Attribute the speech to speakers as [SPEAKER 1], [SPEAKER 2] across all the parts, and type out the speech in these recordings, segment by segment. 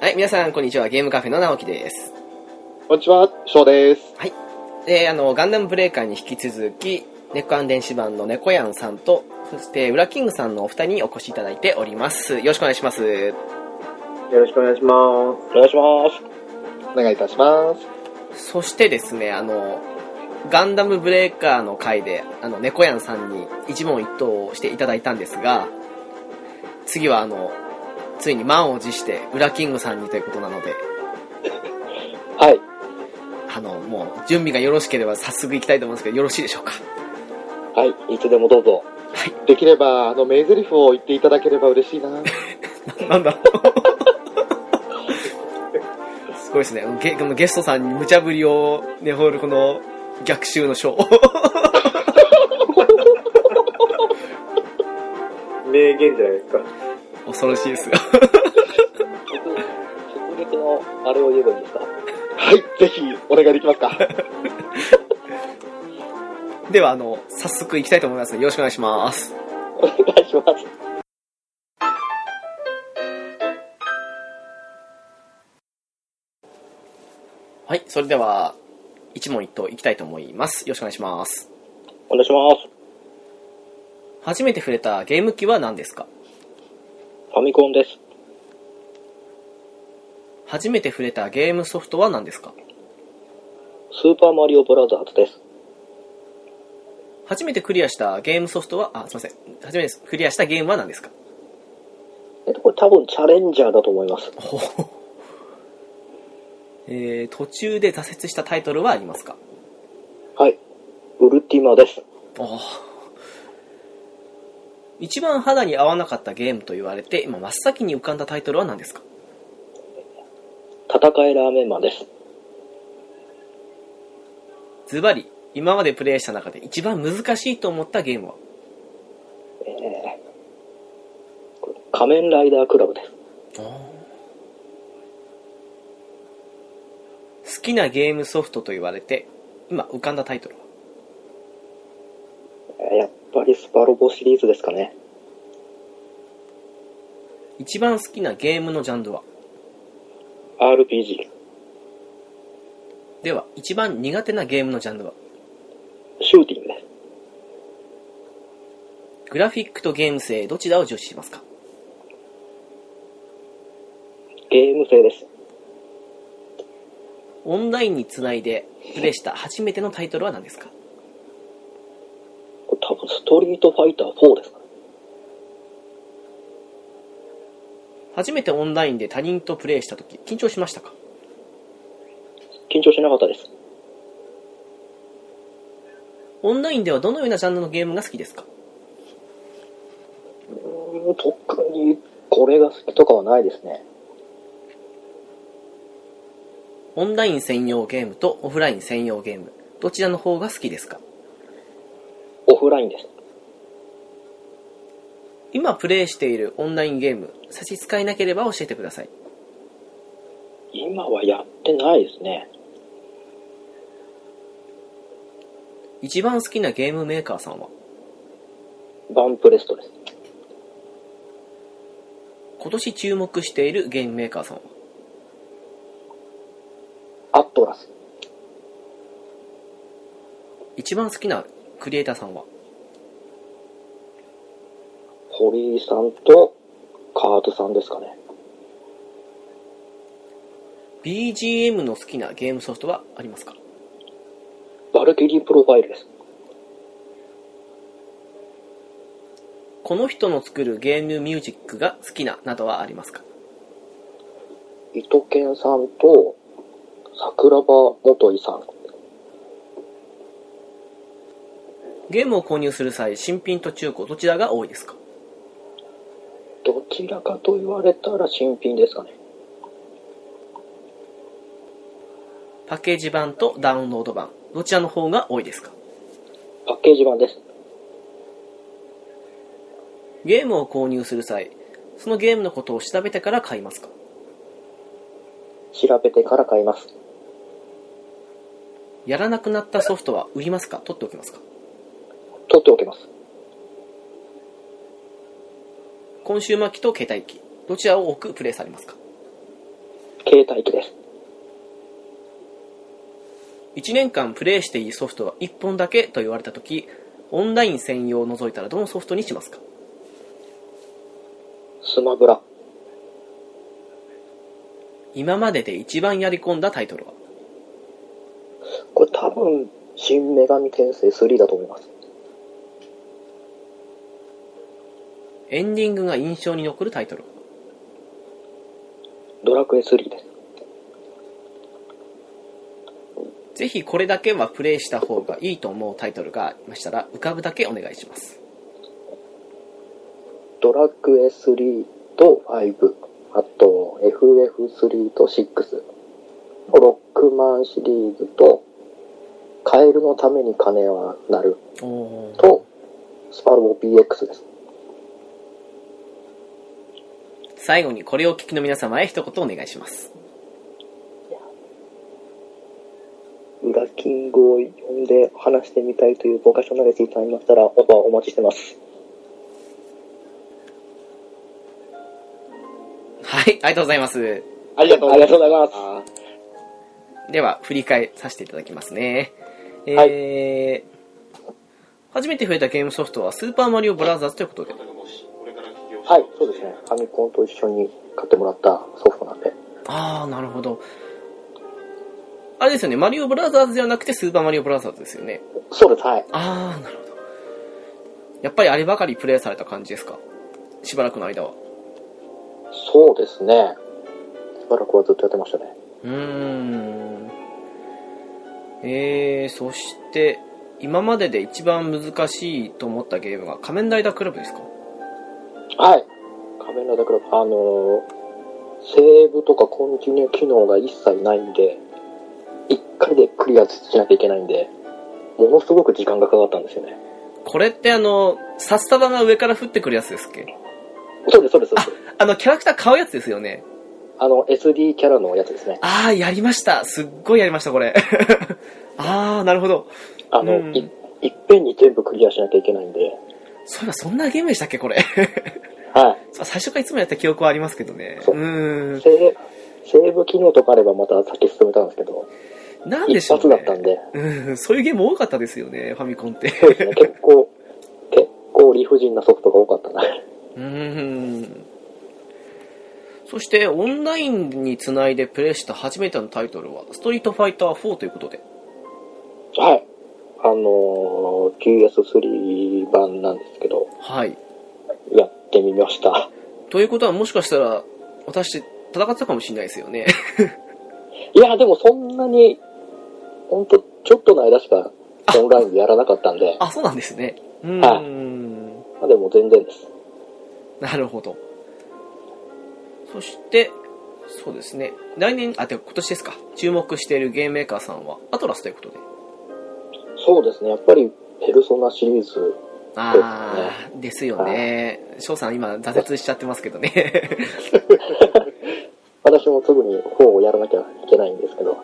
[SPEAKER 1] はい、皆さん、こんにちは。ゲームカフェの直樹です。
[SPEAKER 2] こんにちは、翔です。
[SPEAKER 1] で、あの、ガンダムブレーカーに引き続き、ネコアン電子版のネコヤンさんと、そして、ウラキングさんのお二人にお越しいただいております。よろしくお願いします。
[SPEAKER 3] よろしくお願いしま
[SPEAKER 2] お願いします。お願いいたします。
[SPEAKER 1] そしてですね、あの、ガンダムブレーカーの回で、あの、猫やんさんに一問一答をしていただいたんですが、次はあの、ついに満を持して、ウラキングさんにということなので、
[SPEAKER 2] はい。
[SPEAKER 1] あの、もう、準備がよろしければ早速行きたいと思うんですけど、よろしいでしょうか。
[SPEAKER 2] はい。いつでもどうぞ。
[SPEAKER 1] はい
[SPEAKER 2] できれば、あの、名台詞を言っていただければ嬉しいな。は
[SPEAKER 1] なんだろう。すごいですね。ゲこのゲストさんに無茶ぶりをねほるこの逆襲のショー。
[SPEAKER 3] す。名言じゃないですか。
[SPEAKER 1] 恐ろしいですが。
[SPEAKER 4] 直撃のあれを言えばいいんですか
[SPEAKER 2] い。ぜひ、お願いできますか。
[SPEAKER 1] では、あの、早速行きたいと思いますので、よろしくお願いします。
[SPEAKER 2] お願いします。
[SPEAKER 1] はい、それでは、一問一答いきたいと思います。よろしくお願いします。
[SPEAKER 4] お願いします。
[SPEAKER 1] 初めて触れたゲーム機は何ですか
[SPEAKER 4] ファミコンです。
[SPEAKER 1] 初めて触れたゲームソフトは何ですか
[SPEAKER 4] スーパーマリオブラザーズです。
[SPEAKER 1] 初めてクリアしたゲームソフトは、あ、すいません。初めてクリアしたゲームは何ですか
[SPEAKER 4] えっと、これ多分チャレンジャーだと思います。
[SPEAKER 1] ほほ えー、途中で挫折したタイトルはありますか
[SPEAKER 4] はい。ウルティマです。
[SPEAKER 1] あー一番肌に合わなかったゲームと言われて、今真っ先に浮かんだタイトルは何ですか
[SPEAKER 4] 戦いラーメンマンです。
[SPEAKER 1] ズバリ、今までプレイした中で一番難しいと思ったゲームは
[SPEAKER 4] 仮面ライダークラブです。
[SPEAKER 1] 好きなゲームソフトと言われて今浮かんだタイトルは
[SPEAKER 4] えーやっぱりスパロボシリーズですかね。
[SPEAKER 1] 一番好きなゲームのジャンルは
[SPEAKER 4] RPG。
[SPEAKER 1] では一番苦手なゲームのジャンルは
[SPEAKER 4] シューティングです。
[SPEAKER 1] グラフィックとゲーム性どちらを重視しますか
[SPEAKER 4] ゲーム性です。
[SPEAKER 1] オンラインにつないでプレイした初めてのタイトルは何ですか
[SPEAKER 4] これ多分ストリートファイター4ですかね。
[SPEAKER 1] 初めてオンラインで他人とプレイした時緊張しましたか
[SPEAKER 4] 緊張しなかったです。
[SPEAKER 1] オンラインではどのようなジャンルのゲームが好きですか
[SPEAKER 4] うーん、特にこれが好きとかはないですね。
[SPEAKER 1] オンライン専用ゲームとオフライン専用ゲームどちらの方が好きですか
[SPEAKER 4] オフラインです。
[SPEAKER 1] 今プレイしているオンラインゲーム差し支えなければ教えてください
[SPEAKER 4] 今はやってないですね。
[SPEAKER 1] 一番好きなゲームメーカーさんは
[SPEAKER 4] バンプレストです。
[SPEAKER 1] 今年注目しているゲームメーカーさんは
[SPEAKER 4] アトラス。
[SPEAKER 1] 一番好きなクリエイターさんは
[SPEAKER 4] 堀井さんとカートさんですかね。
[SPEAKER 1] BGM の好きなゲームソフトはありますか
[SPEAKER 4] バルキリープロファイルです。
[SPEAKER 1] この人の作るゲームミュージックが好きななどはありますか
[SPEAKER 4] 伊藤健さんと桜庭元井さん。
[SPEAKER 1] ゲームを購入する際新品と中古どちらが多いですか
[SPEAKER 4] どちらかと言われたら新品ですかね。
[SPEAKER 1] パッケージ版とダウンロード版どちらの方が多いですか
[SPEAKER 4] パッケージ版です。
[SPEAKER 1] ゲームを購入する際そのゲームのことを調べてから買いますか
[SPEAKER 4] 調べてから買います。
[SPEAKER 1] やらなくなったソフトは売りますか取っておきますか
[SPEAKER 4] 取っておきます。
[SPEAKER 1] コンシューマー機と携帯機どちらを多くプレイされますか
[SPEAKER 4] 携帯機です。
[SPEAKER 1] 1年間プレイしていいソフトは1本だけと言われた時オンライン専用を除いたらどのソフトにしますか
[SPEAKER 4] スマブラ。
[SPEAKER 1] 今までで一番やり込んだタイトルは
[SPEAKER 4] これ多分、新女神転生3だと思います。
[SPEAKER 1] エンディングが印象に残るタイトル
[SPEAKER 4] ドラクエ3です。
[SPEAKER 1] ぜひこれだけはプレイした方がいいと思うタイトルがありましたら浮かぶだけお願いします
[SPEAKER 4] ドラクエ3と5、あと FF3 と6、ロックマンシリーズと、カエルのために金はなる
[SPEAKER 1] おー
[SPEAKER 4] と、スパロボ PX です。
[SPEAKER 1] 最後にこれをお聞きの皆様へ一言お願いします
[SPEAKER 4] 裏キングを呼んで話してみたいというボカショナレティーとありましたら、オファーお待ちしてます。
[SPEAKER 1] はいありがとうございます
[SPEAKER 2] ありがとう
[SPEAKER 4] あ
[SPEAKER 2] ござ
[SPEAKER 4] り
[SPEAKER 2] い
[SPEAKER 4] が
[SPEAKER 2] ます
[SPEAKER 4] とうございます。
[SPEAKER 1] では振り返させていただきますねえー
[SPEAKER 4] は
[SPEAKER 1] 初めて増えたゲームソフトは「スーパーマリオブラザーズ」ということで
[SPEAKER 4] はい、そうですね。ファミコンと一緒に買ってもらったソフトなんで。
[SPEAKER 1] ああなるほどあれですよねマリオブラザーズではなくて「スーパーマリオブラザーズ」ですよね
[SPEAKER 4] そうです、はい。
[SPEAKER 1] ああなるほどやっぱりあればかりプレイされた感じですかしばらくの間は
[SPEAKER 4] そうですね。しばらくはずっとやってましたね。
[SPEAKER 1] うーんえー、そして今までで一番難しいと思ったゲームが仮面ライダークラブですか
[SPEAKER 4] はい。仮面ライダークラブ、あのー、セーブとかコンティニュー機能が一切ないんで、一回でクリアしなきゃいけないんで、ものすごく時間がかかったんですよね。
[SPEAKER 1] これってあの札束が上から降ってくるやつですっけ
[SPEAKER 4] そうです、そうです、そうです。
[SPEAKER 1] あのキャラクター買うやつですよね
[SPEAKER 4] あの、SD キャラのやつですね。
[SPEAKER 1] ああやりましたすっごいやりましたこれ ああなるほど
[SPEAKER 4] あ
[SPEAKER 1] う
[SPEAKER 4] の、
[SPEAKER 1] ん
[SPEAKER 4] い、いっぺんに全部クリアしなきゃいけないんで、
[SPEAKER 1] そういえばそんなゲームでしたっけこれ
[SPEAKER 4] は
[SPEAKER 1] そう最初からいつもやった記憶はありますけどねうー
[SPEAKER 4] い。
[SPEAKER 1] ん
[SPEAKER 4] セーブ、セーブ機能とかあればまた先進めたんですけど、
[SPEAKER 1] なんで
[SPEAKER 4] 一
[SPEAKER 1] しょう、ね、
[SPEAKER 4] 発だったんで、
[SPEAKER 1] うん、そういうゲーム多かったですよね、ファミコンって。
[SPEAKER 4] そうですね、結構、結構理不尽なソフトが多かったな。
[SPEAKER 1] うん。そして、オンラインにつないでプレイした初めてのタイトルは、ストリートファイター4ということで。
[SPEAKER 4] はい。あのー、PS3 版なんですけど、
[SPEAKER 1] はい。
[SPEAKER 4] やってみました。
[SPEAKER 1] ということは、もしかしたら、私、戦ってたかもしれないですよね。
[SPEAKER 4] いや、でもそんなに、ほんと、ちょっとの間しかオンラインでやらなかったん で、
[SPEAKER 1] あ、そうなんですね。うん。
[SPEAKER 4] はまあでも全然です。
[SPEAKER 1] なるほど。そして、そうですね。来年、あ、てか今年ですか。注目しているゲームメーカーさんは、アトラスということで。
[SPEAKER 4] そうですね、やっぱり、ペルソナシリーズ、
[SPEAKER 1] ああ、ですよね。翔さん今挫折しちゃってますけどね。
[SPEAKER 4] 私もすぐに4をやらなきゃいけないんですけど、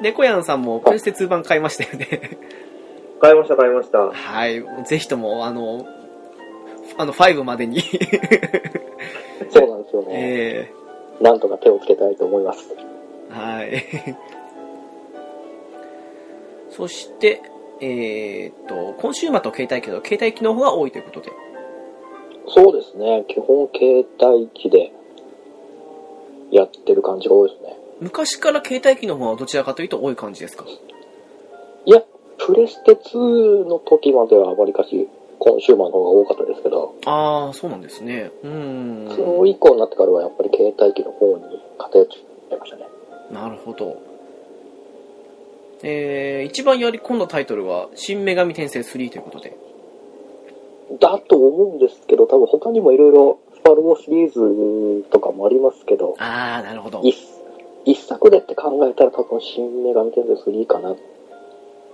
[SPEAKER 1] 猫やんさんもプレステ2版買いましたよね。
[SPEAKER 3] 買いました、買いました。は
[SPEAKER 1] はい。ぜひとも、あの、あの、5まで に、
[SPEAKER 4] そうなんですよね。
[SPEAKER 1] え
[SPEAKER 4] なんとか手をつけたいと思います。
[SPEAKER 1] えはい。そして、えーっと、コンシューマーと携帯機と携帯機の方が多いということで。
[SPEAKER 4] そうですね、基本携帯機でやってる感じが多いですね。
[SPEAKER 1] 昔から携帯機の方はどちらかというと多い感じですか
[SPEAKER 4] いや、プレステ2の時まではわりかしコンシューマーの方が多かったですけど、
[SPEAKER 1] ああ、そうなんですね。うん。
[SPEAKER 4] その以降になってからはやっぱり携帯機の方に偏っちゃいましたね。
[SPEAKER 1] なるほど。えー、一番やり込んだタイトルは、新女神転生3ということで。
[SPEAKER 4] だと思うんですけど、多分他にもいろいろスパロボシリーズとかもありますけど、
[SPEAKER 1] あー、なるほど。
[SPEAKER 4] 一一作でって考えたら多分新女神転生3かな。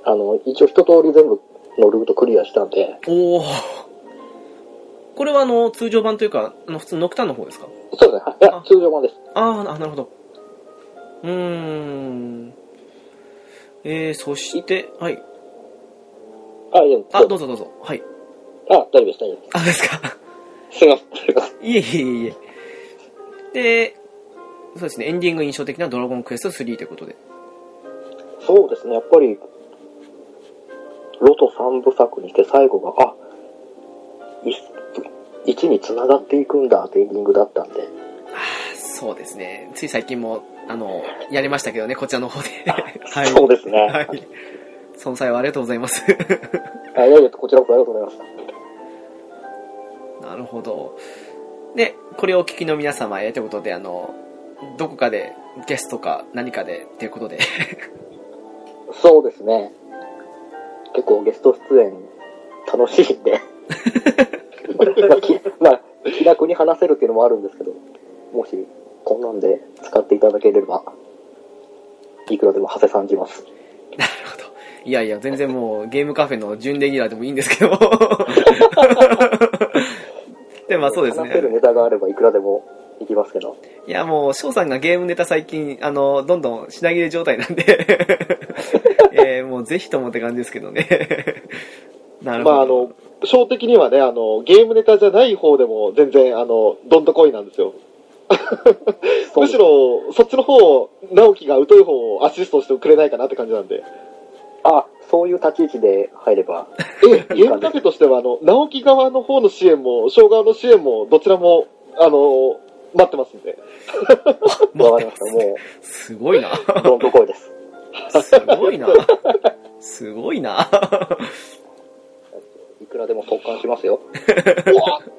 [SPEAKER 4] あの、一応一通り全部のルートクリアしたんで、
[SPEAKER 1] おー。これはあの、通常版というか、あの、普通のノクターンの方ですか
[SPEAKER 4] そうですね。はいいや
[SPEAKER 1] あ、
[SPEAKER 4] 通常版です。
[SPEAKER 1] あー、あなるほど。うーん。えー、そして、はい。
[SPEAKER 4] あ、いや、
[SPEAKER 1] あ、どうぞどうぞ。はい。
[SPEAKER 4] あ、大丈夫です、大丈夫で
[SPEAKER 1] あ、ですか。
[SPEAKER 4] す。すいません、すいません。
[SPEAKER 1] いえいえいえ。で、そうですね、エンディング印象的なドラゴンクエスト3ということで。
[SPEAKER 4] そうですね、やっぱり、ロト3部作にして最後が、あ、1に繋がっていくんだってエンディングだったんで、
[SPEAKER 1] そうですね、つい最近も、あの、やりましたけどね、こちらの方で。 は
[SPEAKER 4] そうですね。
[SPEAKER 1] はい。その際はありがとうございます。
[SPEAKER 4] あいやいや、こちらこそありがとうございまし
[SPEAKER 1] なるほど。で、これをお聞きの皆様へということで、あの、どこかでゲストか何かでっていうことで、
[SPEAKER 4] た。そうですね。結構ゲスト出演楽しい んで、まあきまあ、気楽に話せるっていうのもあるんですけど、もし、こんなんで使っていただければ、いくらでも長谷さんじます。
[SPEAKER 1] なるほど。いやいや、全然もうゲームカフェの準レギュラーでもいいんですけ ど。で、まあそうです
[SPEAKER 4] 話せる
[SPEAKER 1] ね。
[SPEAKER 4] ネタがあればいくらでもいきますけど。
[SPEAKER 1] いやもう、翔さんがゲームネタ最近、あの、どんどん品切れ状態なんで、 えーもうぜひともって感じですけどね。なるほ
[SPEAKER 2] ま
[SPEAKER 1] ど。
[SPEAKER 2] あ、あの、小的にはね、あの、ゲームネタじゃない方でも全然、あの、どんどこいなんですよ。むしろ、そっちの方、直樹が疎い方をアシストしてくれないかなって感じなんで。
[SPEAKER 4] あ、そういう立ち位置で入れば。
[SPEAKER 2] え、ゲームカフェとしては、あの、直樹側の方の支援も、翔側の支援も、どちらも、あの、待ってますんで。
[SPEAKER 1] 待
[SPEAKER 4] わ
[SPEAKER 1] ってま
[SPEAKER 4] かりますした。も
[SPEAKER 1] すごいな。
[SPEAKER 4] う、どんどこいです。
[SPEAKER 1] すごいな。すごいな。
[SPEAKER 4] いくらでも速乾しますよ。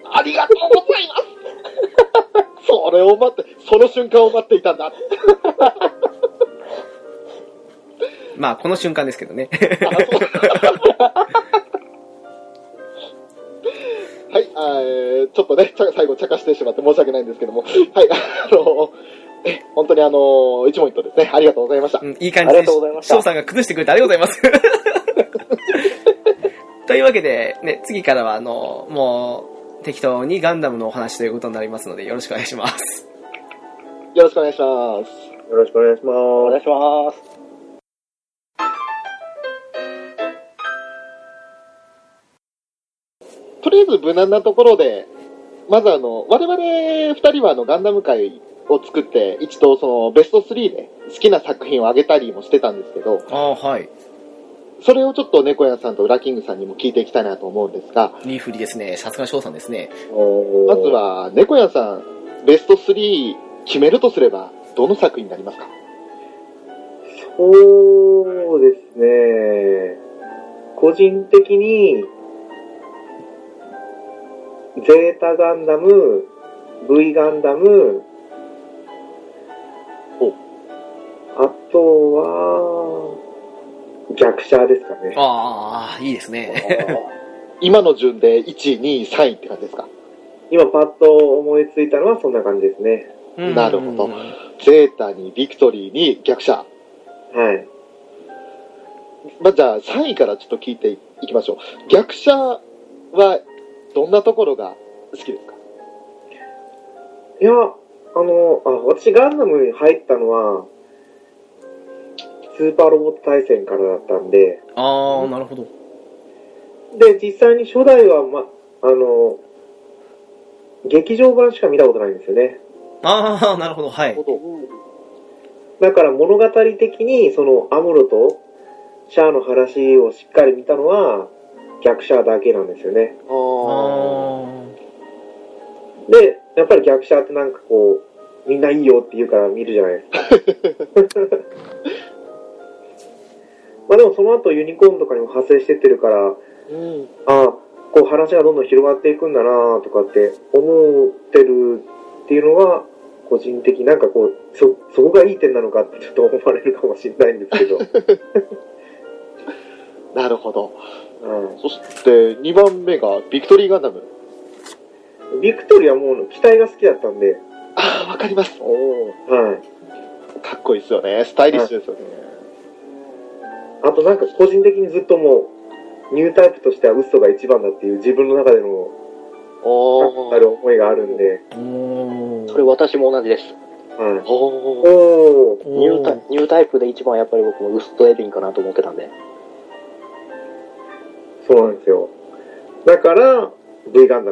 [SPEAKER 2] おありがとうござい ますそれを待って、その瞬間を待っていたんだ。
[SPEAKER 1] まあ、この瞬間ですけどね。
[SPEAKER 2] はい、あーえーちょっとね、ちゃ最後、茶化してしまって申し訳ないんですけども、はい、あの、え本当にあの、一問一答ですね、ありがとうございました。
[SPEAKER 1] うん、いい感
[SPEAKER 4] あ
[SPEAKER 1] じ
[SPEAKER 4] り
[SPEAKER 1] で
[SPEAKER 4] がとうございま、した
[SPEAKER 1] 翔さんが崩してくれてありがとうございます。 というわけで、ね、次からは、あの、もう、適当にガンダムのお話ということになりますので、よろしくお願いします。
[SPEAKER 2] よろしくお願いします。
[SPEAKER 3] よろしくお願いし
[SPEAKER 4] お
[SPEAKER 3] ま
[SPEAKER 4] 願いします。
[SPEAKER 2] とりあえず無難なところで、まずあの、我々二人はあの、ガンダム界を作って、一度その、ベスト3で好きな作品をあげたりもしてたんですけど、
[SPEAKER 1] ああ、はい。
[SPEAKER 2] それをちょっと猫屋さんとウラキングさんにも聞いていきたいなと思うんですが、
[SPEAKER 1] いい振りですね。さすが翔さんですね。
[SPEAKER 4] す。お
[SPEAKER 2] まずは、猫屋さん、ベスト3決めるとすれば、どの作品になりますか
[SPEAKER 3] す。そうですね。個人的に、ゼータガンダム、V ガンダム、あとは、逆者ですかね。
[SPEAKER 1] ああ、いいですね。
[SPEAKER 2] 今の順で1位、2位、3位って感じですか
[SPEAKER 3] 今パッと思いついたのはそんな感じですね。
[SPEAKER 1] うん
[SPEAKER 2] なるほどゼータにビクトリーに逆者。
[SPEAKER 3] はい。
[SPEAKER 2] まあ、じゃあ3位からちょっと聞いていきましょう。逆者はどんなところが好きですか
[SPEAKER 3] いや、あの、あ、私ガンダムに入ったのは、スーパーロボット対戦からだったんで、
[SPEAKER 1] ああ、なるほど。
[SPEAKER 3] で、実際に初代は、ま、あの、劇場版しか見たことないんですよね。
[SPEAKER 1] ああ、なるほど。はい。
[SPEAKER 3] だから物語的に、その、アムロとシャアの話をしっかり見たのは、逆者だけなんですよね。
[SPEAKER 1] あ
[SPEAKER 2] あ
[SPEAKER 1] ー
[SPEAKER 3] で、やっぱり逆者ってなんかこう、みんないいよって言うから見るじゃないですか。まあでもその後ユニコーンとかにも派生してってるから、
[SPEAKER 2] ーうん
[SPEAKER 3] ああ、こう話がどんどん広がっていくんだなとかって思ってるっていうのは、個人的になんかこう、そ、そこがいい点なのかってちょっと思われるかもしれないんですけど。はい
[SPEAKER 2] なるほど。そして2番目がビクトリーガンダム。
[SPEAKER 3] ビクトリーはもう機体が好きだったんで、
[SPEAKER 2] ああ、わかります。
[SPEAKER 4] おー
[SPEAKER 3] はい。
[SPEAKER 2] かっこいいですよね。スタイリッシュですよね。
[SPEAKER 3] あとなんか個人的にずっともう、ニュータイプとしてはウッソが一番だっていう自分の中での
[SPEAKER 2] お
[SPEAKER 3] あ
[SPEAKER 2] ー。
[SPEAKER 3] る思いがあるんで、
[SPEAKER 1] お
[SPEAKER 4] それ
[SPEAKER 1] ー
[SPEAKER 4] 私も同じです。
[SPEAKER 3] はい。
[SPEAKER 2] おー。
[SPEAKER 3] おー
[SPEAKER 4] ニュータイ
[SPEAKER 1] お
[SPEAKER 4] ニュータイプで一番やっぱり僕もウストエビンかなと思ってたんで。
[SPEAKER 3] そうなんですよ。だから、V ガンダ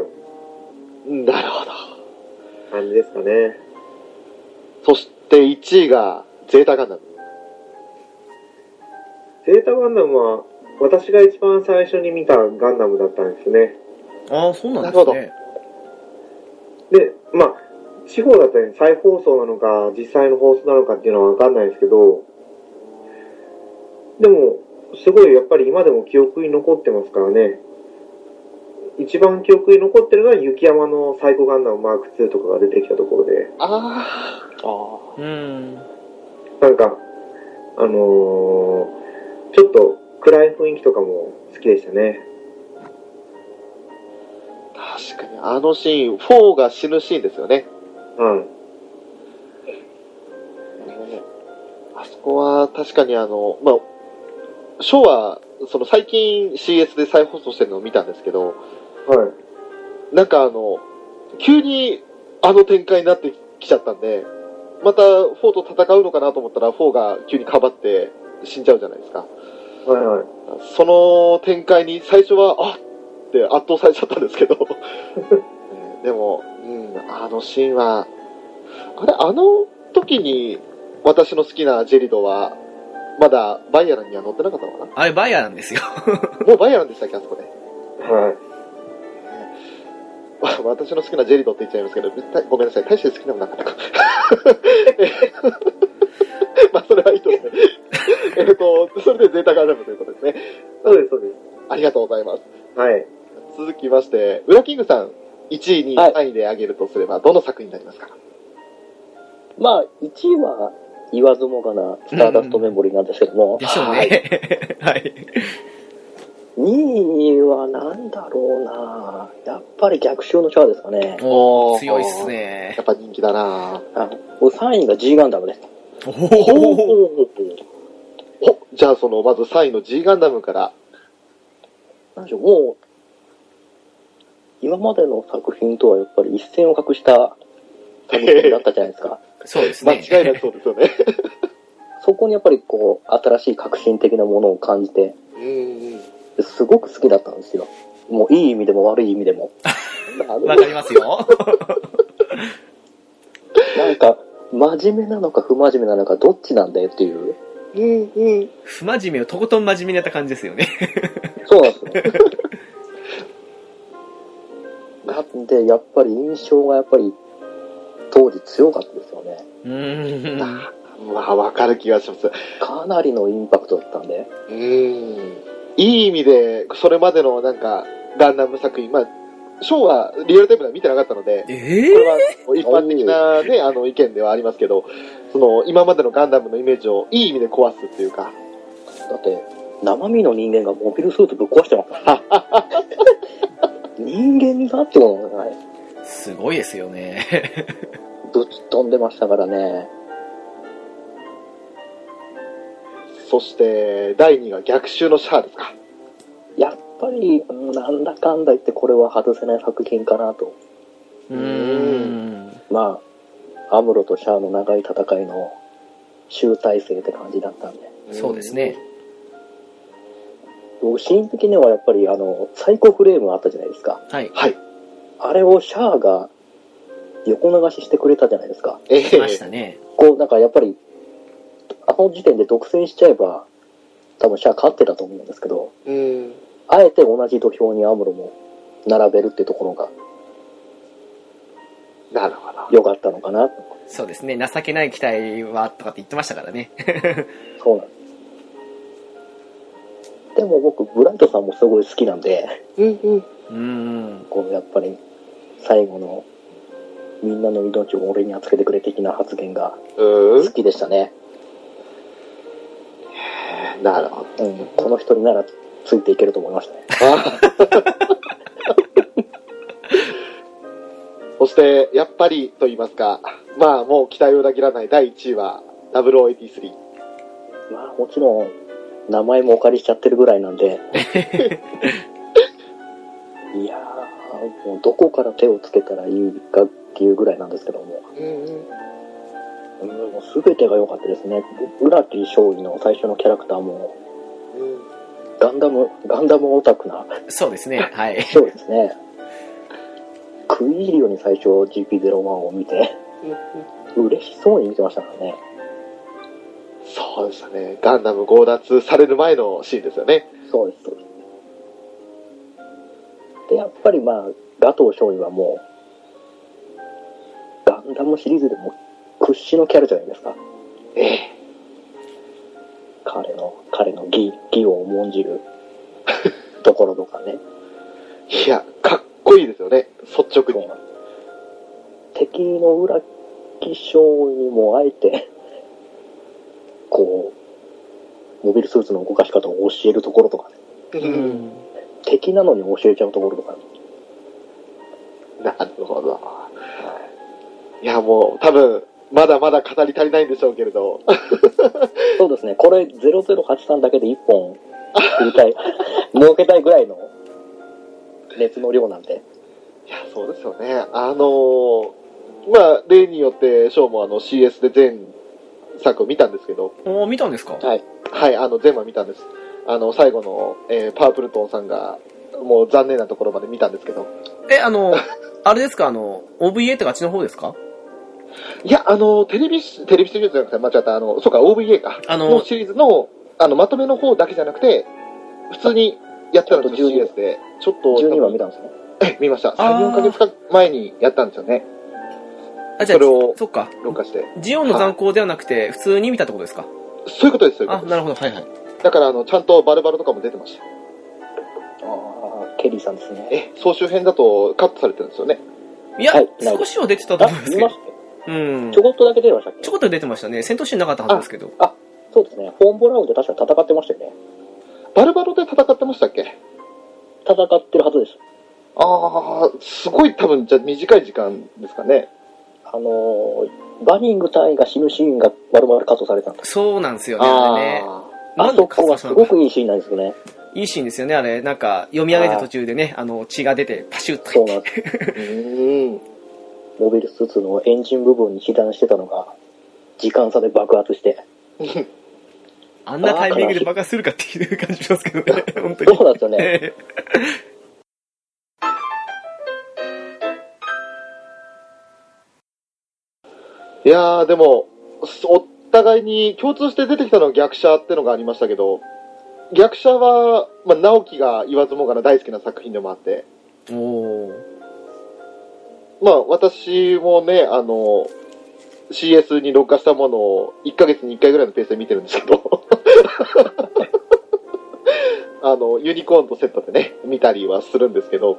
[SPEAKER 3] ム
[SPEAKER 2] なるほど。
[SPEAKER 3] 感じですかね。
[SPEAKER 2] そして1位が、ゼータガンダム。
[SPEAKER 3] ゼータガンダムは、私が一番最初に見たガンダムだったんですね。
[SPEAKER 1] ああ、そうなんで
[SPEAKER 2] なる
[SPEAKER 1] す
[SPEAKER 2] ほど
[SPEAKER 1] ね。
[SPEAKER 3] で、まあ、地方だったり再放送なのか、実際の放送なのかっていうのはわかんないですけど、でも、すごいやっぱり今でも記憶に残ってますからね。一番記憶に残ってるのは雪山のサイコガンダムマーク2とかが出てきたところで、
[SPEAKER 2] あ
[SPEAKER 4] あ
[SPEAKER 1] うん。
[SPEAKER 3] なんか、あのー、ちょっと暗い雰囲気とかも好きでしたね。
[SPEAKER 2] あ、確かにあのシーン、4が死ぬシーンですよね。
[SPEAKER 3] うん。
[SPEAKER 2] ねあそこは確かにあの、まあ、ショーは、その最近 CS で再放送してるのを見たんですけど、
[SPEAKER 3] はい。
[SPEAKER 2] なんかあの、急にあの展開になってきちゃったんで、また4と戦うのかなと思ったら4が急にかばって死んじゃうじゃないですか。
[SPEAKER 3] はいはい。
[SPEAKER 2] その展開に最初は、あっって圧倒されちゃったんですけど、ねでも、うん、あのシーンは、あれ、あの時に私の好きなジェリドは、まだバイアランには乗ってなかったのか
[SPEAKER 1] あれ、バイヤーなんですよ。
[SPEAKER 2] なもうバイアランでしたっけ、あそこで。
[SPEAKER 3] はい。
[SPEAKER 2] わ 私の好きなジェリドって言っちゃいますけど、たごめんなさい、大して好き でもなかったか。まあ、それはいいとして。えっと、それでゼータガンダムということですね。
[SPEAKER 3] そうです、そうで
[SPEAKER 2] ありがとうございます。
[SPEAKER 3] す。はい。
[SPEAKER 2] 続きまして、ウラキングさん、1位、2位、
[SPEAKER 4] はい
[SPEAKER 2] 3位で挙げるとすれば、どの作品になりますか
[SPEAKER 4] ーまあ、1位は言わずもがな、スターダストメモリーなんですけども、
[SPEAKER 1] でしょうね。 はい。
[SPEAKER 4] 2位はなんだろうなやっぱり逆襲のシャアですかね。
[SPEAKER 1] お
[SPEAKER 2] お
[SPEAKER 1] お
[SPEAKER 2] ー
[SPEAKER 1] 強いっすね
[SPEAKER 2] や。っぱ人気だなぁ
[SPEAKER 4] あ3位が G ガンダムです。
[SPEAKER 1] お
[SPEAKER 2] ほ
[SPEAKER 1] お
[SPEAKER 2] ほじゃあ、その、まず3位の G ガンダムから。
[SPEAKER 4] なんでしょう、もう、今までの作品とはやっぱり一線を画した作品だったじゃないですか。
[SPEAKER 1] そうです
[SPEAKER 2] 間
[SPEAKER 1] ね。
[SPEAKER 2] 違いなくそうですよね。
[SPEAKER 4] そこにやっぱりこう、新しい革新的なものを感じて、
[SPEAKER 2] うんうん。
[SPEAKER 4] すごく好きだったんですよ。もういい意味でも悪い意味でも。あの
[SPEAKER 1] わかりますよ。
[SPEAKER 4] なんか、真面目なのか不真面目なのかどっちなんだよっていう。
[SPEAKER 2] うんうん。
[SPEAKER 1] 不真面目をとことん真面目になった感じですよね。
[SPEAKER 4] そうなんですね。なんで、やっぱり印象がやっぱり当時強かったですよね。
[SPEAKER 1] うーん。
[SPEAKER 2] まあ、わかる気がします。
[SPEAKER 4] かなりのインパクトだったんで。
[SPEAKER 2] うん。いい意味で、それまでのなんか、ガンダム作品、まあ、ショーはリアルタイムでは見てなかったので、
[SPEAKER 1] え
[SPEAKER 2] これ
[SPEAKER 1] え
[SPEAKER 2] は一般的 なね、あの意見ではありますけど、その、今までのガンダムのイメージをいい意味で壊すっていうか、
[SPEAKER 4] だって、生身の人間がモビルスーツぶっ壊してますからね。人間だってことがね、
[SPEAKER 1] すごいですよね。
[SPEAKER 4] ぶち飛んでましたからね。
[SPEAKER 2] そして、第2が逆襲のシャアですか。
[SPEAKER 4] やっぱり、うんなんだかんだ言ってこれは外せない作品かなと。
[SPEAKER 1] うーん。
[SPEAKER 4] まあ、アムロとシャアの長い戦いの集大成って感じだったんで。
[SPEAKER 1] そうですね。
[SPEAKER 4] 僕、シーン的にはやっぱり、あの、サイコフレームあったじゃないですか。
[SPEAKER 1] はい。
[SPEAKER 2] はい。
[SPEAKER 4] あれをシャアが横流ししてくれたじゃないですか。
[SPEAKER 2] え
[SPEAKER 1] 来まし
[SPEAKER 2] え
[SPEAKER 1] たね。
[SPEAKER 4] こう、なんかやっぱり、あの時点で独占しちゃえば、多分シャア勝ってたと思うんですけど、
[SPEAKER 2] うん。
[SPEAKER 4] あえて同じ土俵にアムロも並べるってところが
[SPEAKER 2] なるほど。
[SPEAKER 4] 良かったのかな。
[SPEAKER 1] そうですね。情けない期待は、とかって言ってましたからね。
[SPEAKER 4] そうなんです。でも僕、ブライトさんもすごい好きなんで、
[SPEAKER 2] うんうん。
[SPEAKER 1] うーん。
[SPEAKER 4] こう、やっぱり、最後の、みんなの命を俺に預けてくれ的な発言が
[SPEAKER 2] う
[SPEAKER 4] 好きでしたね。
[SPEAKER 2] ん。なるほど。
[SPEAKER 4] うん、この人にならついていけると思いましたね。
[SPEAKER 2] あ そして、やっぱりと言いますか、まあもう期待を裏切らない第1位は、0083。
[SPEAKER 4] まあもちろん、名前もお借りしちゃってるぐらいなんで。いやー、もうどこから手をつけたらいいかっていうぐらいなんですけども、
[SPEAKER 2] うんうん。
[SPEAKER 4] うん、もう全てが良かったですね。浦木勝利の最初のキャラクターも、ガンダム、ガンダムオタクな
[SPEAKER 1] そうですね。はい。
[SPEAKER 4] そうですね。食い入るように最初 GP01 を見て、嬉しそうに見てましたからね。
[SPEAKER 2] そうでしたね。ガンダム強奪される前のシーンですよね。
[SPEAKER 4] そうです、そうです。で、やっぱりまあ、ガトー勝利はもう、ガンダムシリーズでも屈指のキャラじゃないですか。
[SPEAKER 2] ええ。
[SPEAKER 4] 彼の、彼の義、義を重んじるところとかね。
[SPEAKER 2] いや、かっこいいですよね。率直に。
[SPEAKER 4] 敵の裏気象にもあえて、こう、モビルスーツの動かし方を教えるところとかね。
[SPEAKER 1] うん。
[SPEAKER 4] 敵なのに教えちゃうところとかね。
[SPEAKER 2] なるほど。いや、もう、多分、まだまだ語り足りないんでしょうけれど。
[SPEAKER 4] そうですね、これ0083だけで1本 売りたい、儲けたいぐらいの熱の量なんで。
[SPEAKER 2] いや、そうですよね。あのーまあ、例によって、ショーもあの CS で全作を見たんですけど、
[SPEAKER 1] おー見たんですか
[SPEAKER 4] はい。
[SPEAKER 2] はい、あの、全話見たんです。あの、最後の、えーパープルトンさんが、もう残念なところまで見たんですけど。
[SPEAKER 1] え、あの、あれですかあの、OVA ってあっちの方ですか
[SPEAKER 2] いや、あの、テレビし、テレビシリーズじゃなくて、間違った、あの、そうか、OVA か。
[SPEAKER 1] あの
[SPEAKER 2] のシリーズの、あの、まとめの方だけじゃなくて、普通にやってたんですよ、
[SPEAKER 4] ちょっ
[SPEAKER 2] CS で。ちょっと、
[SPEAKER 4] 12話見たんですね。
[SPEAKER 2] え見ました。
[SPEAKER 1] あー
[SPEAKER 2] 3、4ヶ月か前にやったんですよね。
[SPEAKER 1] あ、じゃあ
[SPEAKER 2] それを、
[SPEAKER 1] そっか。
[SPEAKER 2] 録画して。
[SPEAKER 1] ジオンの残光ではなくて、普通に見たってことですか
[SPEAKER 2] そういうことです、そういうこ
[SPEAKER 1] あ、
[SPEAKER 2] と
[SPEAKER 1] なるほど。はいはい。
[SPEAKER 2] です。だから、あの、ちゃんとバルバルとかも出てました。
[SPEAKER 4] ああ、ケリーさんですね。
[SPEAKER 2] え、総集編だとカットされてるんですよね。
[SPEAKER 1] いや、
[SPEAKER 4] はいない
[SPEAKER 1] 少しは出てたと
[SPEAKER 4] あ
[SPEAKER 1] 思うんで、す
[SPEAKER 4] 見
[SPEAKER 1] け
[SPEAKER 4] ま
[SPEAKER 1] ど
[SPEAKER 4] し。た
[SPEAKER 1] うん
[SPEAKER 4] ちょ。こっとだけ出てましたっけ
[SPEAKER 1] ちょこっと出てましたね。戦闘シーンなかったはずですけど。
[SPEAKER 4] そうですね、フォンボラウンで確か戦ってましたよね。
[SPEAKER 2] バルバロで戦ってましたっけ
[SPEAKER 4] 戦ってるはずです。
[SPEAKER 2] ああ、すごい多分、じゃあ短い時間ですかね。
[SPEAKER 4] あのーバニング隊員が死ぬシーンが丸々カットされたんです。
[SPEAKER 1] そうなんですよね、あれね。
[SPEAKER 2] あ
[SPEAKER 1] な
[SPEAKER 4] あ
[SPEAKER 1] んで
[SPEAKER 4] そ
[SPEAKER 1] カッ
[SPEAKER 4] こ
[SPEAKER 1] ト
[SPEAKER 4] が
[SPEAKER 1] した
[SPEAKER 4] す
[SPEAKER 1] の
[SPEAKER 4] ご
[SPEAKER 1] か。
[SPEAKER 4] くいいシーンなんですよね。
[SPEAKER 1] いいシーンですよね、あれ。なんか、読み上げた途中でね、あの、血が出て、パシュッと
[SPEAKER 4] そう
[SPEAKER 1] 入っ
[SPEAKER 4] なん
[SPEAKER 1] て。
[SPEAKER 4] です。
[SPEAKER 2] あ、うん。
[SPEAKER 4] モビルスーツのエンジン部分に被弾してたのが、時間差で爆発して。
[SPEAKER 1] あんなタイミングで爆発するかっていう感じしますけど ね、本当
[SPEAKER 4] そう
[SPEAKER 1] に。
[SPEAKER 4] なんですよね。
[SPEAKER 1] ええ
[SPEAKER 2] いやー、でも、お互いに共通して出てきたのは逆者ってのがありましたけど、逆者は、まあ、直樹が言わずもがな大好きな作品でもあって、
[SPEAKER 1] おー
[SPEAKER 2] まあ、私もね、あの、CS に録画したものを1ヶ月に1回ぐらいのペースで見てるんですけど、 あの、ユニコーンとセットでね、見たりはするんですけど、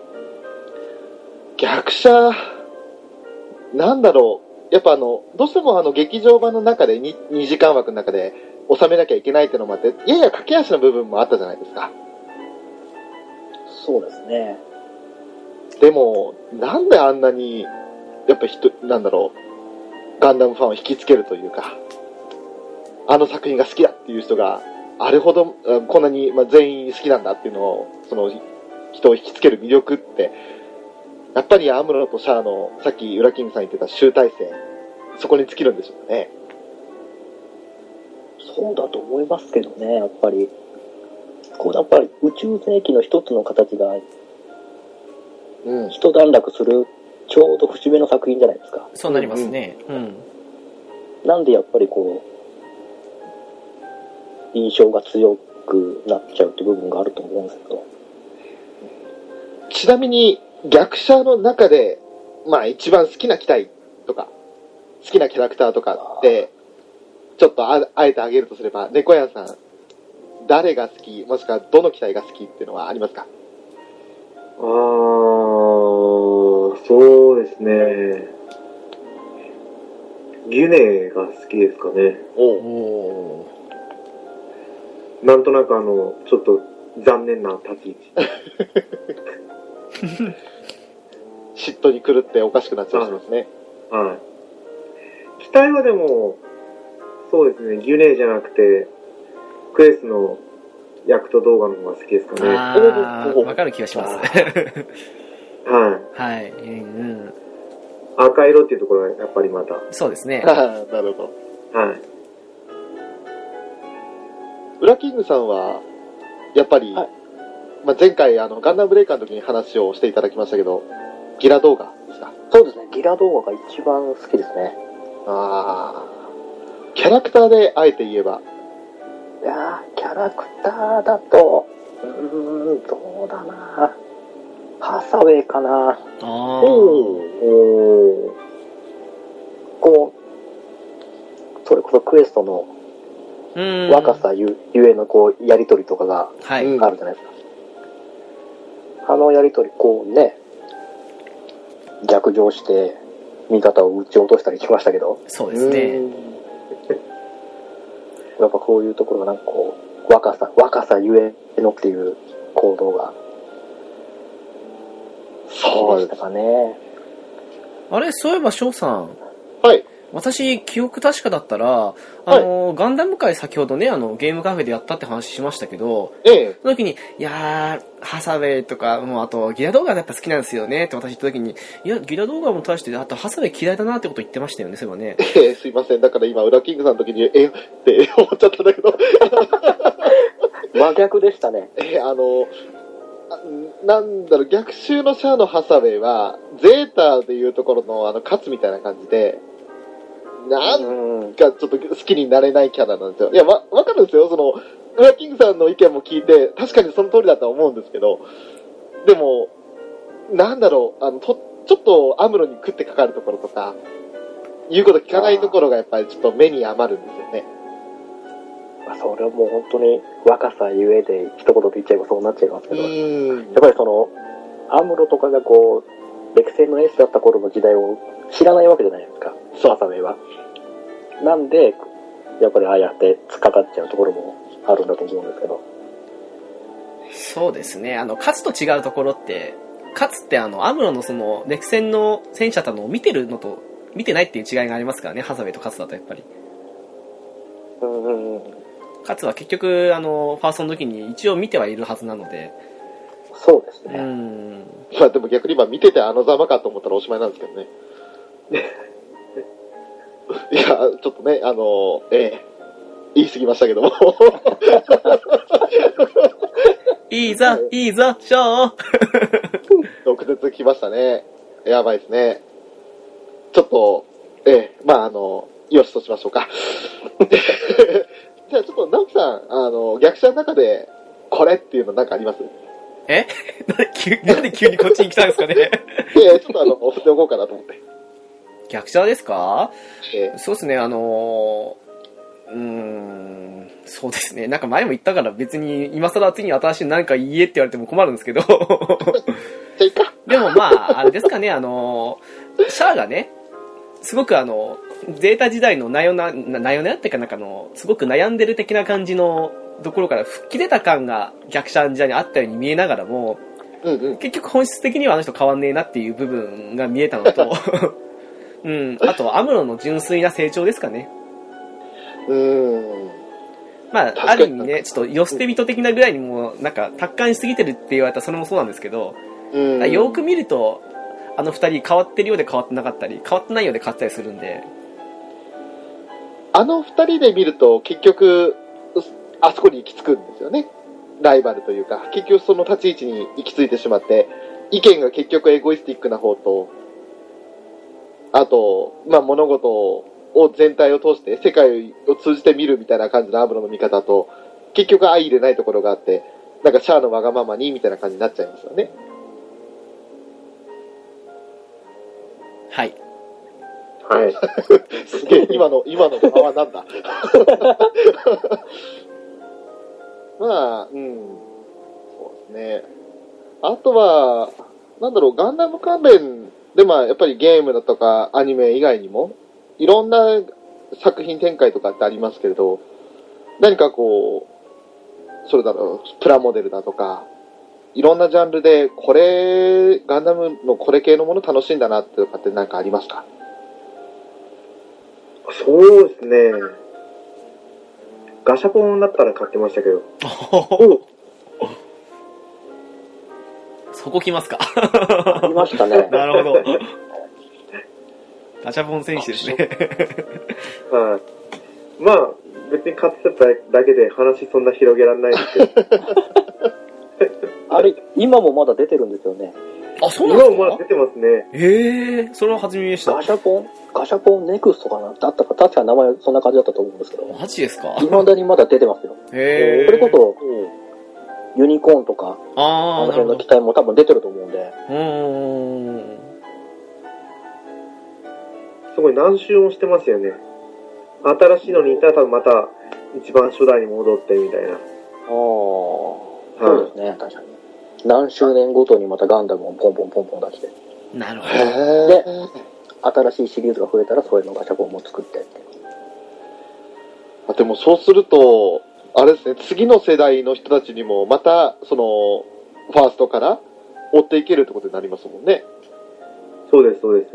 [SPEAKER 2] 逆者、なんだろう、やっぱあの、どうしてもあの、劇場版の中で 2, 2時間枠の中で収めなきゃいけないってのもあって、やや駆け足の部分もあったじゃないですか。
[SPEAKER 4] そうですね。
[SPEAKER 2] でも、なんであんなに、やっぱ人、なんだろう、ガンダムファンを引きつけるというか、あの作品が好きだっていう人が、あれほど、うんこんなに、まあ、全員好きなんだっていうのを、その、人を引きつける魅力って、やっぱりアムロとシャアの、さっきウラキングさん言ってた集大成、そこに尽きるんでしょうね。
[SPEAKER 4] そうだと思いますけどね、やっぱり。こう、やっぱり宇宙世紀の一つの形が
[SPEAKER 2] うん。
[SPEAKER 4] 一段落する、ちょうど節目の作品じゃないですか。
[SPEAKER 1] そうなりますね。うん。
[SPEAKER 4] なんでやっぱりこう、印象が強くなっちゃうって部分があると思うんですけど。
[SPEAKER 2] ちなみに、逆者の中で、まあ一番好きな機体とか、好きなキャラクターとかって、ちょっとああえてあげるとすれば、猫屋さん、誰が好き、もしくはどの機体が好きっていうのはありますか
[SPEAKER 3] あー、そうですね。ギュネが好きですかね。
[SPEAKER 2] お
[SPEAKER 1] おー
[SPEAKER 3] なんとなくあの、ちょっと残念な立ち位置。
[SPEAKER 2] 嫉妬に狂っておかしくなっちゃいますね。
[SPEAKER 3] はい。機体はでも、そうですね、ギュネーじゃなくて、クエスのヤクト動画の方が好きですかね。は
[SPEAKER 1] あー、わかる気がし ます。
[SPEAKER 3] い。
[SPEAKER 1] はい。うんうん。
[SPEAKER 3] 赤色っていうところがやっぱりまた。は
[SPEAKER 1] そうです ね。
[SPEAKER 2] なるほど。
[SPEAKER 3] い。
[SPEAKER 2] ウラキングさんは、やっぱり、
[SPEAKER 4] はい
[SPEAKER 2] まあ前回あの、ガンダムブレイカーの時に話をしていただきましたけど、ギラ動画ですですか。
[SPEAKER 4] そうですね、ギラ動画が一番好きですね。
[SPEAKER 2] あーキャラクターであえて言えば。
[SPEAKER 4] いやーキャラクターだと、うーん、どうだなハサウェイかな
[SPEAKER 1] ああ
[SPEAKER 4] うん。こう、それこそクエストの
[SPEAKER 1] うん
[SPEAKER 4] 若さゆ,、ゆえのこう、やりとりとかが
[SPEAKER 1] はい、
[SPEAKER 2] うん
[SPEAKER 4] あるじゃないですか。あのやりとり、こうね、逆上して、味方を撃ち落としたりしましたけど、
[SPEAKER 1] そうですね
[SPEAKER 4] やっぱこういうところがなんかこう、若さ、若さゆえのっていう行動が、そうでしたかね。
[SPEAKER 1] あれそういえば翔さん
[SPEAKER 2] はい。
[SPEAKER 1] 私記憶確かだったらあの、ガンダム界先ほどねあのゲームカフェでやったって話しましたけど
[SPEAKER 2] ええ。
[SPEAKER 1] その時に、いやー、ハサウェイとか、もうあと、ギラ動画がやっぱ好きなんですよねって私言った時に、いや、ギラ動画も対して、あとハサウェイ嫌いだなってこと言ってましたよね、そういえばね。
[SPEAKER 2] ええ、すいません。だから今、ウラキングさんの時に、ええって思っちゃったんだけど、
[SPEAKER 4] 真逆でしたね。
[SPEAKER 2] ええ、あの、あなんだろう、逆襲のシャアのハサウェイは、ゼータでいうところの、あの、勝つみたいな感じで、なん
[SPEAKER 4] うん。
[SPEAKER 2] がちょっと好きになれないキャラなんですよ。いや、わ、わかるんですよ。その、ウラキングさんの意見も聞いて、確かにその通りだとは思うんですけど、でも、なんだろう、あの、と、ちょっとアムロに食ってかかるところとか、言うこと聞かないところがやっぱりちょっと目に余るんですよね。
[SPEAKER 4] まあ、それはもう本当に若さゆえで一言で言っちゃえばそうなっちゃいますけど、やっ
[SPEAKER 2] ん。
[SPEAKER 4] ぱりその、アムロとかがこう、歴戦のエースだった頃の時代を知らないわけじゃないですか、
[SPEAKER 2] そう
[SPEAKER 4] ハサウェイは。なんで、やっぱりああやって突っかかっちゃうところもあるんだと思うんですけど。
[SPEAKER 1] そうですね、あの、勝つと違うところって、勝つってあの、アムロのその、歴戦の戦車たのを見てるのと、見てないっていう違いがありますからね、ハサウェイと勝つだとやっぱり。
[SPEAKER 4] うんうんうん。
[SPEAKER 1] 勝つは結局、あの、ファーストの時に一応見てはいるはずなので、
[SPEAKER 4] そうです
[SPEAKER 1] う
[SPEAKER 4] ね。
[SPEAKER 1] ん。
[SPEAKER 2] まあでも逆に今見ててあのざまかと思ったらおしまいなんですけどね。いや、ちょっとね、あの、ええ、言い過ぎましたけども。
[SPEAKER 1] いいぞ、いいぞ、ショー
[SPEAKER 2] 毒舌来ましたね。やばいですね。ちょっと、ええ、まああの、よしとしましょうか。 じゃあちょっと、ナオキさん、あの、逆者の中で、これっていうのなんかあります
[SPEAKER 1] え なんで急なんで急にこっちに来たんですかね
[SPEAKER 2] いやいやちょっとあの、 振っておこうかなと思って。
[SPEAKER 1] 逆者ですか
[SPEAKER 2] ええ
[SPEAKER 1] そうですね、あのー、うーん、そうですね、なんか前も言ったから別に今更次に新しい何か言えって言われても困るんですけど、
[SPEAKER 2] じゃあいっか。
[SPEAKER 1] でもまあ、あれですかね、あのー、シャアがね、すごくあの、ゼータ時代のなよな、ななよなっていうかなんかあの、すごく悩んでる的な感じのところから吹っ切れた感が逆者の時代にあったように見えながらも、
[SPEAKER 2] うんうん。
[SPEAKER 1] 結局本質的にはあの人変わんねえなっていう部分が見えたのと、 うん、あとアムロの純粋な成長ですかね。
[SPEAKER 2] うーん。
[SPEAKER 1] まあ、
[SPEAKER 2] かに
[SPEAKER 1] ある意味ね、ちょっと寄捨て人的なぐらいにもう、なんか、達観しすぎてるって言われたらそれもそうなんですけど、
[SPEAKER 2] うーん。
[SPEAKER 1] よーく見ると、あの二人変わってるようで変わってなかったり、変わってないようで変わってたりするんで、
[SPEAKER 2] あの二人で見ると、結局、あそこに行き着くんですよね。ライバルというか、結局その立ち位置に行き着いてしまって、意見が結局エゴイスティックな方と、あと、まあ物事を全体を通して、世界を通じて見るみたいな感じのアブロの見方と、結局相入れないところがあって、なんかシャアのわがままにみたいな感じになっちゃいますよね。
[SPEAKER 1] はい。
[SPEAKER 3] はい。
[SPEAKER 2] すげえ、今の、今の間はなんだ。まあ、うん。そうですね。あとは、なんだろう、ガンダム関連で、まあ、やっぱりゲームだとかアニメ以外にも、いろんな作品展開とかってありますけれど、何かこう、それだろう、プラモデルだとか、いろんなジャンルで、これ、ガンダムのこれ系のもの楽しいんだなってとかって何かありますか
[SPEAKER 3] そうですね。ガシャポンだったら買ってましたけど。
[SPEAKER 1] そこ来ますか。
[SPEAKER 4] ありました ね。
[SPEAKER 1] なるほど。ガチャポン選手ですね。
[SPEAKER 3] はい。まあ、別に買ってただけで話そんな 広げられないですけど。
[SPEAKER 4] あれ、今もまだ出てるんですよね。
[SPEAKER 1] あ、そうなんで
[SPEAKER 3] 今
[SPEAKER 1] す
[SPEAKER 3] もまだ
[SPEAKER 1] か
[SPEAKER 3] 出てますね。
[SPEAKER 1] ええー、それは初耳でした
[SPEAKER 4] ガ。シャポン、ガシャポンネクストかなだったか、確か名前そんな感じだったと思うんですけど、
[SPEAKER 1] マジですか
[SPEAKER 4] 未だにまだ出てますよ。
[SPEAKER 1] へえ。
[SPEAKER 4] それこそ、ユニコーンとか、
[SPEAKER 1] そ、
[SPEAKER 4] あ
[SPEAKER 1] あ
[SPEAKER 4] の
[SPEAKER 1] あ、なる
[SPEAKER 4] 辺
[SPEAKER 1] ほ
[SPEAKER 4] の
[SPEAKER 1] ど
[SPEAKER 4] 機。体も多分出てると思うんで、
[SPEAKER 1] うーん。
[SPEAKER 3] すごい何周もしてますよね。新しいのにいたら多分また一番初代に戻ってみたいな。
[SPEAKER 4] ああ、そうですね、確かに。何周年ごとにまたガンダムをポンポンポンポン出して、
[SPEAKER 1] なるほど。
[SPEAKER 4] で
[SPEAKER 2] へ、
[SPEAKER 4] 新しいシリーズが増えたら、そういうのガシャポンも作ってって。
[SPEAKER 2] あでもそうすると、あれですね、次の世代の人たちにも、また、その、ファーストから追っていけるってことになりますもんね。
[SPEAKER 3] そうです、そうです。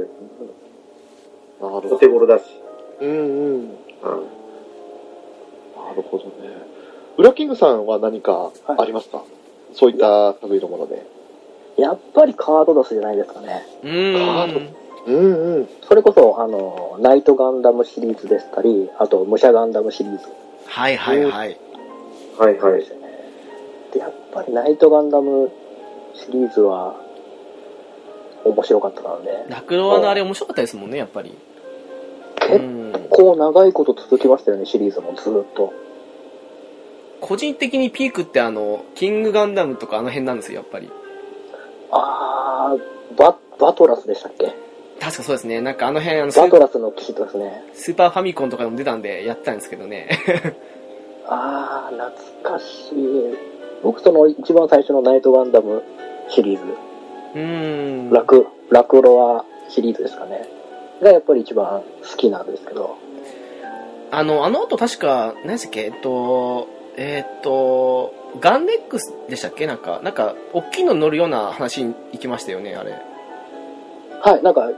[SPEAKER 2] なるほ
[SPEAKER 3] お手頃だし。
[SPEAKER 2] うんうん。な
[SPEAKER 3] うん
[SPEAKER 2] るほどね。ウラキングさんは何かありますか、そういった類のもので。
[SPEAKER 4] やっぱりカードダスじゃないですかね。
[SPEAKER 1] う
[SPEAKER 2] カ
[SPEAKER 1] ー
[SPEAKER 2] ー
[SPEAKER 1] ん。
[SPEAKER 2] うんうん。
[SPEAKER 4] それこそ、あの、ナイトガンダムシリーズでしたり、あと、武者ガンダムシリーズ
[SPEAKER 1] はいはいはい。
[SPEAKER 3] はいは
[SPEAKER 4] で
[SPEAKER 3] い
[SPEAKER 4] し。たね。で、やっぱりナイトガンダムシリーズは、面白かったので、
[SPEAKER 1] ラクロアのあれ面白かったですもんね、やっぱり。う
[SPEAKER 4] 結
[SPEAKER 1] ん。
[SPEAKER 4] 構長いこと続きましたよね、シリーズもずーっと。
[SPEAKER 1] 個人的にピークってあの、キングガンダムとかあの辺なんですよ、やっぱり。
[SPEAKER 4] あー、バ、バトラスでしたっけ
[SPEAKER 1] 確かそうですね。なんかあの辺、あのス
[SPEAKER 4] バ
[SPEAKER 1] ー
[SPEAKER 4] トラスの機器ですね。
[SPEAKER 1] スーパーファミコンとかでも出たんで、やってたんですけどね。
[SPEAKER 4] あー、懐かしい。僕その一番最初のナイトガンダムシリーズ、
[SPEAKER 1] うーん。
[SPEAKER 4] ラク、ラクロアシリーズですかね。がやっぱり一番好きなんですけど。
[SPEAKER 1] あの、あの後確か、何でしたっけ、えっと、えっと、ガンレックスでしたっけなんか、なんか、大きいの乗るような話に行きましたよね、あれ。
[SPEAKER 4] はい、なんか、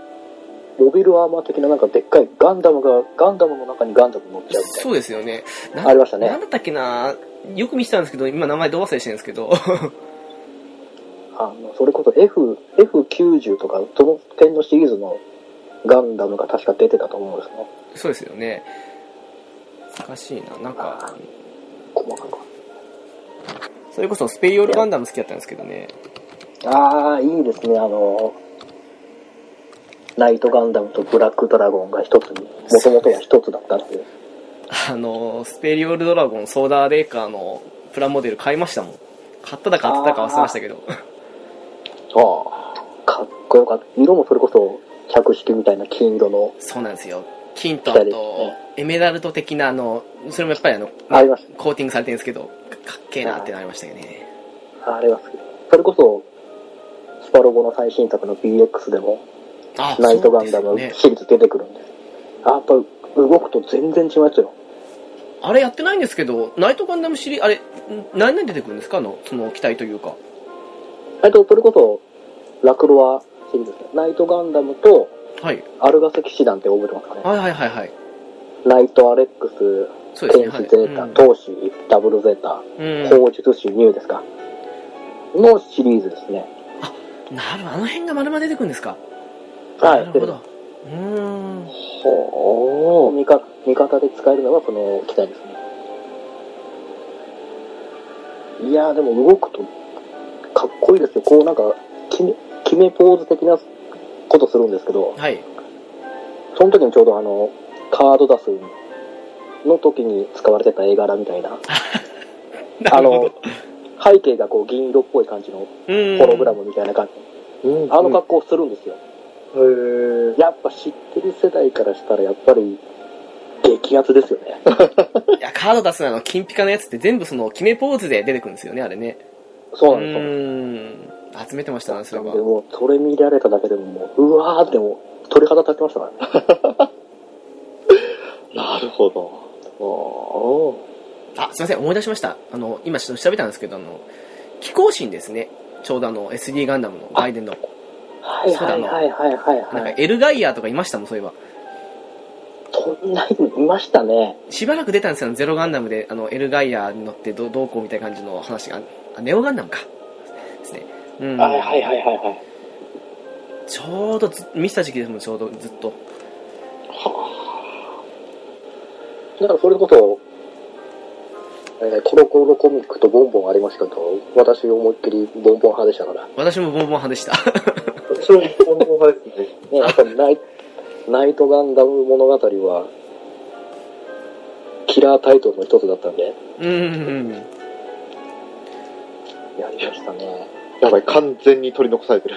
[SPEAKER 4] モビルアーマー的ななんかでっかいガンダムが、ガンダムの中にガンダム乗っちゃうみたい
[SPEAKER 1] そうですよね。
[SPEAKER 4] な。ありました
[SPEAKER 1] な
[SPEAKER 4] ね
[SPEAKER 1] ん。だったっけなよく見てたんですけど、今名前ど忘れしてるんですけど。
[SPEAKER 4] あの、それこそ F、F90 とか、その辺のシリーズのガンダムが確か出てたと思うんですよ。
[SPEAKER 1] そうですよね。難しいな。なんか、
[SPEAKER 4] 細かく。
[SPEAKER 1] それこそスペリオルガンダム好きだったんですけどね。
[SPEAKER 4] ああ、いいですね、あの、ナイトガンダムとブラックドラゴンが一つに、もともとは一つだったっていう。
[SPEAKER 1] あの、スペリオルドラゴンソーダーレイカーのプラモデル買いましたもん。買っただか買ってたか忘れましたけど。
[SPEAKER 2] あ
[SPEAKER 4] かっこよかった。色もそれこそ、着色みたいな金色の、
[SPEAKER 1] そうなんですよ。金と
[SPEAKER 4] そ
[SPEAKER 1] あ
[SPEAKER 4] うです
[SPEAKER 1] と
[SPEAKER 4] ね、
[SPEAKER 1] エメラルド的なあの、それもやっぱりあの、
[SPEAKER 4] ありまし
[SPEAKER 1] コーティングされてるんですけど、かかっけえなってなりましたよね。
[SPEAKER 4] た。あれは好き。それこそ、スパロボの最新作の BX でも、
[SPEAKER 1] あ
[SPEAKER 4] ナイトガンダム
[SPEAKER 1] そうですよね
[SPEAKER 4] シリーズ出てくるんで。あやっぱ、動くと全然違いますよ。
[SPEAKER 1] あれやってないんですけど、ナイトガンダムシリーあれ、ん何々出てくるんですかあの、その機体というか。
[SPEAKER 4] あと、それこそ、ラクロアシリーズですね。ナイトガンダムと、
[SPEAKER 1] はい。
[SPEAKER 4] アルガス騎士団って覚えてますかね。
[SPEAKER 1] はいはいはいはい。
[SPEAKER 4] ナイトアレックス、
[SPEAKER 1] そうです
[SPEAKER 4] 天
[SPEAKER 1] ね。は
[SPEAKER 4] 使
[SPEAKER 1] い。
[SPEAKER 4] ゼータ、闘士、ダブルゼータ、
[SPEAKER 1] うん。うん
[SPEAKER 4] 法術師、ニューですか。のシリーズですね。
[SPEAKER 1] なるほど。あの辺が丸々出てくるんですか。
[SPEAKER 4] はい。
[SPEAKER 1] なるほど。うーん。
[SPEAKER 4] で味方、味方で使えるのはこの機体ですね。いやーでも動くとかっこいいですよ。こうなんか、決め、決めポーズ的なことするんですけど、
[SPEAKER 1] はい。
[SPEAKER 4] その時にちょうどあの、カード出すの時に使われてた絵柄みたいな、
[SPEAKER 1] なるほど。
[SPEAKER 4] 背景がこう銀色っぽい感じの
[SPEAKER 1] うん
[SPEAKER 4] ホログラムみたいな感じ。
[SPEAKER 2] うん
[SPEAKER 4] あの格好するんですよ。
[SPEAKER 3] へー
[SPEAKER 4] やっぱ知ってる世代からしたら、やっぱり、激アツですよ ね。
[SPEAKER 1] いや、カード出すのあの、金ピカのやつって全部その、決めポーズで出てくるんですよね、あれね。
[SPEAKER 4] そううなんですよ。
[SPEAKER 1] ーん。集めてましたね、そ
[SPEAKER 4] な
[SPEAKER 1] れ
[SPEAKER 4] ん
[SPEAKER 1] は
[SPEAKER 4] で。もう、それ見られただけでも、もう、うわーってもう、鳥肌立ってましたからね。
[SPEAKER 2] なるほど。
[SPEAKER 1] あ、すいません、思い出しました。あの、今ちょっと調べたんですけど、あの、気候神ですね。ちょうどあの、SD ガンダムの、外伝の。
[SPEAKER 4] はいはいはいはいはい、
[SPEAKER 1] なん
[SPEAKER 4] は
[SPEAKER 1] か
[SPEAKER 4] い。、
[SPEAKER 1] エルガイアとかいましたもん、そういえば。
[SPEAKER 4] そんなにいましたね。
[SPEAKER 1] しばらく出たんですよ、ゼロガンダムで、あの、エルガイアに乗ってどどうこうみたいな感じの話が、あ、ネオガンダムか。ですね。うん。
[SPEAKER 4] はいはいはいはいはい。
[SPEAKER 1] ちょうどず、見せた時期ですもん、ちょうどずっと。
[SPEAKER 4] だからそれこそ、えーコロコロコミックとボンボンありますけど、私思いっきりボンボン派でしたから。
[SPEAKER 1] 私もボンボン派でした。
[SPEAKER 3] 私も本能派ですね。
[SPEAKER 4] ね、やっぱりナイナイトガンダム物語は、キラータイトルの一つだったんで、
[SPEAKER 1] うんうん
[SPEAKER 4] やりましたね。
[SPEAKER 2] やばい、完全に取り残されてる。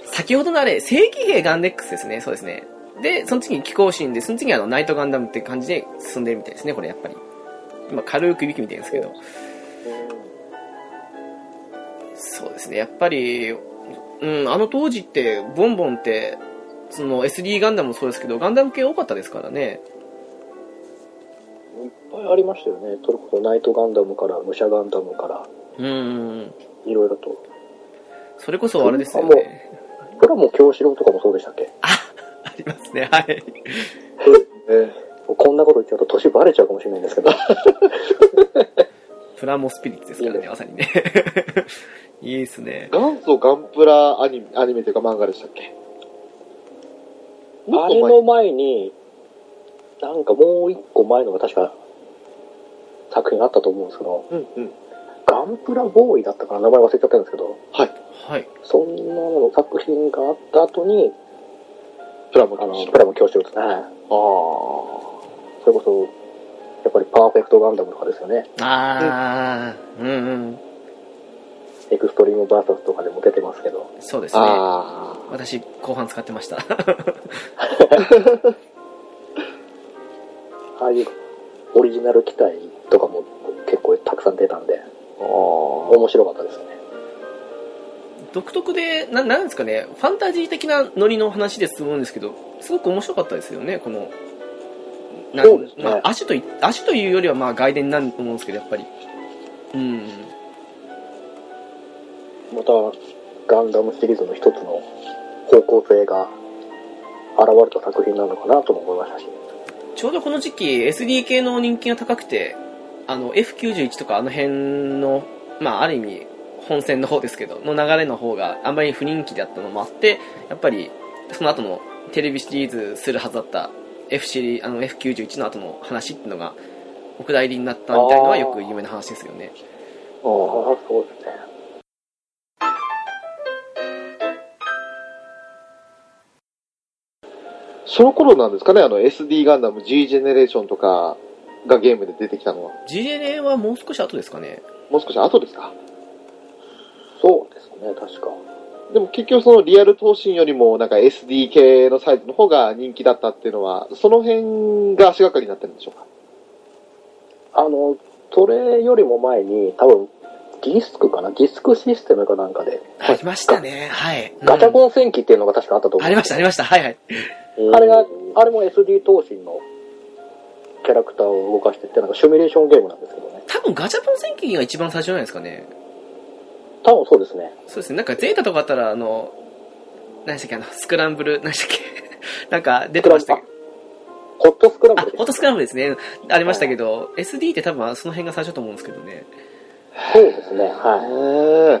[SPEAKER 1] 先ほどのあれ、正規兵ガンデックスですね。そうですね。で、その次に気候神で、その次にあの、ナイトガンダムって感じで進んでるみたいですね、これやっぱり。今、軽くいびき見てるんですけど。そうですね、やっぱり、うん、あの当時って、ボンボンって、その SD ガンダムもそうですけど、ガンダム系多かったですからね。
[SPEAKER 4] いっぱいありましたよね。それこそナイトガンダムから、武者ガンダムから、
[SPEAKER 1] うん。
[SPEAKER 4] いろいろと。
[SPEAKER 1] それこそあれですよね。
[SPEAKER 4] これはもう京志郎とかもそうでしたっけ
[SPEAKER 1] ありますね、はい。
[SPEAKER 3] え
[SPEAKER 4] こんなこと言っちゃうと年バレちゃうかもしれないんですけど。
[SPEAKER 1] プラモスピリッツですからね、まさにね。 いいですね。
[SPEAKER 2] 元祖ガンプラアニメ、アニメというか漫画でしたっけ
[SPEAKER 4] あれの前に、なんかもう一個前のが確か作品あったと思うんですけど、
[SPEAKER 2] うんうん。
[SPEAKER 4] ガンプラボーイだったから名前忘れちゃったんですけど、
[SPEAKER 1] はい。
[SPEAKER 4] そんなのの作品があった後に、
[SPEAKER 2] プラモ
[SPEAKER 4] あの、
[SPEAKER 2] 教
[SPEAKER 4] プラモ教師をですね。それこそ、やっぱりパーフェクトガンダムとかですよね。
[SPEAKER 1] あー、うんうん。
[SPEAKER 4] エクストリームバーサスとかでも出てますけど。
[SPEAKER 1] そうです
[SPEAKER 2] あー
[SPEAKER 1] ね。
[SPEAKER 2] あ
[SPEAKER 1] 私、後半使ってました。
[SPEAKER 4] ああいうオリジナル機体とかも結構たくさん出たんで、
[SPEAKER 2] ー。あ
[SPEAKER 4] 面白かったですよね。
[SPEAKER 1] 独特でな、なんですかね、ファンタジー的なノリの話ですと思うんですけど、すごく面白かったですよね、この。な
[SPEAKER 4] そうですね
[SPEAKER 1] まあ、足とい、足というよりは、まあ、外伝になると思うんですけど、やっぱり。うん。
[SPEAKER 4] また、ガンダムシリーズの一つの方向性が現れた作品なのかなとも思いましたし。
[SPEAKER 1] ちょうどこの時期、SD 系の人気が高くて、あの、F91 とかあの辺の、まあ、ある意味、本線の方ですけど、の流れの方があんまり不人気だったのもあって、やっぱり、その後のテレビシリーズするはずだった F シリあの F91 の後の話っていうのが、お蔵入りになったみたいのはよく有名な話ですよね。
[SPEAKER 4] ああ、そうですね。
[SPEAKER 2] その頃なんですかね、あの SD ガンダム G ジェネレーションとかがゲームで出てきたのは。
[SPEAKER 1] GNA はもう少し後ですかね。
[SPEAKER 2] もう少し後ですか。
[SPEAKER 4] そうですね、確か。
[SPEAKER 2] でも結局そのリアル闘神よりもなんか SD 系のサイズの方が人気だったっていうのは、その辺が足がかりになってるんでしょうか。
[SPEAKER 4] あの、それよりも前に、多分、ディスクかなディスクシステムかなんかで、
[SPEAKER 1] ありましたね。はい。うん
[SPEAKER 4] ガチャコン戦記っていうのが確かあったと思う。
[SPEAKER 1] ありました、ありました。はいはい。
[SPEAKER 4] あれが、あれも SD 投身のキャラクターを動かしてって、なんかシミュレーションゲームなんですけどね。
[SPEAKER 1] 多分ガチャポン戦記が一番最初じゃないですかね。
[SPEAKER 4] 多分そうですね。
[SPEAKER 1] そうですね、なんかゼータとかあったら、あの、何でしたっけ、あの、スクランブル、何でしたっけ、 なんか出てましたけど、
[SPEAKER 4] ホットスクラン
[SPEAKER 1] あ
[SPEAKER 4] ブル、で
[SPEAKER 1] フォ
[SPEAKER 4] す。
[SPEAKER 1] トスクランブルですね、ありましたけど、SD って多分その辺が最初だと思うんですけどね。
[SPEAKER 4] そうですね。はい。
[SPEAKER 2] へえ。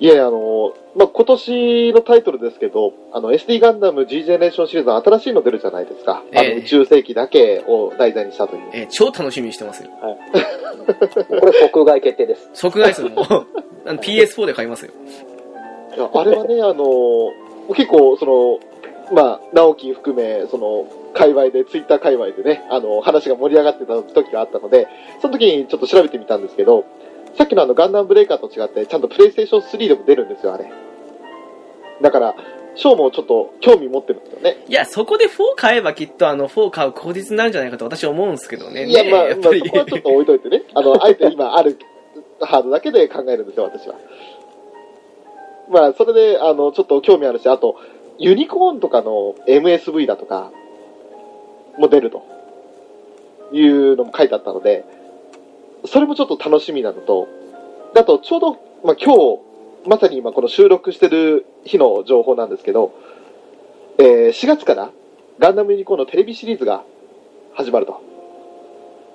[SPEAKER 2] いやいや、あの、まあ、今年のタイトルですけど、あの、SD ガンダム G ジェネレーションシリーズの新しいの出るじゃないですか。あ
[SPEAKER 1] ええ
[SPEAKER 2] の、宇宙世紀だけを題材にしたという。
[SPEAKER 1] えー超楽しみにしてますよ。
[SPEAKER 4] これ即買い決定 です。
[SPEAKER 1] 即買いす るのあの PS4 で買いますよ。
[SPEAKER 2] いやあれはね、あの、結構、その、まあ、直樹含め、その、界隈で、ツイッター界隈でね、あの、話が盛り上がってた時があったので、その時にちょっと調べてみたんですけど、さっきのあの、ガンダムブレイカーと違って、ちゃんとプレイステーション3でも出るんですよ、あれ。だから、ショーもちょっと興味持ってるんですよね。
[SPEAKER 1] いや、そこで4買えばきっと、あの、4買う口実になるんじゃないかと私は思うんですけどね。
[SPEAKER 2] いや、
[SPEAKER 1] ねえ
[SPEAKER 2] まあ、
[SPEAKER 1] やっ
[SPEAKER 2] ま
[SPEAKER 1] ぱ
[SPEAKER 2] あ、
[SPEAKER 1] り
[SPEAKER 2] そこはちょっと置いといてね。あの、あえて今あるハードだけで考えるんですよ、私は。まあ、それで、あの、ちょっと興味あるし、あと、ユニコーンとかの MSV だとか、も出ると。いうのも書いてあったので、それもちょっと楽しみなのと、あと、ちょうど、まあ、今日、まさに今この収録してる日の情報なんですけど、えー4月からガンダムユニコーンのテレビシリーズが始まると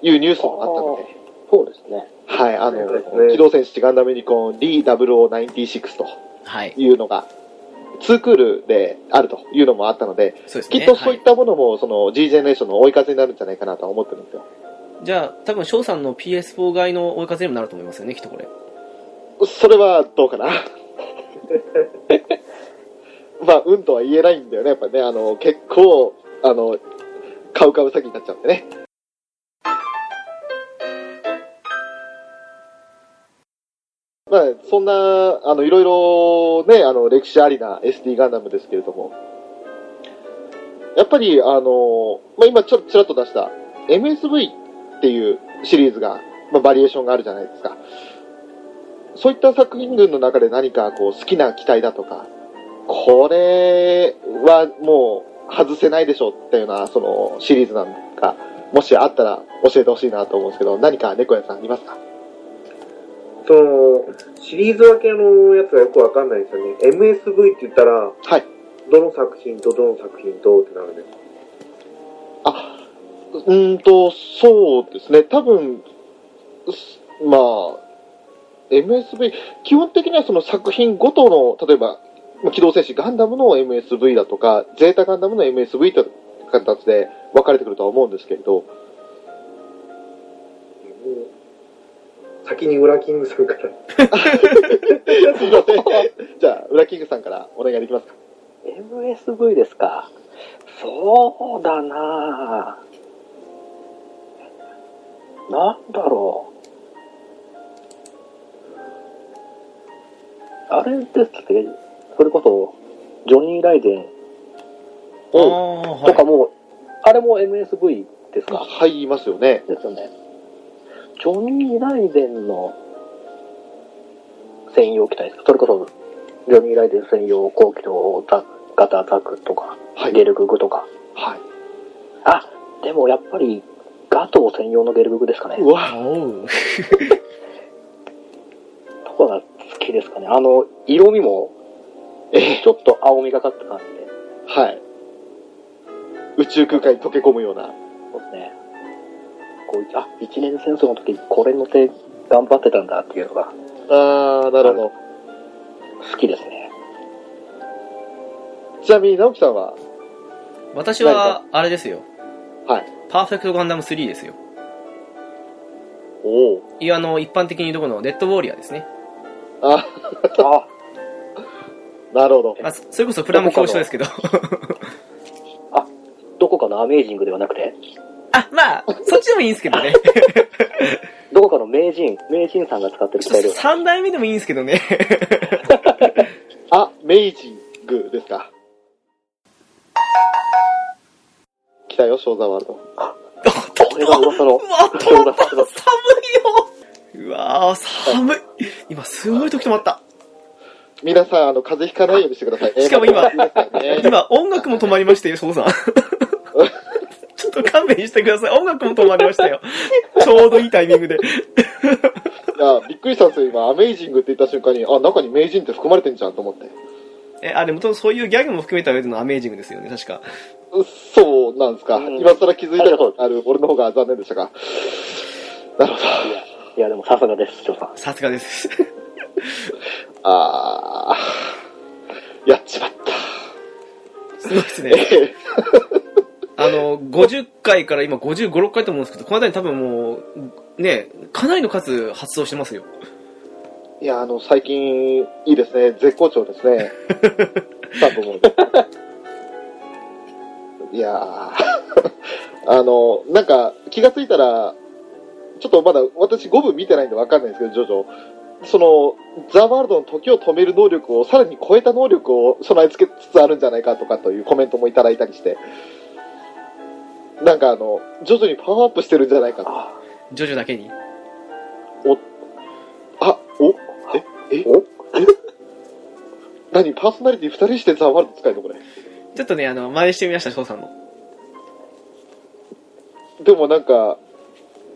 [SPEAKER 2] いうニュースもあったので、
[SPEAKER 4] そうですね。
[SPEAKER 2] はい、あ
[SPEAKER 3] そう
[SPEAKER 2] の、
[SPEAKER 3] ですね
[SPEAKER 2] 機動戦士ガンダムユニコーン D0096 と
[SPEAKER 1] はい。
[SPEAKER 2] いうのが、 2クールであるというのもあったので、
[SPEAKER 1] そうです
[SPEAKER 2] き
[SPEAKER 1] ね。
[SPEAKER 2] っとそういっ
[SPEAKER 1] は
[SPEAKER 2] たものも、その G ジェネレーションの追い風になるんじゃないかなとは思ってるんですよ。
[SPEAKER 1] い、じゃあ、多分、翔さんの PS4 買いの追い風にもなると思いますよね、きっとこれ。
[SPEAKER 2] それはどうかな。まあ、うんとは言えないんだよね、やっぱね。あの、結構、あの、カウカウ詐欺になっちゃうんでね。まあ、そんな、あの、いろいろね、あの、歴史ありな SD ガンダムですけれども。やっぱり、あの、まあ、今ちょっとちらっと出した MSV っていうシリーズが、まあ、バリエーションがあるじゃないですか。そういった作品群の中で何かこう好きな機体だとか、これはもう外せないでしょっていうようなそのシリーズなんか、もしあったら教えてほしいなと思うんですけど、何か猫屋さんありますか
[SPEAKER 3] その、シリーズ分けのやつがよくわかんないんですよね。MSV って言ったら、
[SPEAKER 2] はい。
[SPEAKER 3] どの作品とどの作品とってなるんです。
[SPEAKER 2] あ、うーんと、そうですね。多分、すまあ、MSV、基本的にはその作品ごとの、例えば、まあ機動戦士ガンダムの MSV だとか、ゼータガンダムの MSV という形で分かれてくるとは思うんですけれど、
[SPEAKER 3] 先にウラキングさんから。
[SPEAKER 2] すいません。 じゃあ、裏キングさんからお願いできますか。
[SPEAKER 4] MSV ですか。そうだなぁ。なんだろう。あれですって、それこそ、ジョニー・ライデン
[SPEAKER 1] あ
[SPEAKER 2] お
[SPEAKER 1] あ、
[SPEAKER 4] とか
[SPEAKER 1] は
[SPEAKER 4] も、あれも MSV ですか。
[SPEAKER 2] 入りますよね。
[SPEAKER 4] ですよね。ジョニー・ライデンの専用機体ですか。それこそ、ジョニー・ライデン専用後機のザ型ザクとか、
[SPEAKER 2] はい。
[SPEAKER 4] ゲルググとか。
[SPEAKER 2] はい。
[SPEAKER 4] あ、でもやっぱり、ガトー専用のゲルググですかね。
[SPEAKER 2] うわ。
[SPEAKER 1] い。おう。
[SPEAKER 4] とこが好きですかね。あの、色味も、
[SPEAKER 2] え
[SPEAKER 4] ちょっと青みがかった感じで。
[SPEAKER 2] はい。宇宙空間に溶け込むような。
[SPEAKER 4] そうですね。こう、あ、一年戦争の時、これのせい頑張ってたんだっていうのが
[SPEAKER 2] あー、なるほど。
[SPEAKER 4] 好きですね。
[SPEAKER 2] ちなみに、直樹さんは、
[SPEAKER 1] 私は、あれですよ。
[SPEAKER 2] はい。
[SPEAKER 1] パーフェクトガンダム3ですよ。
[SPEAKER 2] おお。
[SPEAKER 1] いや、あの、一般的にどこの、レッドウォーリアーですね。
[SPEAKER 2] あ、
[SPEAKER 4] あ、
[SPEAKER 2] なるほど。
[SPEAKER 1] まあ、そそれこそプラム教授ですけど。
[SPEAKER 4] どこかのアメージングではなくて、
[SPEAKER 1] あ、 まあ、そっちでもいいんですけどね。
[SPEAKER 4] どこかの名人、名人さんが使ってる機
[SPEAKER 1] ちょっ
[SPEAKER 4] 体
[SPEAKER 1] と
[SPEAKER 4] では
[SPEAKER 1] 3代目でもいいんですけどね。
[SPEAKER 2] あ、メイジングですか。来たよ、正座ワールド。
[SPEAKER 4] これが噂の
[SPEAKER 1] う、わ、止まった寒いようわー、寒い今、すごい時止まった。
[SPEAKER 2] 皆さん、あの、風邪ひかないよう にしてくださいね。
[SPEAKER 1] しかも今
[SPEAKER 2] まあね
[SPEAKER 1] 今、音楽も止まりましたよ、 翔さん。ちょっと勘弁してください。音楽も止まりましたよ。ちょうどいいタイミングで。
[SPEAKER 2] いや、びっくりしたんですよ、今、アメイジングって言った瞬間に、あ、中に名人って含まれてんじゃんと思って。
[SPEAKER 1] え、あ、でもそういうギャグも含めた上でのアメージングですよね、確か。
[SPEAKER 2] そうなんですか。
[SPEAKER 4] うん
[SPEAKER 2] 今更気づいた
[SPEAKER 4] ありがと
[SPEAKER 2] こ
[SPEAKER 4] う
[SPEAKER 2] とある俺の方が残念でしたか。なるほ
[SPEAKER 4] いやでもさすがです、翔さん。
[SPEAKER 1] さすがです。
[SPEAKER 2] ど。あー、やっちまった。
[SPEAKER 1] すごいですね。あの、50回から今55、6回と思うんですけど、この間に多分もう、ね、かなりの数発送してますよ。
[SPEAKER 2] いや、あの、最近、いいですね。絶好調ですね。多分。いやーあの、なんか、気がついたら、ちょっとまだ、私5分見てないんでわかんないんですけど、ジョジョ。その、ザ・ワールドの時を止める能力をさらに超えた能力を備え付けつつあるんじゃないかとかというコメントもいただいたりして、なんかあの、徐々にパワーアップしてるんじゃないかと。
[SPEAKER 4] あ
[SPEAKER 1] ジョジョだけに。
[SPEAKER 2] あ、お、え、え、
[SPEAKER 4] お
[SPEAKER 2] え、何、パーソナリティ二人してザ・ワールド使えるのこれ。
[SPEAKER 1] ちょっとね、あの、真似してみました、翔さんの。
[SPEAKER 2] でもなんか、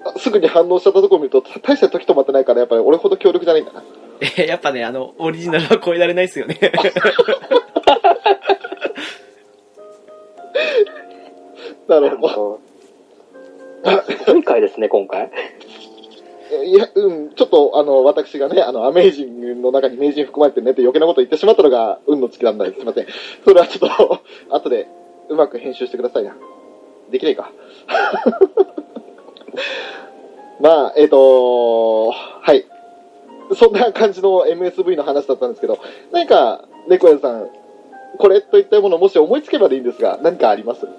[SPEAKER 2] あすぐに反応しちゃったところ見ると、た大した時止まってないから、やっぱり俺ほど強力じゃないんだな。
[SPEAKER 1] え、やっぱね、あの、オリジナルは超えられないですよね。
[SPEAKER 2] なるほ
[SPEAKER 4] 本
[SPEAKER 2] ど。
[SPEAKER 4] 当。すごい回ですね、今回。
[SPEAKER 2] えいや、うん、ちょっと、あの、私がね、あの、アメイジングの中に名人含まれてねって余計なこと言ってしまったのが、運の尽きなんだよ。すいません。それはちょっと、 後で、うまく編集してくださいな。できないか。 まあ、えっ、とはい。そんな感じの MSV の話だったんですけど、何か、猫屋さん、これといったもの、もし思いつけばでいいんですが、何かあります
[SPEAKER 3] い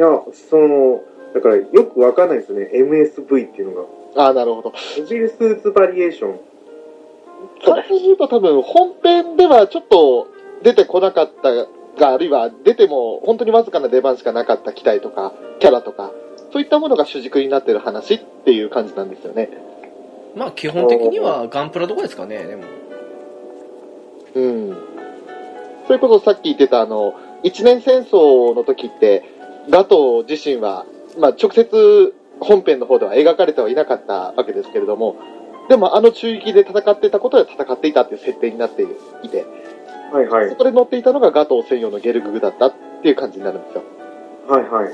[SPEAKER 3] や、その、だからよくわかんないですね。MSV っていうのが。
[SPEAKER 2] ああ、なるほど。
[SPEAKER 3] モビルスーツバリエーション。
[SPEAKER 2] から言えば多分本編ではちょっと出てこなかったが、あるいは出ても本当にわずかな出番しかなかった機体とかキャラとか、そういったものが主軸になってる話っていう感じなんですよね。
[SPEAKER 1] まあ基本的にはガンプラとかですかね、でも。
[SPEAKER 2] うん。それこそさっき言ってたあの、一年戦争の時って、ガトー自身は、まあ直接本編の方では描かれてはいなかったわけですけれども、でもあの中域で戦ってたことで戦っていたっていう設定になっていて、
[SPEAKER 3] はいはい
[SPEAKER 2] そ。こで乗っていたのがガトー専用のゲルググだったっていう感じになるんですよ。
[SPEAKER 3] はいはい。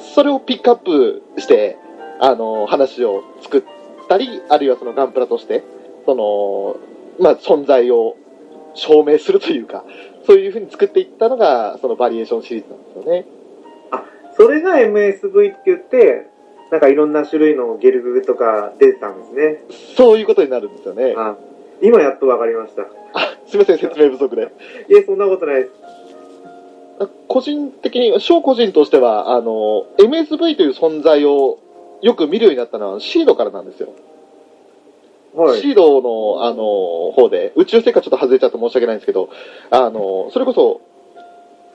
[SPEAKER 2] それをピックアップして、あの、話を作ったり、あるいはそのガンプラとして、その、まあ、存在を証明するというか、そういう風に作っていったのが、そのバリエーションシリーズなんですよね。
[SPEAKER 3] それが MSV って言って、なんかいろんな種類のゲルググとか出てたんですね。
[SPEAKER 2] そういうことになるんですよね。
[SPEAKER 3] あ今やっとわかりました。い
[SPEAKER 2] すいません、説明不足で。
[SPEAKER 3] え、そんなことないです。
[SPEAKER 2] 個人的に、小個人としては、あの、MSV という存在をよく見るようになったのはシードからなんですよ。
[SPEAKER 3] はい。
[SPEAKER 2] シードの、あの、方で、宇宙世界ちょっと外れちゃって申し訳ないんですけど、あの、それこそ、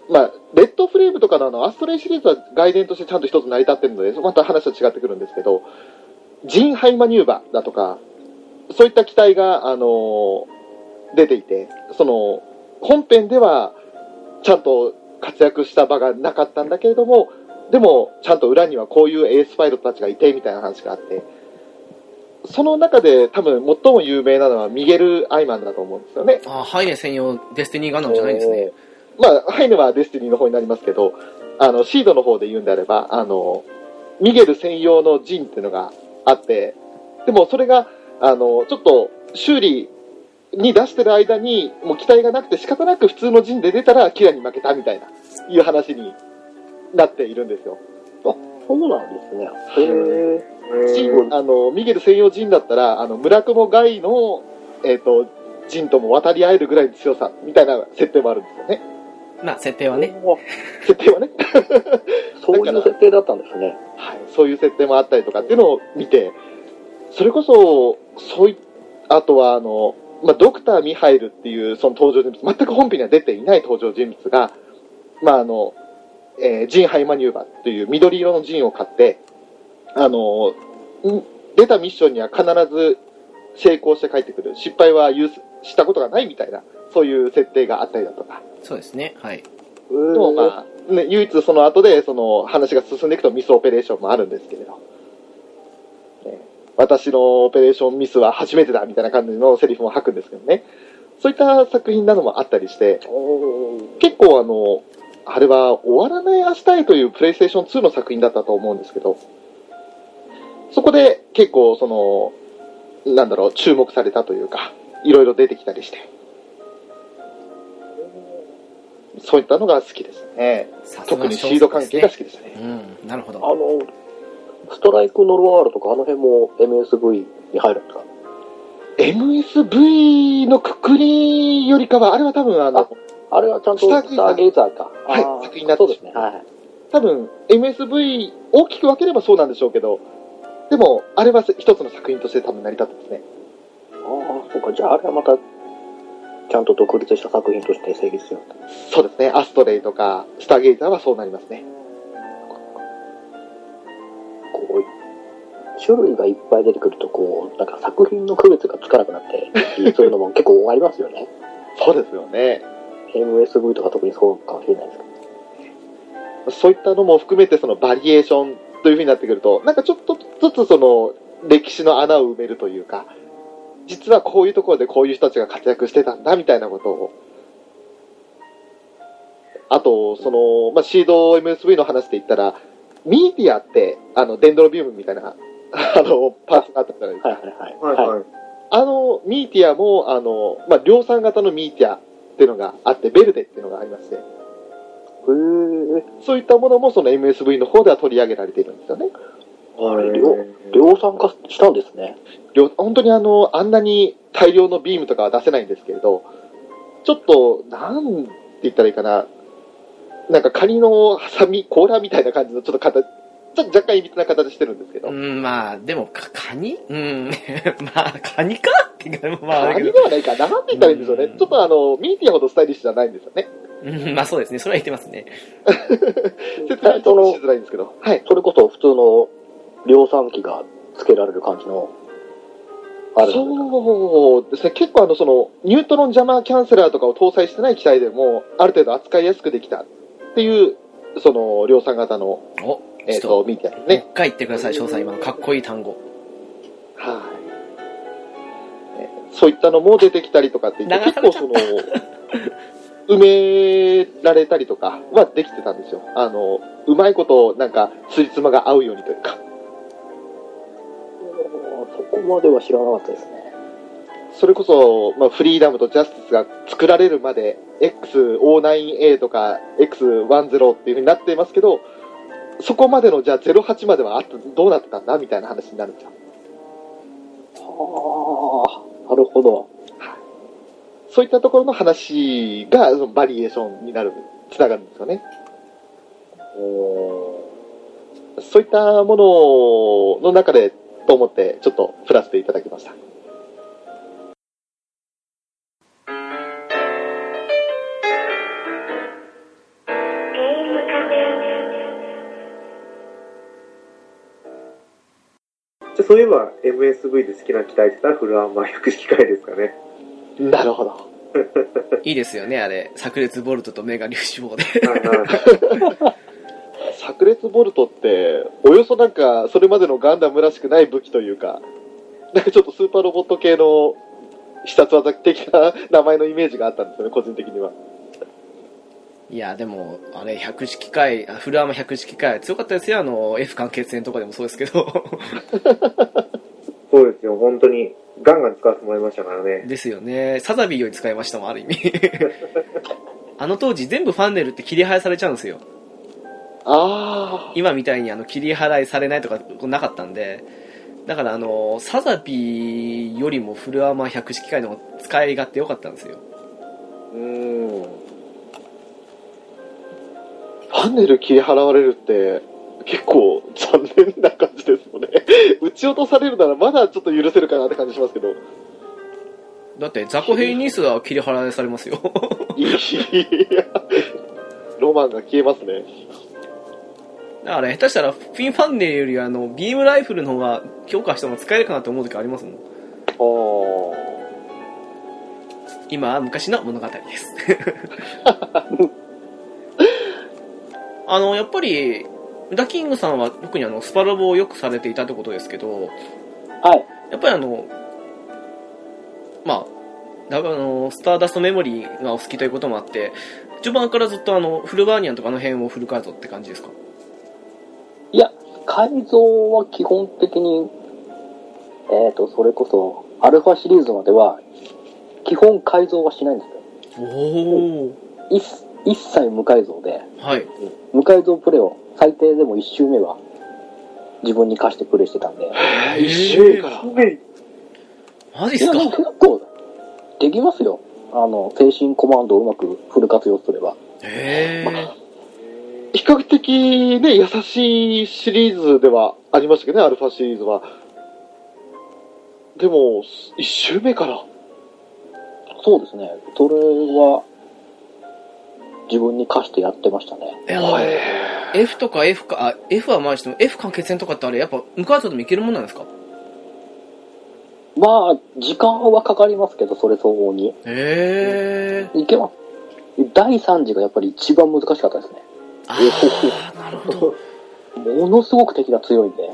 [SPEAKER 2] まあ、レッドフレームとかのあの、アストレイシリーズは外伝としてちゃんと一つ成り立ってるので、また話は違ってくるんですけど、人ハイマニューバーだとか、そういった機体が、あの、出ていて、その、本編では、ちゃんと活躍した場がなかったんだけれども、でも、ちゃんと裏にはこういうエースパイロットたちがいて、みたいな話があって、その中で多分最も有名なのはミゲル・アイマンだと思うんですよね。
[SPEAKER 1] ああ、ハイネ専用デスティニーガンダムじゃないんですね。
[SPEAKER 2] まあ、ハイネはデスティニーの方になりますけど、あの、シードの方で言うんであれば、あの、ミゲル専用のジンっていうのがあって、でもそれが、あの、ちょっと修理に出してる間に、もう機体がなくて仕方なく普通のジンで出たらキラに負けたみたいな、いう話になっているんですよ。
[SPEAKER 4] そうなんですね。へえ。
[SPEAKER 2] ジ
[SPEAKER 3] う
[SPEAKER 2] ン、あの、ミゲル専用ジンだったら、あの、村雲ガイの、えっ、と、ジンとも渡り合えるぐらいの強さ、みたいな設定もあるんですよね。
[SPEAKER 1] まあ設定はね。
[SPEAKER 2] 設定はね。
[SPEAKER 4] そういう設定だったんですね。
[SPEAKER 2] はい、そういう設定もあったりとかっていうのを見て、それこそ、そうい、あとはあの、まあ、ドクター・ミハイルっていうその登場人物、全く本編には出ていない登場人物が、まああの、えージンハイマニューバーという緑色のジンを買って、あの、ん出たミッションには必ず成功して帰ってくる。失敗は有すしたことがないみたいな、そういう設定があったりだとか。
[SPEAKER 1] そうですね。はい。
[SPEAKER 2] でもまあ、ね、唯一その後でその話が進んでいくとミスオペレーションもあるんですけれど、ね私のオペレーションミスは初めてだみたいな感じのセリフも吐くんですけどね、そういった作品などもあったりして、結構あの、あれは終わらない明日へというプレイステーション2の作品だったと思うんですけど、そこで結構その、なんだろう、注目されたというか、いろいろ出てきたりして、そういったのが好きですね。
[SPEAKER 1] さすが
[SPEAKER 2] 特にシード関係が好きでしたね。
[SPEAKER 1] うん、なるほ
[SPEAKER 4] あ
[SPEAKER 1] ど。
[SPEAKER 4] の、ストライクノルワールとかあの辺も MSV に入るんですか
[SPEAKER 2] MSV のくくりよりかは、あれは多分あの、
[SPEAKER 4] あれはちゃんと
[SPEAKER 2] スターゲイ
[SPEAKER 4] ス
[SPEAKER 2] ザ
[SPEAKER 4] タ
[SPEAKER 2] ー
[SPEAKER 4] ーゲイザーか。
[SPEAKER 2] はい
[SPEAKER 4] あー
[SPEAKER 2] 作品になって
[SPEAKER 4] そうですね。はい。
[SPEAKER 2] 多分 MSV 大きく分ければそうなんでしょうけど、でも、あれは一つの作品として多分成り立ってますね。
[SPEAKER 4] ああ、そうか。じゃあ、あれはまた、ちゃんと独立した作品として成立するんだ。
[SPEAKER 2] そうですね、アストレイとか、スターゲイザーはそうなりますね。
[SPEAKER 4] こう、種類がいっぱい出てくると、こう、なんか作品の区別がつかなくな って、そういうのも結構ありますよね。
[SPEAKER 2] そうですよね。
[SPEAKER 4] MSV とか特にそうかもしれないですけど。
[SPEAKER 2] そういったのも含めて、そのバリエーションというふうになってくると、なんかちょっとずつその歴史の穴を埋めるというか、実はこういうところでこういう人たちが活躍してたんだみたいなことを。あと、その、まあ、シード MSV の話で言ったら、ミーディアって、あの、デンドロビウムみたいな あの、パーツがあったじゃないですか。
[SPEAKER 4] はいはいは。
[SPEAKER 3] はいいはい。
[SPEAKER 2] あの、ミーティアも、あの、まあ、量産型のミーティアっていうのがあって、ベルデっていうのがありまして、
[SPEAKER 4] へえ。
[SPEAKER 2] そういったものもその MSV の方では取り上げられているんですよね。
[SPEAKER 3] あれ
[SPEAKER 4] 量量産化したんですね。
[SPEAKER 2] 量本当にあの、あんなに大量のビームとかは出せないんですけれど、ちょっと、なんて言ったらいいかな、なんかカニのハサミ、甲羅みたいな感じのちょっと形、ちょっと若干いびつな形してるんですけど、
[SPEAKER 1] うん、まあ、でも、かカニうん まあ、カニかっていうか、まあ、
[SPEAKER 2] カ
[SPEAKER 1] だけ
[SPEAKER 2] ニ
[SPEAKER 1] ど
[SPEAKER 2] ではないか、なんて言ったらいいんでしょう
[SPEAKER 1] う
[SPEAKER 2] ね
[SPEAKER 1] ん。
[SPEAKER 2] ちょっとあの、ミーティアほどスタイリッシュじゃないんですよね。
[SPEAKER 1] うん、まあそうですね。それは言ってますね。
[SPEAKER 2] 説明はちょっとしづらいんですけど、はい。
[SPEAKER 4] それこそ普通の量産機が付けられる感じの、あれなんです
[SPEAKER 2] そうですね、結構あのそのニュートロンジャマーキャンセラーとかを搭載してない機体でも、ある程度扱いやすくできたっていう、その量産型の、
[SPEAKER 1] お、
[SPEAKER 2] え
[SPEAKER 1] ち
[SPEAKER 2] ー、
[SPEAKER 1] ょ
[SPEAKER 2] と
[SPEAKER 1] っと、
[SPEAKER 2] ミーティアです
[SPEAKER 1] もう
[SPEAKER 2] ね。
[SPEAKER 1] 一回言ってください、詳細今の。かっこいい単 語。
[SPEAKER 2] はい、えーそういったのも出てきたりとかって言って、
[SPEAKER 1] 流
[SPEAKER 2] 結
[SPEAKER 1] され
[SPEAKER 2] 構
[SPEAKER 1] ちゃ
[SPEAKER 2] その、埋められたりとかはできてたんですよ。あの、うまいこと、なんか、つりつまが合うようにというか。
[SPEAKER 4] そこまでは知らなかったですね。
[SPEAKER 2] それこそ、まあ、フリーダムとジャスティスが作られるまで XO9A とか X10 っていう風になっていますけどそこまでのじゃあ08まではあとどうなってたんだみたいな話になるんですよ
[SPEAKER 4] はあ、なるほど。
[SPEAKER 2] そういったところの話がそのバリエーションになるつながるんですよねそういったものの中でと思ってちょっと振らせていただきました
[SPEAKER 3] じゃあそういえば MSV で好きな機体って言ったらフルアーマー翼機械ですかね。
[SPEAKER 2] なるほど
[SPEAKER 1] いいですよね、あれ。炸裂ボルトとメガ粒子棒で。
[SPEAKER 3] はいはい
[SPEAKER 2] 炸裂ボルトっておよそなんかそれまでのガンダムらしくない武器というかなんかちょっとスーパーロボット系の必殺技的な名前のイメージがあったんですよね個人的にはい
[SPEAKER 1] や、でも、あれ、百式回、あフルアーマー百式回、強かったですよ、あの、F 関係戦とかでもそうですけど。
[SPEAKER 3] そうですよ、本当に。ガンガン使わせてもらいましたからね。
[SPEAKER 1] ですよね。サザビーより使いましたもん、ある意 味。あの当時、全部ファンネルって切り払いされちゃうんですよ。
[SPEAKER 2] あ
[SPEAKER 1] 今みたいにあの切り払いされないとかなかったんでだからあのサザビーよりもフルアーマー100式械の方が使い勝手良かったんですよ
[SPEAKER 2] あうんファンネル切り払われるって結構残念な感じですもんね 撃ち落とされるならまだちょっと許せるかなって感じします けど
[SPEAKER 1] だってザコヘイニースは切り払いされますよ
[SPEAKER 2] いやロマンが消えますね
[SPEAKER 1] だから下手したらフィンファンネルよりあのビームライフルの方が強化したのが使えるかなと思う時ありますもん
[SPEAKER 2] ああ
[SPEAKER 1] 今は昔の物語です あのやっぱりダキングさんは特にあのスパロボをよくされていたってことですけど
[SPEAKER 4] はい。
[SPEAKER 1] やっぱりあの、まあ、だあのスターダストメモリーがお好きということもあって、序盤からずっとあのフルバーニアンとかあの辺をフルカードって感じですか
[SPEAKER 4] いや、改造は基本的に、えっ、と、それこそ、アルファシリーズまでは、基本改造はしないんですよ。
[SPEAKER 1] おお、
[SPEAKER 4] 一一切無改造で、
[SPEAKER 1] はい。
[SPEAKER 4] 無改造プレイを最低でも1周目は自分に貸してプレイしてたんで、
[SPEAKER 1] えー
[SPEAKER 2] 一周目から。
[SPEAKER 1] マジっ
[SPEAKER 4] い
[SPEAKER 1] す
[SPEAKER 4] や、
[SPEAKER 1] か
[SPEAKER 4] でも結構、できますよ。あの、精神コマンドをうまくフル活用すれば。
[SPEAKER 1] へえ。
[SPEAKER 2] 比較的ね、優しいシリーズではありましたけどね、アルファシリーズは。でも、一周目から。
[SPEAKER 4] そうですね。それは、自分に貸してやってましたね。
[SPEAKER 1] いや、F とか F か、あ、F は前にしても F 関係戦とかってあれ、やっぱ無カードでもいけるもんなんですか
[SPEAKER 4] まあ、時間はかかりますけど、それ相応に。
[SPEAKER 1] へえ。
[SPEAKER 4] いけます。第3次がやっぱり一番難しかったですね。
[SPEAKER 1] ああ、なるほど。
[SPEAKER 4] ものすごく敵が強いんで、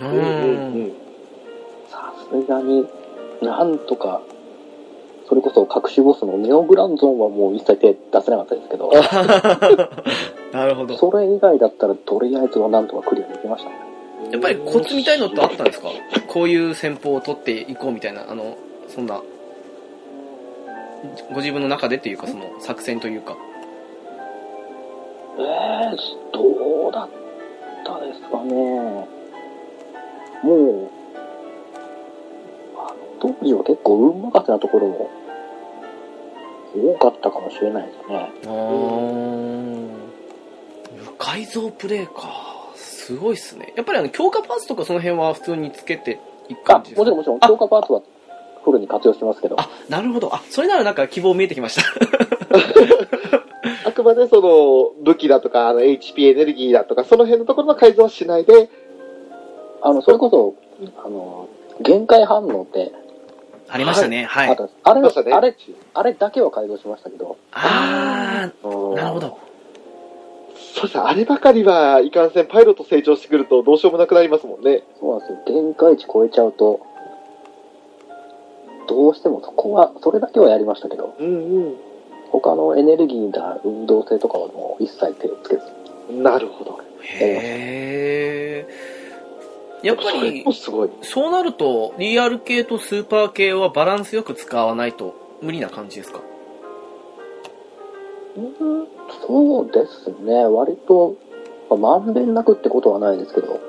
[SPEAKER 1] う
[SPEAKER 2] うん
[SPEAKER 1] ん。
[SPEAKER 4] さすがになんとか、それこそ隠しボスのネオグランゾンはもう一切手出せなかったですけど、
[SPEAKER 1] なるほど。
[SPEAKER 4] それ以外だったらとりあえずはなんとかクリアできましたね。
[SPEAKER 1] やっぱりコツみたいのってあったんですかこういう戦法を取っていこうみたいな、あの、そんな、ご自分の中でっていうか、その作戦というか。
[SPEAKER 4] えー、どうだったですかね。もう、あの当時は結構運任せなところも多かったかもしれないですね。
[SPEAKER 1] あー改造プレイか。すごいっすね。やっぱりあの、強化パーツとかその辺は普通につけていく
[SPEAKER 4] あ、
[SPEAKER 1] 感
[SPEAKER 4] も
[SPEAKER 1] じ
[SPEAKER 4] ち
[SPEAKER 1] です
[SPEAKER 4] ろ
[SPEAKER 1] か
[SPEAKER 4] んもちろん、
[SPEAKER 1] あ
[SPEAKER 4] 強化パーツはフルに活用してますけど、
[SPEAKER 1] あ、なるほど。あ、それならなんか希望見えてきました。
[SPEAKER 2] あくまでその武器だとか、あの HP エネルギーだとか、その辺のところの改造はしないで、
[SPEAKER 4] あの、それこそ、あの、限界反応って、
[SPEAKER 1] ありましたね。はい。
[SPEAKER 4] あったんですあれ、
[SPEAKER 2] ましたね
[SPEAKER 4] あれ、あれだけは改造しましたけど、
[SPEAKER 1] あ
[SPEAKER 4] なる
[SPEAKER 1] ー、なるほ。ど。
[SPEAKER 2] そうですねあればかりはいかんせん、パイロット成長してくるとどうしようもなくなりますもんね。
[SPEAKER 4] そうなんですよ。限界値超えちゃうと、どうしてもそこは、それだけはやりましたけど、
[SPEAKER 2] うん
[SPEAKER 4] 他のエネルギーだ、運動性とかはもう一切手をつけず。
[SPEAKER 2] うん。なるほど。
[SPEAKER 1] へー。やっぱ
[SPEAKER 2] それ
[SPEAKER 1] り
[SPEAKER 2] も、すごい。
[SPEAKER 1] そうなると、リ系とスーパー系はバランスよく使わないと無理な感じですか
[SPEAKER 4] うんそうですね。割と、まあまんべんなくってことはないですけど、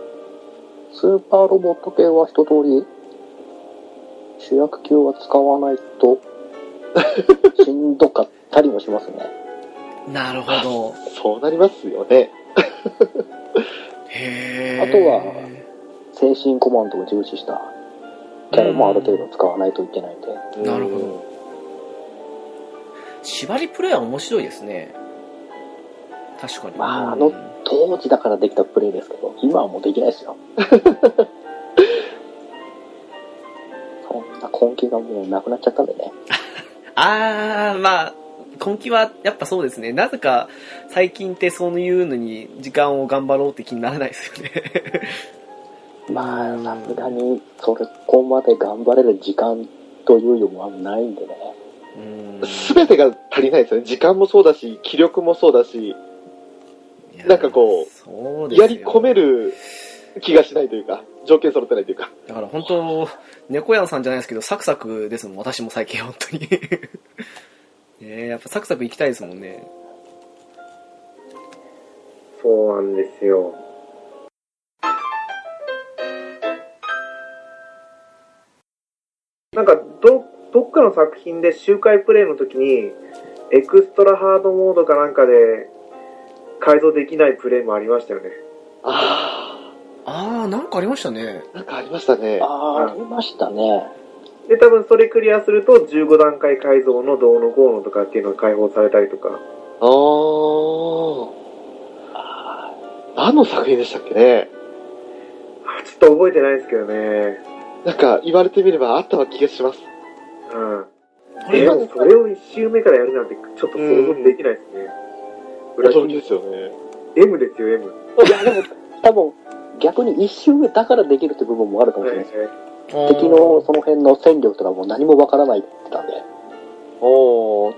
[SPEAKER 4] スーパーロボット系は一通り、主役級は使わないと、しんどかったりもしますね。
[SPEAKER 1] なるほど。
[SPEAKER 2] そうなりますよね。
[SPEAKER 1] へー。
[SPEAKER 4] あとは、精神コマンドを重視したキャラもある程度使わないといけないんで。
[SPEAKER 1] うんなるほど。縛りプレイは面白いですね。確かに。
[SPEAKER 4] まああの当時だからできたプレイですけど、今はもうできないです よ。そんな根気がもうなくなっちゃったんでね。
[SPEAKER 1] あー、まあ、根気はやっぱそうですね。なぜか最近ってそういうのに時間を頑張ろうって気にならないですよね。
[SPEAKER 4] まあ、さすがに、それこまで頑張れる時間という余裕はないんでね。
[SPEAKER 1] うん
[SPEAKER 2] すべてが足りないですよね。時間もそうだし、気力もそうだし、
[SPEAKER 1] いや
[SPEAKER 2] なんかこう
[SPEAKER 1] そうですよ
[SPEAKER 2] やり込める気がしないというか、条件揃ってないというか。
[SPEAKER 1] だから本当、猫屋さんじゃないですけど、サクサクですもん、私も最近本当に。 ねえやっぱサクサク行きたいですもんね。
[SPEAKER 3] そうなんですよ。なんか、ど、どっかの作品で周回プレイの時に、エクストラハードモードかなんかで、改造できないプレイもありましたよね。
[SPEAKER 2] あ
[SPEAKER 1] あー、なんかありましたね。
[SPEAKER 2] あ、なんかありましたね。
[SPEAKER 4] あーありましたね。
[SPEAKER 3] で、多分それクリアすると、15段階改造のどうのこうのとかっていうのが解放されたりとか。
[SPEAKER 2] あー。何の作品でしたっけね
[SPEAKER 3] あちょっと覚えてないですけどね。
[SPEAKER 2] なんか言われてみればあった気がします。
[SPEAKER 3] うん。
[SPEAKER 1] あ
[SPEAKER 3] え
[SPEAKER 1] れ
[SPEAKER 3] でもそれを1周目からやるなんてちょっと想像できないですね。裏切
[SPEAKER 2] 驚き
[SPEAKER 3] り
[SPEAKER 2] ですよね。
[SPEAKER 3] M ですよ、M。
[SPEAKER 4] いや、でも、多分、逆に一周目だからできるって部分もあるかもし
[SPEAKER 3] は
[SPEAKER 4] れ
[SPEAKER 3] い
[SPEAKER 4] な
[SPEAKER 3] はい
[SPEAKER 4] で
[SPEAKER 3] い
[SPEAKER 4] す。敵のその辺の戦力とかもう何もわからないって言ってたんで。
[SPEAKER 2] おー。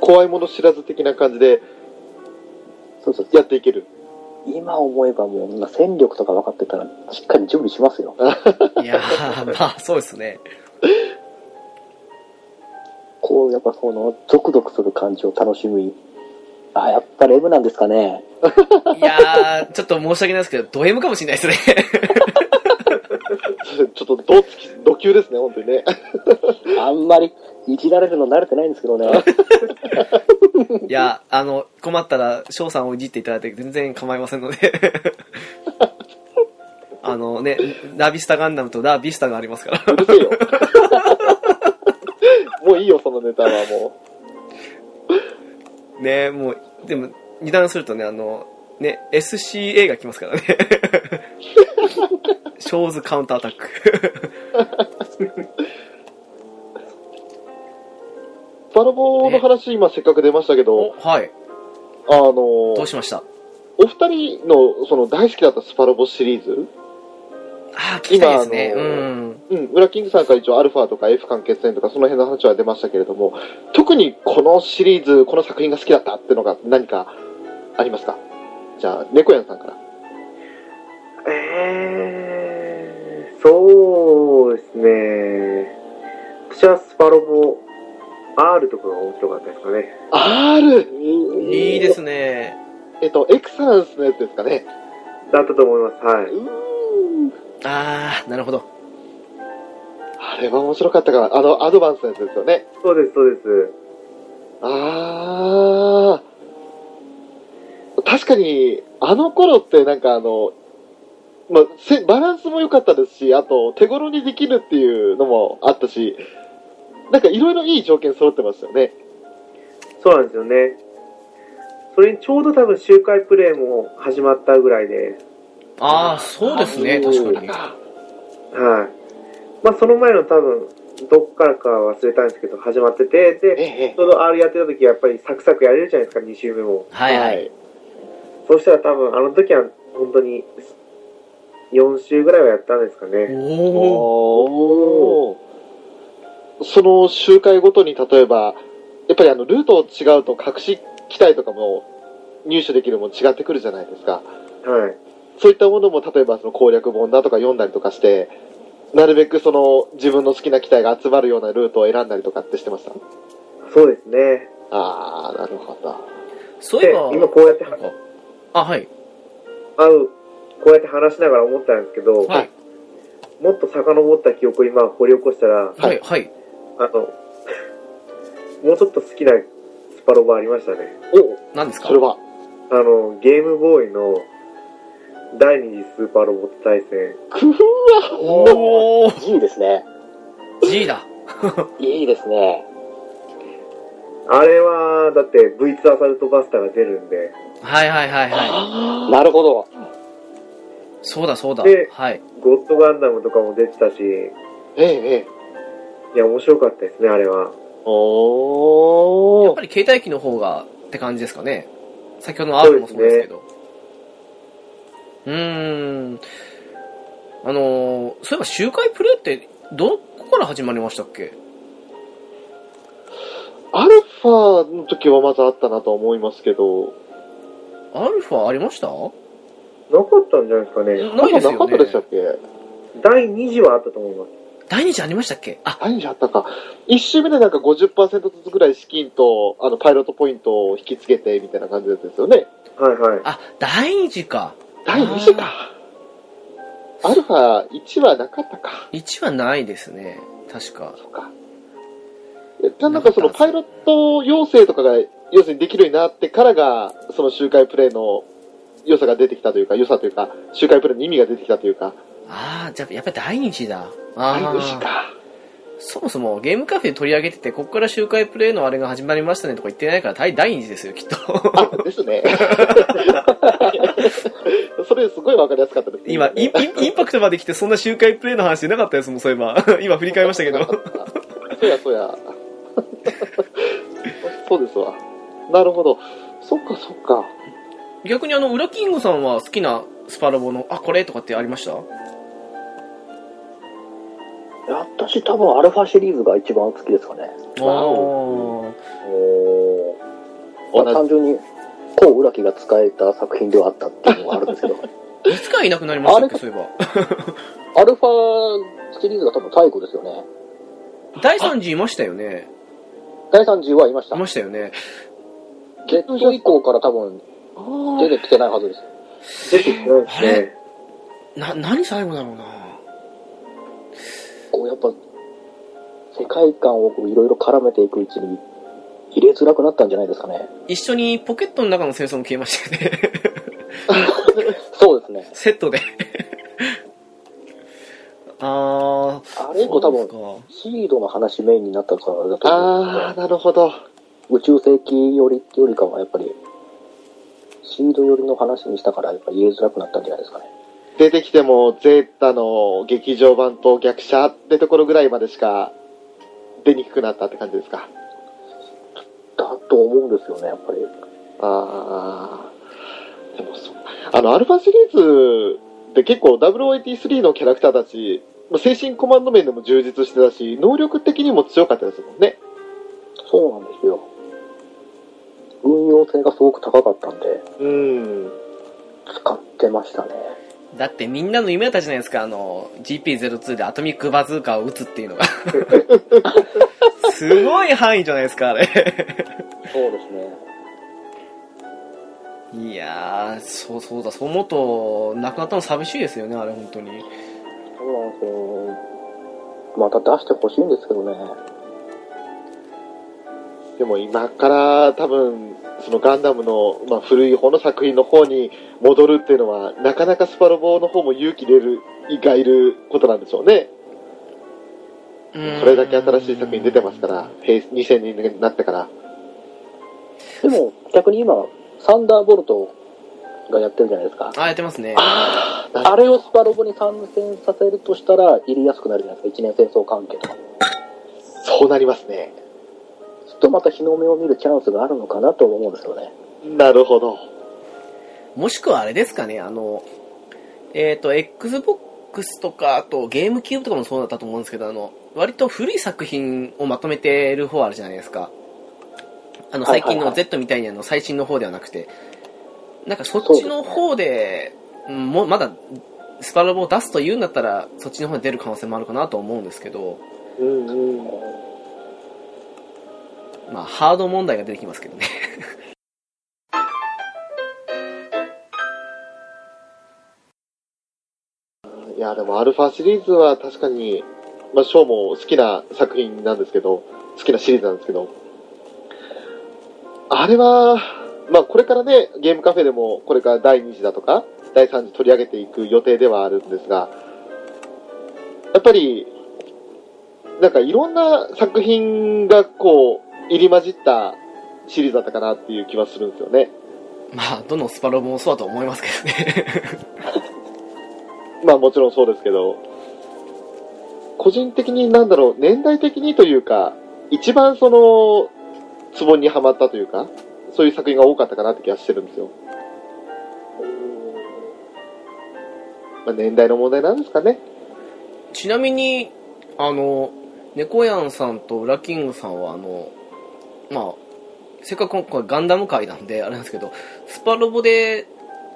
[SPEAKER 2] 怖いもの知らず的な感じで
[SPEAKER 4] そうそう。
[SPEAKER 2] やっていける。
[SPEAKER 4] 今思えばもう、戦力とか分かってたら、しっかり準備しますよ。
[SPEAKER 1] いやー、まあそうですね。
[SPEAKER 4] こう、やっぱその、ゾクゾクする感じを楽しみ。あ、やっぱレムなんですかね。
[SPEAKER 1] いやー、ちょっと申し訳ないですけど、ド M かもしれないですね。
[SPEAKER 2] ちょっとどつき、度級ですね、本当にね。
[SPEAKER 4] あんまり、いじられるの慣れてないんですけどね。
[SPEAKER 1] いや、あの、困ったら、翔さんをいじっていただいて全然構いませんの で。あのね、ラビスタガンダムとラビスタがありますから。
[SPEAKER 2] う るせえよ。もういいよ、そのネタはも
[SPEAKER 1] ねもう、でも、二段するとね、あの、ね、SCA が来ます からね。ショーズカウンターアタック。
[SPEAKER 2] う。バラボーの話、今せっかく出ましたけ
[SPEAKER 1] お
[SPEAKER 2] ど、
[SPEAKER 1] はい。
[SPEAKER 2] あのー、
[SPEAKER 1] どうしました
[SPEAKER 2] お二人のその大好きだったスパロボシリーズ、
[SPEAKER 1] ああ、聞きたいですね。
[SPEAKER 2] 今
[SPEAKER 1] う
[SPEAKER 2] あの
[SPEAKER 1] ん。
[SPEAKER 2] うん、裏キングさんから一応アルファとか F 関係線とかその辺の話は出ましたけれども、特にこのシリーズ、この作品が好きだったっていうのが何かありますかじゃあ、猫やんさんから。
[SPEAKER 3] えそうですね。私はスパロボ R とかが面白かったですかね。
[SPEAKER 2] R!
[SPEAKER 1] いいですね。
[SPEAKER 2] えっと、エクセランスのやつですかね。
[SPEAKER 3] だったと思います。は
[SPEAKER 2] う
[SPEAKER 3] い。
[SPEAKER 2] ーん。
[SPEAKER 1] あー、なるほど。
[SPEAKER 2] あれは面白かったから、あの、アドバンスのやつですよね。
[SPEAKER 3] そうです、そうです。
[SPEAKER 2] あー。確かに、あの頃ってなんかあの、まあ、せバランスも良かったですし、あと、手頃にできるっていうのもあったし、なんかいろいろいい条件揃ってましたよね。
[SPEAKER 3] そうなんですよね。それにちょうど多分周回プレイも始まったぐらいで、
[SPEAKER 1] あー、そうですね、
[SPEAKER 2] あのー
[SPEAKER 1] 確かに。
[SPEAKER 3] はい。まあその前の多分、どっからかは忘れたんですけど、始まってて、
[SPEAKER 2] え
[SPEAKER 3] で、
[SPEAKER 2] え
[SPEAKER 3] ち、ょうど R やってた時はやっぱりサクサクやれるじゃないですか、2周目も。
[SPEAKER 1] はいはい。。
[SPEAKER 3] そうしたら多分あの時は本当に4周ぐらいはやったんですかね。
[SPEAKER 1] おー。
[SPEAKER 2] おーその周回ごとに例えば、やっぱりあのルート違うと隠し機体とかも入手できるもの違ってくるじゃないですか。
[SPEAKER 3] はい。
[SPEAKER 2] そういったものも例えばその攻略本だとか読んだりとかして、なるべくその自分の好きな機体が集まるようなルートを選んだりとかってしてました。
[SPEAKER 3] そうですね。
[SPEAKER 2] あー、なるほど。
[SPEAKER 1] そういえ
[SPEAKER 3] で、
[SPEAKER 1] ば、
[SPEAKER 3] 今こうやって
[SPEAKER 1] なんかあ、はい。
[SPEAKER 3] 会う、こうやって話しながら思ったんですけど、
[SPEAKER 2] はい
[SPEAKER 3] もっと遡った記憶を今掘り起こしたら、
[SPEAKER 1] はい、はい。
[SPEAKER 3] あの、 もうちょっと好きなスパロボありましたね。
[SPEAKER 2] お
[SPEAKER 1] 何ですか
[SPEAKER 2] それは、
[SPEAKER 3] あの、ゲームボーイの第二次スーパーロボット対戦。
[SPEAKER 2] 工夫は
[SPEAKER 1] おー。
[SPEAKER 4] いいですね。
[SPEAKER 1] G だ。
[SPEAKER 4] いいですね。
[SPEAKER 3] あれは、だって V2 アサルトバスターが出るんで、
[SPEAKER 1] はいはいはいはい。
[SPEAKER 2] あ
[SPEAKER 4] なるほど。
[SPEAKER 1] そうだそうだ
[SPEAKER 3] で。
[SPEAKER 1] はい。
[SPEAKER 3] ゴッドガンダムとかも出てたし、い
[SPEAKER 2] ーええええ。
[SPEAKER 3] や、面白かったですね、あれは。
[SPEAKER 1] やっ
[SPEAKER 2] お
[SPEAKER 1] ぱ
[SPEAKER 2] ー。
[SPEAKER 1] り携帯機の方がって感じですかね。先ほどの R もそうですけど。うーん。あのーそういえば周回プレイって、どこから始まりましたっけ
[SPEAKER 2] アルファの時はまずあったなとは思いますけど、
[SPEAKER 1] アルファありました
[SPEAKER 3] なかったんじゃないですかね。
[SPEAKER 1] ないですよね。
[SPEAKER 2] なかったでしたっけ
[SPEAKER 3] 第2次はあったと思います。
[SPEAKER 1] 第2次ありましたっけあ、
[SPEAKER 2] 何じゃあったか。一周目でなんか50%ずつぐらい資金と、あの、パイロットポイントを引き付けて、みたいな感じだったんですよね。
[SPEAKER 3] はいはい。
[SPEAKER 1] あ、第2次か。
[SPEAKER 2] 第2次か。アルファ1はなかったか。
[SPEAKER 1] 1はないですね。確か。
[SPEAKER 2] そうか。えじゃあなんかそのパイロット要請とかが、要するにできるようになってからが、その周回プレイの良さが出てきたというか、良さというか、周回プレイの意味が出てきたというか、
[SPEAKER 1] ああ、じゃあやっぱり第2次だ。
[SPEAKER 2] 第
[SPEAKER 1] あ
[SPEAKER 2] 2次
[SPEAKER 1] あ。
[SPEAKER 2] か。
[SPEAKER 1] そもそもゲームカフェで取り上げてて、ここから周回プレイのあれが始まりましたねとか言ってないから、第第2次ですよ、きっと。
[SPEAKER 2] あ、です ね。それすごいわかりやすかったです。
[SPEAKER 1] 今、インインインパクトまで来て、そんな周回プレイの話なかったですもん、そういえば。 今振り返りましたけど。
[SPEAKER 2] そうやそうや。そうですわ。なるほど。そっかそっか。
[SPEAKER 1] 逆にあの、ウラキングさんは好きなスパロボの、あ、これとかってありました
[SPEAKER 4] 私多分アルファシリーズが一番好きですかね。
[SPEAKER 1] おー
[SPEAKER 4] お
[SPEAKER 2] 同
[SPEAKER 4] まあ、
[SPEAKER 2] じ
[SPEAKER 4] 単純に、こう、裏木が使えた作品ではあったっていうのがあるんですけど、
[SPEAKER 1] いつからいなくなりましたっけ、
[SPEAKER 4] あれ
[SPEAKER 1] そういえば。
[SPEAKER 4] アルファシリーズが多分最後ですよね。
[SPEAKER 1] 第3次いましたよね。
[SPEAKER 4] 第30はいました
[SPEAKER 1] い。ましたよね。
[SPEAKER 4] Z 以降から多分出てきてないはずです。
[SPEAKER 3] 出てきてないです
[SPEAKER 1] あ
[SPEAKER 3] ね
[SPEAKER 1] れ。な、何最後だろうな
[SPEAKER 4] こう、やっぱ、世界観をいろいろ絡めていくうちに、入れづらくなったんじゃないですかね。
[SPEAKER 1] 一緒にポケットの中の戦争も消えましたよね。
[SPEAKER 4] そうですね。
[SPEAKER 1] セットで。 あー。
[SPEAKER 4] あれ以降多分、
[SPEAKER 1] そうです
[SPEAKER 4] シードの話メインになったからだと思うんですけど
[SPEAKER 2] あー、なるほど。
[SPEAKER 4] 宇宙世紀寄りってよりかはやっぱりシード寄りの話にしたからやっぱ言えづらくなったんじゃないですかね
[SPEAKER 2] 出てきても、ゼータの劇場版と逆者ってところぐらいまでしか出にくくなったって感じですか。
[SPEAKER 4] だと思うんですよねやっぱり
[SPEAKER 2] あー。でもそうあの、アルファシリーズって結構 WAT3 のキャラクターたち、まあ精神コマンド面でも充実してたし、能力的にも強かったですもんね。
[SPEAKER 4] そうなんですよ運用性がすごく高かったんで
[SPEAKER 2] うん。
[SPEAKER 4] 使ってましたね
[SPEAKER 1] かだってみんなの夢だったじゃないですか、あの、GP02 でアトミックバズーカを撃つっていうのが。すごい範囲じゃないですか、あれ。
[SPEAKER 4] そうですね。
[SPEAKER 1] いやー、そうそうだ、そう思うと、亡くなったの寂しいですよね、あれ、本当に。
[SPEAKER 4] そうなんですよ。また出してほしいんですけどね。
[SPEAKER 2] でも今から多分、そのガンダムの、まあ、古い方の作品の方に戻るっていうのは、なかなかスパロボの方も勇気出る、がいることなんでしょうね。
[SPEAKER 1] こ
[SPEAKER 2] これだけ新しい作品出てますから、平成2000年になってから。
[SPEAKER 4] でも、逆に今、サンダーボルトがやってるじゃないですか。
[SPEAKER 1] あ、やってますね。
[SPEAKER 2] ああ、
[SPEAKER 4] あれをスパロボに参戦させるとしたら、入りやすくなるじゃないですか。一年戦争関係とか。
[SPEAKER 2] そうなりますね。
[SPEAKER 4] ちょっとまた日の目を見るチャンスがあるのかなと思うんですよね。
[SPEAKER 2] なるほど。
[SPEAKER 1] もしくはあれですかね、あの、えっ、と、Xbox とか、あとゲームキューブとかもそうだったと思うんですけど、あの、割と古い作品をまとめてる方あるじゃないですか。あの、
[SPEAKER 4] は
[SPEAKER 1] 最
[SPEAKER 4] いはいはい
[SPEAKER 1] 近の Z みたいにあの、最新の方ではなくて、なんかそっ
[SPEAKER 4] そうで
[SPEAKER 1] ち
[SPEAKER 4] すね
[SPEAKER 1] の方で、うんもうまだ、スパロボを出すと言うんだったら、そっちの方に出る可能性もあるかなと思うんですけど、
[SPEAKER 2] うんうん。
[SPEAKER 1] まあ、ハード問題が出てきますけどね。
[SPEAKER 2] いや、でもアルファシリーズは確かに、まあ、ショーも好きな作品なんですけど、好きなシリーズなんですけど、あれは、まあ、これからね、ゲームカフェでも、これから第2次だとか、第3次取り上げていく予定ではあるんですが、やっぱり、なんかいろんな作品がこう、入り混じったシリーズだったかなっていう気はするんですよね。
[SPEAKER 1] まあ、どのスパロボもそうだと思いますけどね。
[SPEAKER 2] まあもちろんそうですけど、個人的になんだろう、年代的にというか、一番その、ツボにはまったというか、そういう作品が多かったかなって気がしてるんですよ。まあ、年代の問題なんですかね。
[SPEAKER 1] ちなみに、あの、猫やんさんとウラキングさんは、あの、まあ、せっかく今回ガンダム界なんで、あれなんですけど、スパロボで、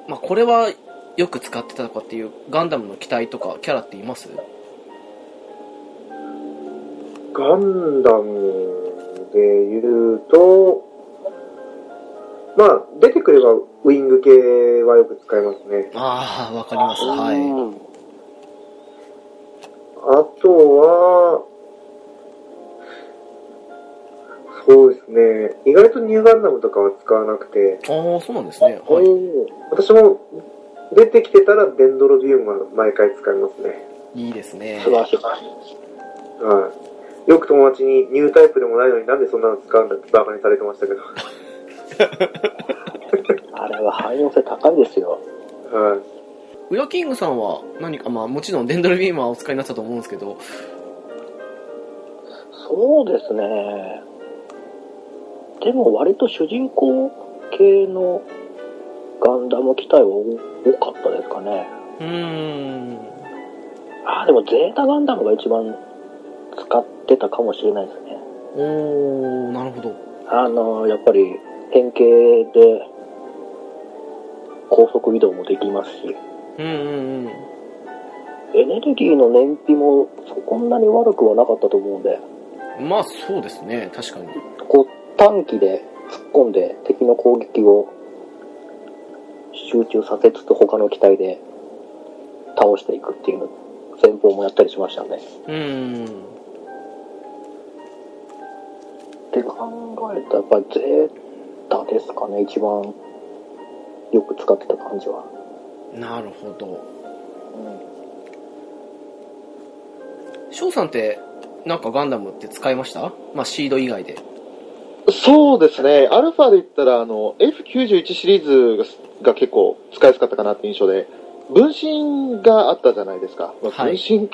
[SPEAKER 1] まあ、これはよく使ってたとかっていうガンダムの機体とかキャラっています
[SPEAKER 3] ガンダムで言うと、まあ、出てくればウィング系はよく使いますね。
[SPEAKER 1] ああ、わかります。は
[SPEAKER 4] う
[SPEAKER 1] い。
[SPEAKER 4] ん
[SPEAKER 3] あとは、そうですね。意外とニューガンダムとかは使わなくて、
[SPEAKER 1] ああ、そうなんですね。はい。
[SPEAKER 3] 私も出てきてたらデンドロビウムは毎回使いますね。
[SPEAKER 1] いいですね
[SPEAKER 4] 素。晴らしい。
[SPEAKER 3] はい。よく友達にニュータイプでもないのになんでそんなの使うんだってバカにされてましたけど。
[SPEAKER 4] あれは汎用性高いですよ。
[SPEAKER 3] はい。
[SPEAKER 1] ウラキングさんは何か、まあ、もちろんデンドルビーマーをお使いになったと思うんですけど、
[SPEAKER 4] そうですね。でも割と主人公系のガンダム機体は多かったですかね。
[SPEAKER 1] うーん。
[SPEAKER 4] ああ、でもゼータガンダムが一番使ってたかもしれないですね。
[SPEAKER 1] おー、なるほど。
[SPEAKER 4] あの、やっぱり変形で高速移動もできますし、
[SPEAKER 1] うんうんうん。
[SPEAKER 4] エネルギーの燃費もそんなに悪くはなかったと思うんで、
[SPEAKER 1] まあそうですね、確かに。
[SPEAKER 4] こう短期で突っ込んで敵の攻撃を集中させつつ他の機体で倒していくっていう戦法もやったりしましたね。
[SPEAKER 1] うん。
[SPEAKER 4] って考えたらやっぱりゼータですかね、一番よく使ってた感じは。
[SPEAKER 1] なるほど。
[SPEAKER 4] うん
[SPEAKER 1] 翔さんって、なんかガンダムって使いましたまあシード以外で。
[SPEAKER 2] そうですね、アルファで言ったら、あの、F91 シリーズが結構使いやすかったかなって印象で、分身があったじゃないですか。まあ
[SPEAKER 1] は
[SPEAKER 2] 分
[SPEAKER 1] い
[SPEAKER 2] 身、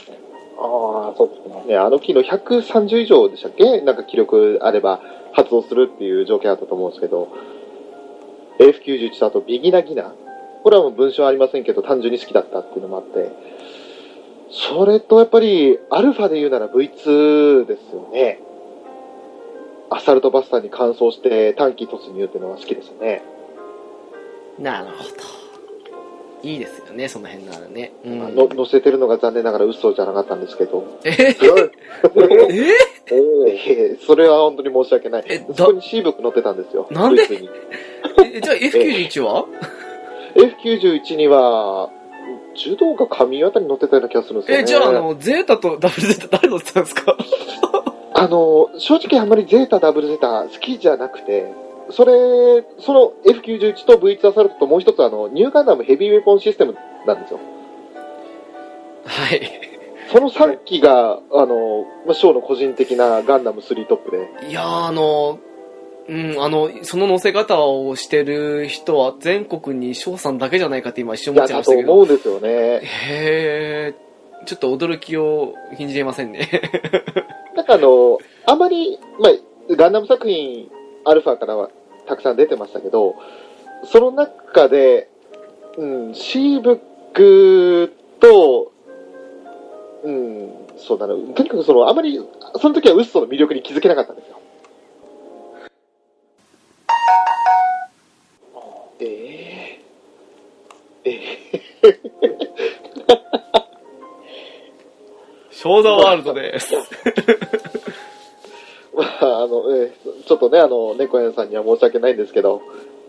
[SPEAKER 4] ああ、そうですね。
[SPEAKER 2] ね、あの機能130以上でしたっけなんか気力あれば発動するっていう条件あったと思うんですけど、AF91 とあとビギナギナ。これはもう文章ありませんけど、単純に好きだったっていうのもあって、それとやっぱり、アルファで言うなら V2 ですよね。アサルトバスターに乾燥して短期突入っていうのは好きですね。
[SPEAKER 1] なるほど。いいですよね、その辺ならね。うん。
[SPEAKER 2] あの載せてるのが残念ながら嘘じゃなかったんですけど、
[SPEAKER 1] え へ
[SPEAKER 3] うん
[SPEAKER 1] え
[SPEAKER 4] お
[SPEAKER 2] い
[SPEAKER 4] ー
[SPEAKER 2] えいえそれは本当に申し訳ない
[SPEAKER 1] えだ。
[SPEAKER 2] そこにシーブック載ってたんですよ。
[SPEAKER 1] なんで
[SPEAKER 2] ドイツに
[SPEAKER 1] えじゃあ F91 は
[SPEAKER 2] F91 には、柔道か神あたりに載ってたような気がするんですよ、ね。
[SPEAKER 1] え、じゃああの、ゼータとダブルゼータ誰乗ってたんですか
[SPEAKER 2] あの、正直あんまりゼータ、ダブルゼータ好きじゃなくて、それ、その F91 と V2 アサルトともう一つあの、ニューガンダムヘビーウェポンシステムなんですよ。
[SPEAKER 1] はい。
[SPEAKER 2] その3機が、あの、まあショーの個人的なガンダム3トップで。
[SPEAKER 1] いやー、あの、うん、あの、その乗せ方をしてる人は全国に翔さんだけじゃないかって今一瞬思っ
[SPEAKER 2] だ
[SPEAKER 1] ちゃいま
[SPEAKER 2] だ
[SPEAKER 1] し
[SPEAKER 2] と
[SPEAKER 1] たけど。
[SPEAKER 2] 思うんですよね。
[SPEAKER 1] へー、ちょっと驚きを禁じれませんね。
[SPEAKER 2] なんかあの、あまり、まあ、ガンダム作品、アルファからはたくさん出てましたけど、その中で、うん、シーブックと、うん、そうだな、とにかくその、あまり、その時はウッソの魅力に気づけなかったんですよ。えええ
[SPEAKER 1] 翔ザワールドです。
[SPEAKER 2] まあ、あの、えーちょっとね、あの、猫屋さんには申し訳ないんですけど、っ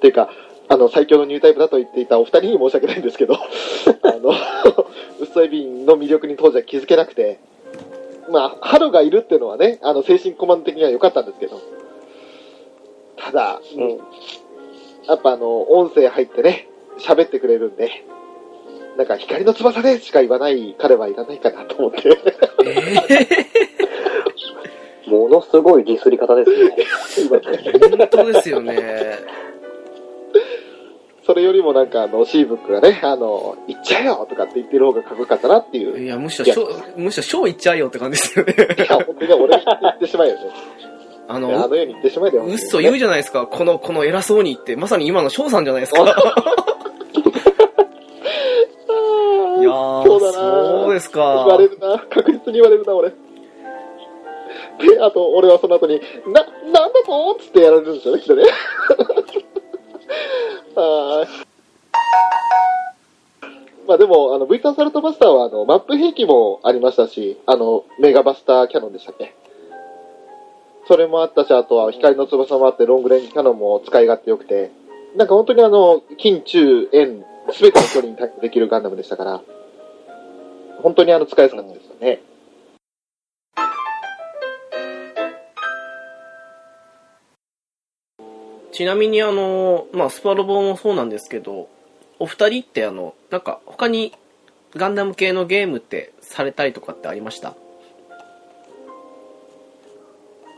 [SPEAKER 2] ていうか、あの、最強のニュータイプだと言っていたお二人に申し訳ないんですけど、あの、ウソエビンの魅力に当時は気づけなくて、まあ、ハロがいるっていうのはね、あの、精神コマンド的には良かったんですけど、ただ、うん、やっぱあの、音声入ってね、喋ってくれるんで、なんか、光の翼でしか言わない彼はいらないかなと思って。
[SPEAKER 1] え
[SPEAKER 4] ものすごいディスり方ですね。
[SPEAKER 1] ー、本当ですよね。
[SPEAKER 2] それよりもなんかあの、シーブックがね、あの、行っちゃえよとかって言ってる方がかっこよかったなっていう。
[SPEAKER 1] い
[SPEAKER 2] い
[SPEAKER 1] や、むしろ翔、むしろ翔行っちゃえよって感じですよね。
[SPEAKER 2] や、本当に俺に言って しまえよね。
[SPEAKER 1] あ
[SPEAKER 2] いやあ
[SPEAKER 1] の、
[SPEAKER 2] のように言ってしまえよ。
[SPEAKER 1] うっそ言う
[SPEAKER 2] う
[SPEAKER 1] じゃないですか。この、この偉そうに言って、まさに今の翔さんじゃないですか。 いやー、
[SPEAKER 2] そうだな
[SPEAKER 1] そうですか。
[SPEAKER 2] 言われるな。確実に言われるな、俺。で、あと、俺はその後に、な、なんだとつってやられるんですよね、きっとね。 あーまあでも、あの、V ターサルトバスターは、あの、マップ兵器もありましたし、あの、メガバスターキャノンでしたっけそれもあったし、あとは光の翼もあって、ロングレンジキャノンも使い勝手良くて、なんか本当にあの、近中遠、すべての距離に対応できるガンダムでしたから、本当にあの、使いやすかったですよね。
[SPEAKER 1] ちなみにあの、まあ、スパロボもそうなんですけど、お二人ってあの、なんか他にガンダム系のゲームってされたりとかってありました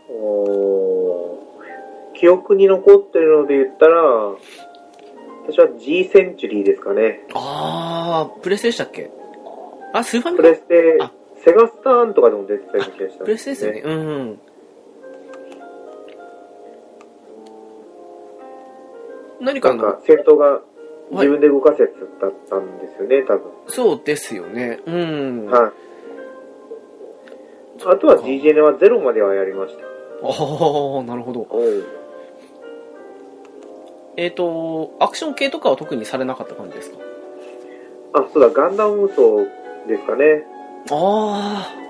[SPEAKER 3] おー記憶に残ってるので言ったら、私は G センチュリーですかね。
[SPEAKER 1] あー、プレステでしたっけあ、スーパーミ
[SPEAKER 3] プ
[SPEAKER 1] コ
[SPEAKER 3] レステ
[SPEAKER 1] あ、
[SPEAKER 3] セガスターンとかでも出てたような気がした、
[SPEAKER 1] プレステですよね。。うん、うん。何か
[SPEAKER 3] な
[SPEAKER 1] あ
[SPEAKER 3] ん
[SPEAKER 1] の、
[SPEAKER 3] か、戦闘が
[SPEAKER 1] は
[SPEAKER 3] 自
[SPEAKER 1] い、
[SPEAKER 3] 分で動かせやつだったんですよね、多分。
[SPEAKER 1] そうですよね。うん。
[SPEAKER 3] はい。あとは GGN はゼロまではやりました。
[SPEAKER 1] おー、なるほど。えっ、と、アクション系とかは特にされなかった感じですか
[SPEAKER 3] あ、そうだ、ガンダム無双ですかね。
[SPEAKER 1] あ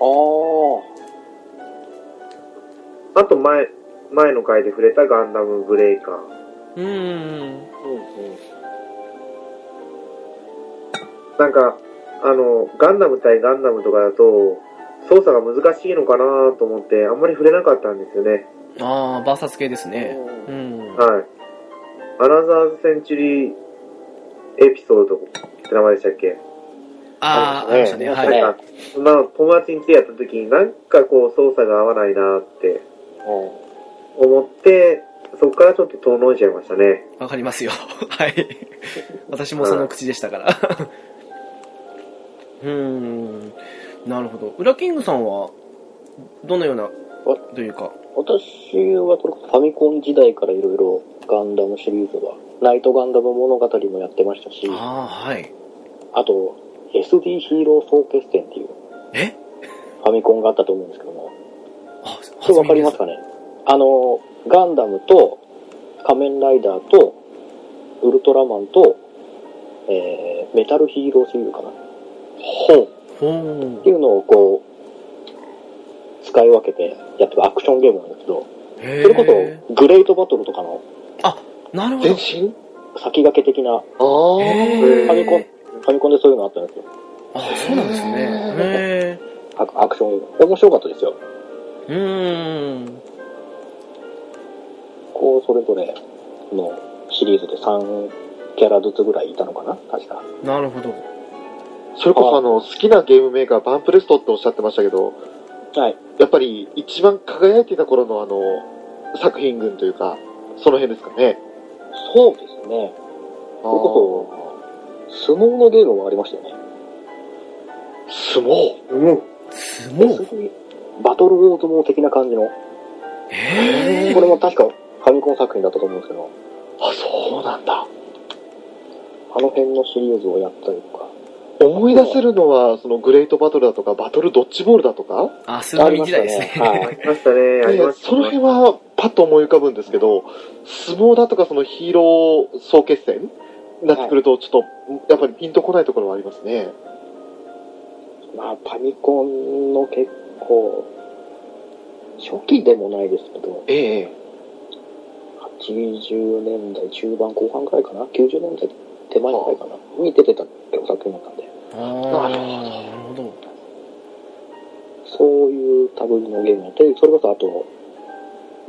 [SPEAKER 4] ああ。
[SPEAKER 3] あと前、前の回で触れたガンダムブレイカー。
[SPEAKER 1] ー、うん。
[SPEAKER 3] なんか、あの、ガンダム対ガンダムとかだと、操作が難しいのかなと思って、あんまり触れなかったんですよね。
[SPEAKER 1] ああ、バーサス系ですね。うん。
[SPEAKER 3] はい。アナザーズセンチュリーエピソードって名前でしたっけ
[SPEAKER 1] ああ、ありましたね。
[SPEAKER 4] あ
[SPEAKER 1] は
[SPEAKER 4] りました
[SPEAKER 1] い。
[SPEAKER 4] ね
[SPEAKER 3] なんか、まあ、友達に来てやった時に、なんかこう、操作が合わないなって思って、そこからちょっと遠のいちゃいましたね。
[SPEAKER 1] わかりますよ。 はい。私もその口でしたから。 うーん。なるほど。ウラキングさんは、どのような、というか。
[SPEAKER 4] 私はこれファミコン時代からいろいろガンダムシリーズは、ナイトガンダム物語もやってましたし、あ
[SPEAKER 1] ああ、はい。
[SPEAKER 4] と、SD ヒーロー総決戦っていう
[SPEAKER 1] え
[SPEAKER 4] ファミコンがあったと思うんですけども、
[SPEAKER 1] あ、
[SPEAKER 4] それわかります
[SPEAKER 1] か
[SPEAKER 4] かねあの、ガンダムと、仮面ライダーと、ウルトラマンと、えーメタルヒーローシリーズかなっ
[SPEAKER 2] ほう。
[SPEAKER 1] ほ
[SPEAKER 4] ていうのをこう、使い分けてやってるアクションゲームなんだけど、
[SPEAKER 1] う。へえ。
[SPEAKER 4] それこそグレートバトルとかの
[SPEAKER 1] なるほ
[SPEAKER 2] 全
[SPEAKER 1] ど。
[SPEAKER 2] 身
[SPEAKER 4] 先駆け的な
[SPEAKER 2] ああ。
[SPEAKER 1] へ
[SPEAKER 4] ファミコン、
[SPEAKER 1] え。
[SPEAKER 4] ファミコンでそういうのあったんですよ。
[SPEAKER 1] あ、そうなんですね。へ
[SPEAKER 4] アクアクションゲーム。面白かったですよ。
[SPEAKER 1] え。うーん。
[SPEAKER 4] こう、それぞれのシリーズで3キャラずつぐらいいたのかな確か。
[SPEAKER 1] なるほど。
[SPEAKER 2] それこそあの、好きなゲームメーカー、バンプレストっておっしゃってましたけど、
[SPEAKER 4] はい。
[SPEAKER 2] やっぱり一番輝いてた頃のあの、作品群というか、その辺ですかね。
[SPEAKER 4] そうですね。それこそ、相撲のゲームもありましたよね。
[SPEAKER 2] そ、相撲
[SPEAKER 3] うん。
[SPEAKER 1] 相撲
[SPEAKER 4] バトル大相撲的な感じの。
[SPEAKER 1] へえ。
[SPEAKER 4] これも確かファミコン作品だったと思うんですけど、
[SPEAKER 2] あ、そうなんだ。
[SPEAKER 4] あの辺のシリーズをやったりとか。
[SPEAKER 2] 思い出せるのは、そのグレートバトルだとか、バトルドッジボールだとか、
[SPEAKER 1] あ、スーファミ時代ですね。
[SPEAKER 4] は
[SPEAKER 3] あ
[SPEAKER 4] い。
[SPEAKER 3] りましたね、ありまし
[SPEAKER 2] その
[SPEAKER 3] た
[SPEAKER 2] 辺はパッと思い浮かぶんですけど、相撲だとかそのヒーロー総決戦になってくると、ちょっと、やっぱりピンとこないところはありますね。
[SPEAKER 4] まあ、ファミコンの結構、初期でもないですけど、
[SPEAKER 2] ええ。
[SPEAKER 4] 80年代中盤後半くらいかな ?90 年代手前くらいかなに出てたってお作品だったんで、
[SPEAKER 1] あーな
[SPEAKER 2] なる
[SPEAKER 1] る
[SPEAKER 2] ほど
[SPEAKER 1] ほど。
[SPEAKER 4] そういう類のゲームやって、それこそあと、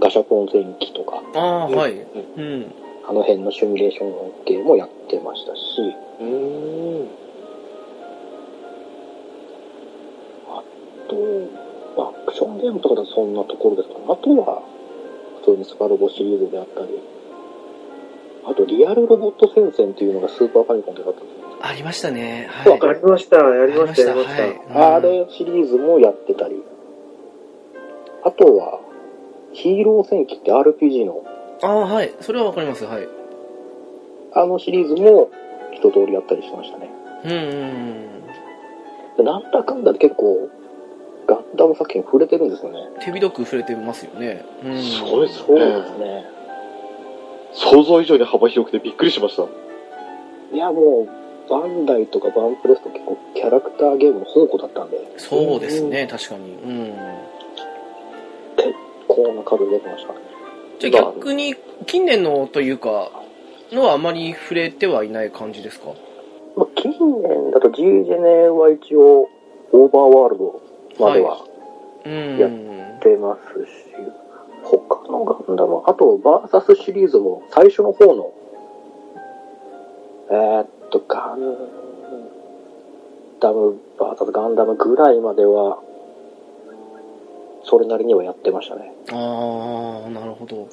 [SPEAKER 4] ガシャポン前期とか、
[SPEAKER 1] ああー、はい。
[SPEAKER 2] う
[SPEAKER 1] うん。
[SPEAKER 4] あの辺のシミュレーションゲームもやってましたし、
[SPEAKER 2] うーん。
[SPEAKER 4] あと、まあアクションゲームとかだとそんなところですかね。あとは、普通にスパロボシリーズであったり、あと、リアルロボット戦線っていうのがスーパーファミコンであったんですよ。
[SPEAKER 1] ありましたね。は
[SPEAKER 4] そう
[SPEAKER 1] い
[SPEAKER 4] わ。か
[SPEAKER 3] ありました、やりました、やりました。
[SPEAKER 1] はい。
[SPEAKER 4] あれシリーズもやってたり、あとは、ヒーロー戦記って RPG の、
[SPEAKER 1] ああ、はい。それはわかります。はい。
[SPEAKER 4] あのシリーズも一通りやったりしてましたね。
[SPEAKER 1] うんうん
[SPEAKER 4] でなんだかんだで結構、ガンダム作品触れてるんですよね。
[SPEAKER 1] うん。手広く触れてますよね。うん。
[SPEAKER 2] すごいです
[SPEAKER 4] そうです
[SPEAKER 2] ね。
[SPEAKER 4] ね。
[SPEAKER 2] 想像以上に幅広くてびっくりしました。
[SPEAKER 4] いや、もう、バンダイとかバンプレスと結構キャラクターゲームの宝庫だったんで、
[SPEAKER 1] そうですね、確かに。うん。
[SPEAKER 4] こんな数出てましたね。
[SPEAKER 1] じゃあ逆に、近年のというか、のはあまり触れてはいない感じですか
[SPEAKER 4] まあ、近年だと G ジェネは一応、オーバーワールドまでは
[SPEAKER 1] うん。
[SPEAKER 4] いや出ますし、他のガンダム、あと、バーサスシリーズも最初の方の、えーっと、ガンダム、バーサスガンダムぐらいまでは、それなりにはやってましたね。
[SPEAKER 1] ああ、なるほど。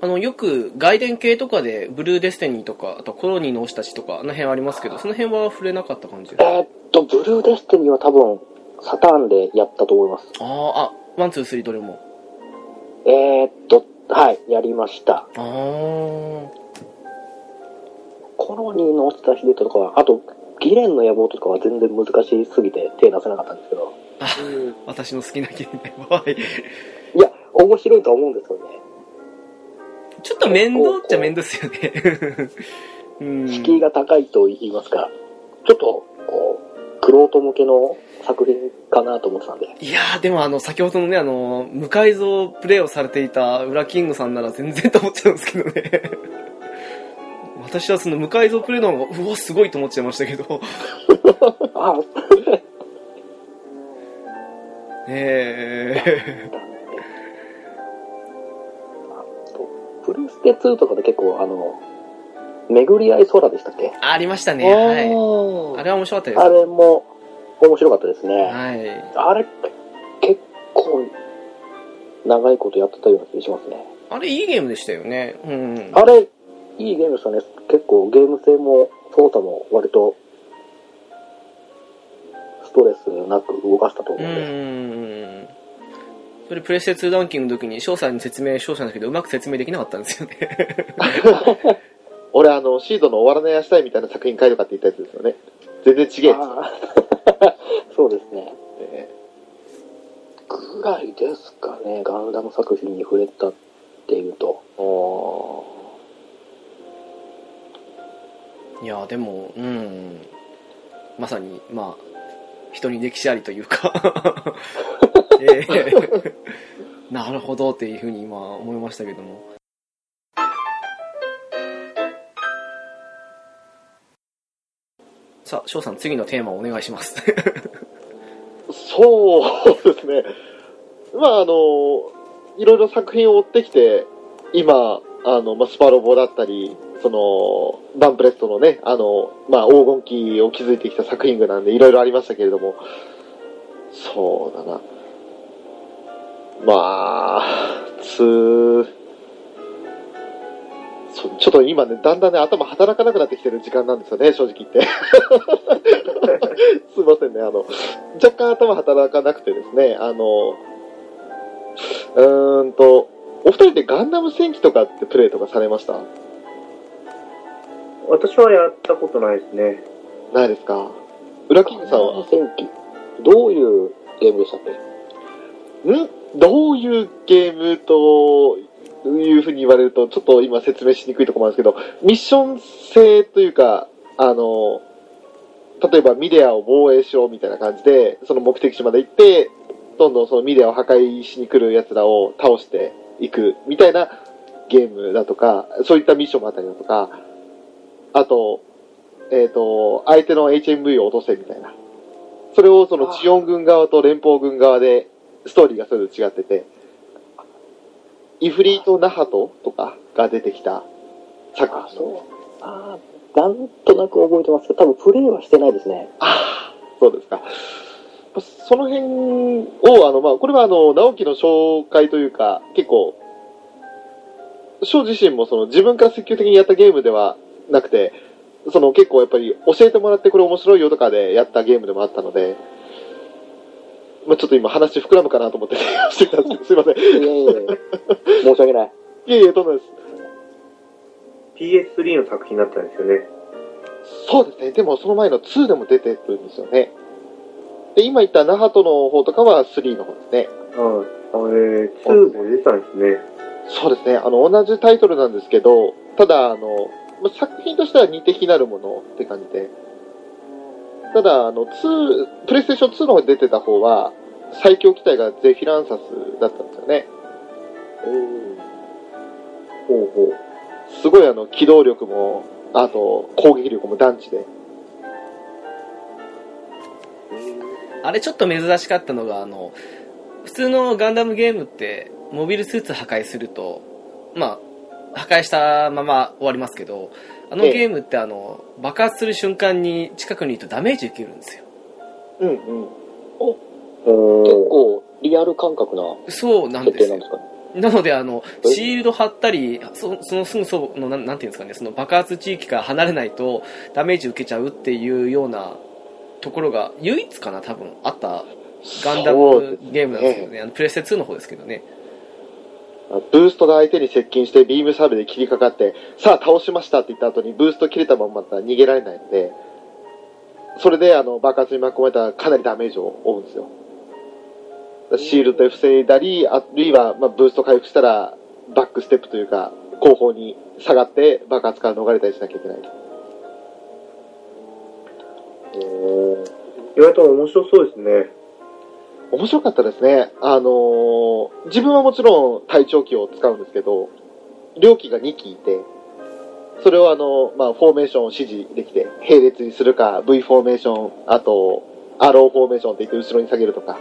[SPEAKER 1] あの、よく外伝系とかで、ブルーデスティニーとか、あとコロニーの推したちとか、あの辺ありますけど、その辺は触れなかった感じですか
[SPEAKER 4] えーっと、ブルーデスティニーは多分、サターンでやったと思います。
[SPEAKER 1] ああ、あ、ワン、ツー、スリーどれも。
[SPEAKER 4] えーっと、はい、やりました。
[SPEAKER 1] ああ、
[SPEAKER 4] コロニーの落ちた秀人とかは、あと、ギレンの野望とかは全然難しすぎて手出せなかったんですけど、
[SPEAKER 1] 私の好きなゲームで。はい。
[SPEAKER 4] いや、面白いとは思うんですよね。
[SPEAKER 1] ちょっと面倒っちゃ面倒ですよね。 うん。
[SPEAKER 4] 敷居が高いと言いますか、ちょっと、こう、クロート向けの作品かなと思ってたん で、
[SPEAKER 1] いやー、でもあの、先ほどのね、あの、無改造プレイをされていたウラキングさんなら全然と思っちゃうんですけどね。 私はその無改造プレイの方が、うわ、すごいと思っちゃいましたけど。 ね
[SPEAKER 4] ああ、
[SPEAKER 1] え。
[SPEAKER 4] プレステ2とかで結構、あの、巡り合い空でしたっけ
[SPEAKER 1] ありましたね、はい。
[SPEAKER 2] お
[SPEAKER 1] あ
[SPEAKER 2] ー
[SPEAKER 1] れは面白かったです。
[SPEAKER 4] あれも面白かったですね。
[SPEAKER 1] はい。
[SPEAKER 4] あれ、結構、長いことやってたような気がしますね。
[SPEAKER 1] あれ、いいゲームでしたよね。うん。
[SPEAKER 4] あれ、いいゲームでしたね。結構ゲーム性も操作も割と、ストレスなく動かしたと思うん
[SPEAKER 1] う
[SPEAKER 4] で。
[SPEAKER 1] ーん。それ、プレステ2ランキングの時に、翔さんに説明、翔さんだけど、うまく説明できなかったんですよね。
[SPEAKER 2] 俺あの、シードの終わらない明日へみたいな作品書いとかって言ったやつですよね。全然違えや
[SPEAKER 4] あー そうですね。
[SPEAKER 2] つですね。
[SPEAKER 4] ぐらいですかね、ガンダム作品に触れたっていうと。
[SPEAKER 2] お
[SPEAKER 1] いやでもうんまさにまあ人に歴史ありというかええなるほどっていうふうに今思いましたけどもさあ翔さん次のテーマをお願いします
[SPEAKER 2] そうですね。まあ、あの、いろいろ作品を追ってきて、今、あの、まあ、スパロボだったり、その、バンプレストのね、あの、まあ、黄金期を築いてきた作品群なんで、いろいろありましたけれども、そうだな。まあ、つそちょっと今ね、だんだんね、頭働かなくなってきてる時間なんですよね、正直言って。 すいませんね、あの、若干頭働かなくてですね、あの、うーんと、お二人でガンダム戦記とかってプレイとかされました
[SPEAKER 3] 私はやったことないですね。
[SPEAKER 2] ないですか裏キングさんは、
[SPEAKER 4] 戦記どういうゲームでしたっけ
[SPEAKER 2] んどういうゲームというふうに言われると、ちょっと今説明しにくいところもあるんですけど、ミッション性というか、あの、例えばミデアを防衛しようみたいな感じで、その目的地まで行って、どんどんそのミデアを破壊しに来る奴らを倒していくみたいなゲームだとか、そういったミッションもあったりだとか、あと、えっ、と、相手の HMV を落とせみたいな。それをそのチオン軍側と連邦軍側でストーリーがそれぞれ違ってて、イフリーとナハトとかが出てきた作
[SPEAKER 4] あ、
[SPEAKER 2] 品。
[SPEAKER 4] そう。ああ、なんとなく覚えてますけど、多分プレイはしてないです ね。
[SPEAKER 2] ああ、そうですか。その辺を、あの、まあ、これはあの、直樹の紹介というか、結構、翔自身もその自分から積極的にやったゲームではなくて、その結構やっぱり教えてもらってこれ面白いよとかでやったゲームでもあったので、まあ、ちょっと今話膨らむかなと思って してたんですけど、すいません。い
[SPEAKER 4] いやいやいや申し訳ない。
[SPEAKER 2] えいえ、とんでもないです。
[SPEAKER 3] PS3 の作品だったんですよね。
[SPEAKER 2] そうですね。でもその前の2でも出てるんですよね。で、今言ったナハトの方とかは3の方ですね。
[SPEAKER 3] ああ、えー、2も出たんですね。
[SPEAKER 2] そうですね。あの、同じタイトルなんですけど、ただ、あの、ま作品としては似て非なるものって感じで。ただ、あの、2、プレイステーション2の方に出てた方は、最強機体がゼフィランサスだったんですよね。
[SPEAKER 3] ほうほう。
[SPEAKER 2] すごいあの、機動力も、あと、攻撃力も団地で。
[SPEAKER 1] あれちょっと珍しかったのが、あの、普通のガンダムゲームって、モビルスーツ破壊すると、まあ、破壊したまま終わりますけど、あの
[SPEAKER 2] ええ
[SPEAKER 1] ゲームってあの、爆発する瞬間に近くにいるとダメージ受けるんですよ。
[SPEAKER 2] うんうん。
[SPEAKER 4] 結
[SPEAKER 3] おー
[SPEAKER 4] 構、リアル感覚な
[SPEAKER 1] そうなん
[SPEAKER 4] 設
[SPEAKER 1] で
[SPEAKER 4] 定
[SPEAKER 1] す
[SPEAKER 4] な
[SPEAKER 1] よ
[SPEAKER 4] んですかね。
[SPEAKER 1] なので、あの、
[SPEAKER 4] え
[SPEAKER 1] シールド貼ったり、そそのすぐそばのなん、なんていうんですかね、その爆発地域から離れないとダメージ受けちゃうっていうようなところが、唯一かな、多分、あったガンダムゲームなんですけどね、あのプレステ2の方ですけどね。
[SPEAKER 2] ブーストで相手に接近してビームサーブで切りかかって、さあ倒しましたって言った後にブースト切れたまんまだったら逃げられないんで、それであの爆発に巻き込まれたらかなりダメージを負うんですよ。シールドで防いだり、あるいは、まあ、ブースト回復したらバックステップというか、後方に下がって爆発から逃れたりしなきゃいけないと。
[SPEAKER 3] 意外と面白そうですね。
[SPEAKER 2] 面白かったですね。あのー自分はもちろん体調機を使うんですけど、両機が2機いて、それをあの、まあ、フォーメーションを指示できて、並列にするか、V フォーメーション、あと、アローフォーメーションって言って後ろに下げるとか、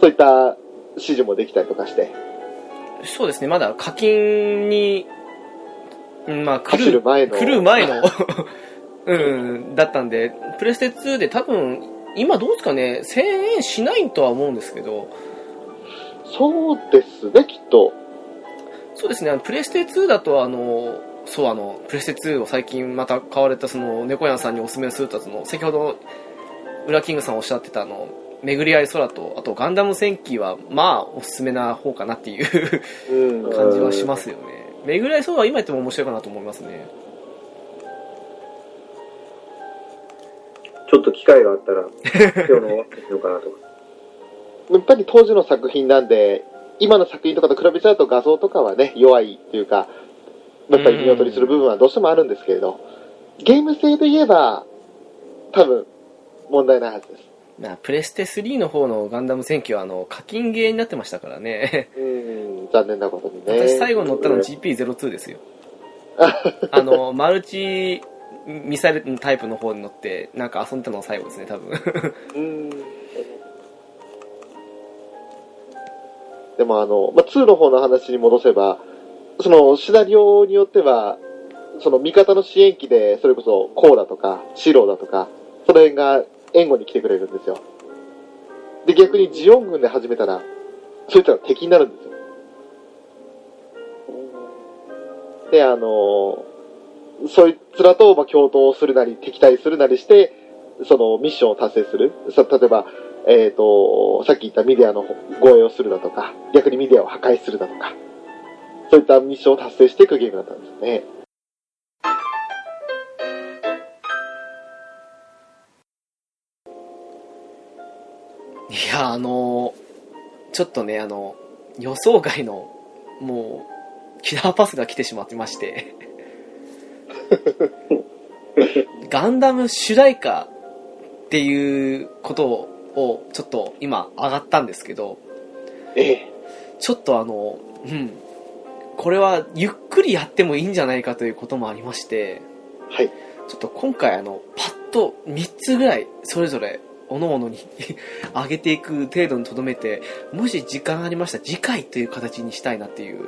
[SPEAKER 2] そういった指示もできたりとかして、
[SPEAKER 1] そうですね、まだ課金に、うんまあ、来
[SPEAKER 2] 走る
[SPEAKER 1] る、
[SPEAKER 2] 前の。
[SPEAKER 1] 来る前の、 うん、だったんで、プレステ2で多分、今どうですかね、1000円しないとは思うんですけど、
[SPEAKER 2] そうですね、きっと。
[SPEAKER 1] そうですね、あのプレステ2だと、あの、そう、あの、プレステ2を最近また買われた、その、猫屋さんにおすすめすると、その、先ほど、裏キングさんおっしゃってた、あの、巡り合い空と、あと、ガンダム戦記は、まあ、おすすめな方かなっていう
[SPEAKER 2] うん。
[SPEAKER 1] 感じはしますよね。巡り合い空は今やっても面白いかなと思いますね。
[SPEAKER 3] ちょっと機会があったら、今日の終わってみようかなと。
[SPEAKER 2] やっぱり当時の作品なんで、今の作品とかと比べちゃうと画像とかはね、弱いというか、やっぱり見劣りする部分はどうしてもあるんですけれど、ゲーム性で言えば、多分、問題ないはずです。
[SPEAKER 1] まあ、プレステ3の方のガンダム戦記はあの課金ゲーになってましたからね。
[SPEAKER 2] うん、残念なことにね。
[SPEAKER 1] 私最後に乗ったの GP02 ですよ。あの、マルチミサイルタイプの方に乗って、なんか遊んでたの最後ですね、多分。
[SPEAKER 2] うん。でもあの、まあ、2の方の話に戻せば、そのシナリオによっては、その味方の支援機で、それこそこうだとか、白だとか、その辺が援護に来てくれるんですよ。で、逆にジオン軍で始めたら、そういったら敵になるんですよ。で、あの、そいつらとまあ共闘するなり、敵対するなりして、そのミッションを達成する。さ例えば、えっ、と、さっき言ったミディアの護衛をするだとか、逆にミディアを破壊するだとか、そういったミッションを達成していくゲームだったんですね。
[SPEAKER 1] いや、あの、ちょっとね、あの、予想外の、もう、キラーパスが来てしまってまして。ガンダム主題歌っていうことを、ちょっと今上がったんですけど、
[SPEAKER 2] ええ。
[SPEAKER 1] ちょっとあの、うん、これはゆっくりやってもいいんじゃないかということもありまして、
[SPEAKER 2] はい。
[SPEAKER 1] ちょっと今回あの、パッと3つぐらい、それぞれ、おのおのに 上げていく程度にとどめて、もし時間ありましたら次回という形にしたいなっていう、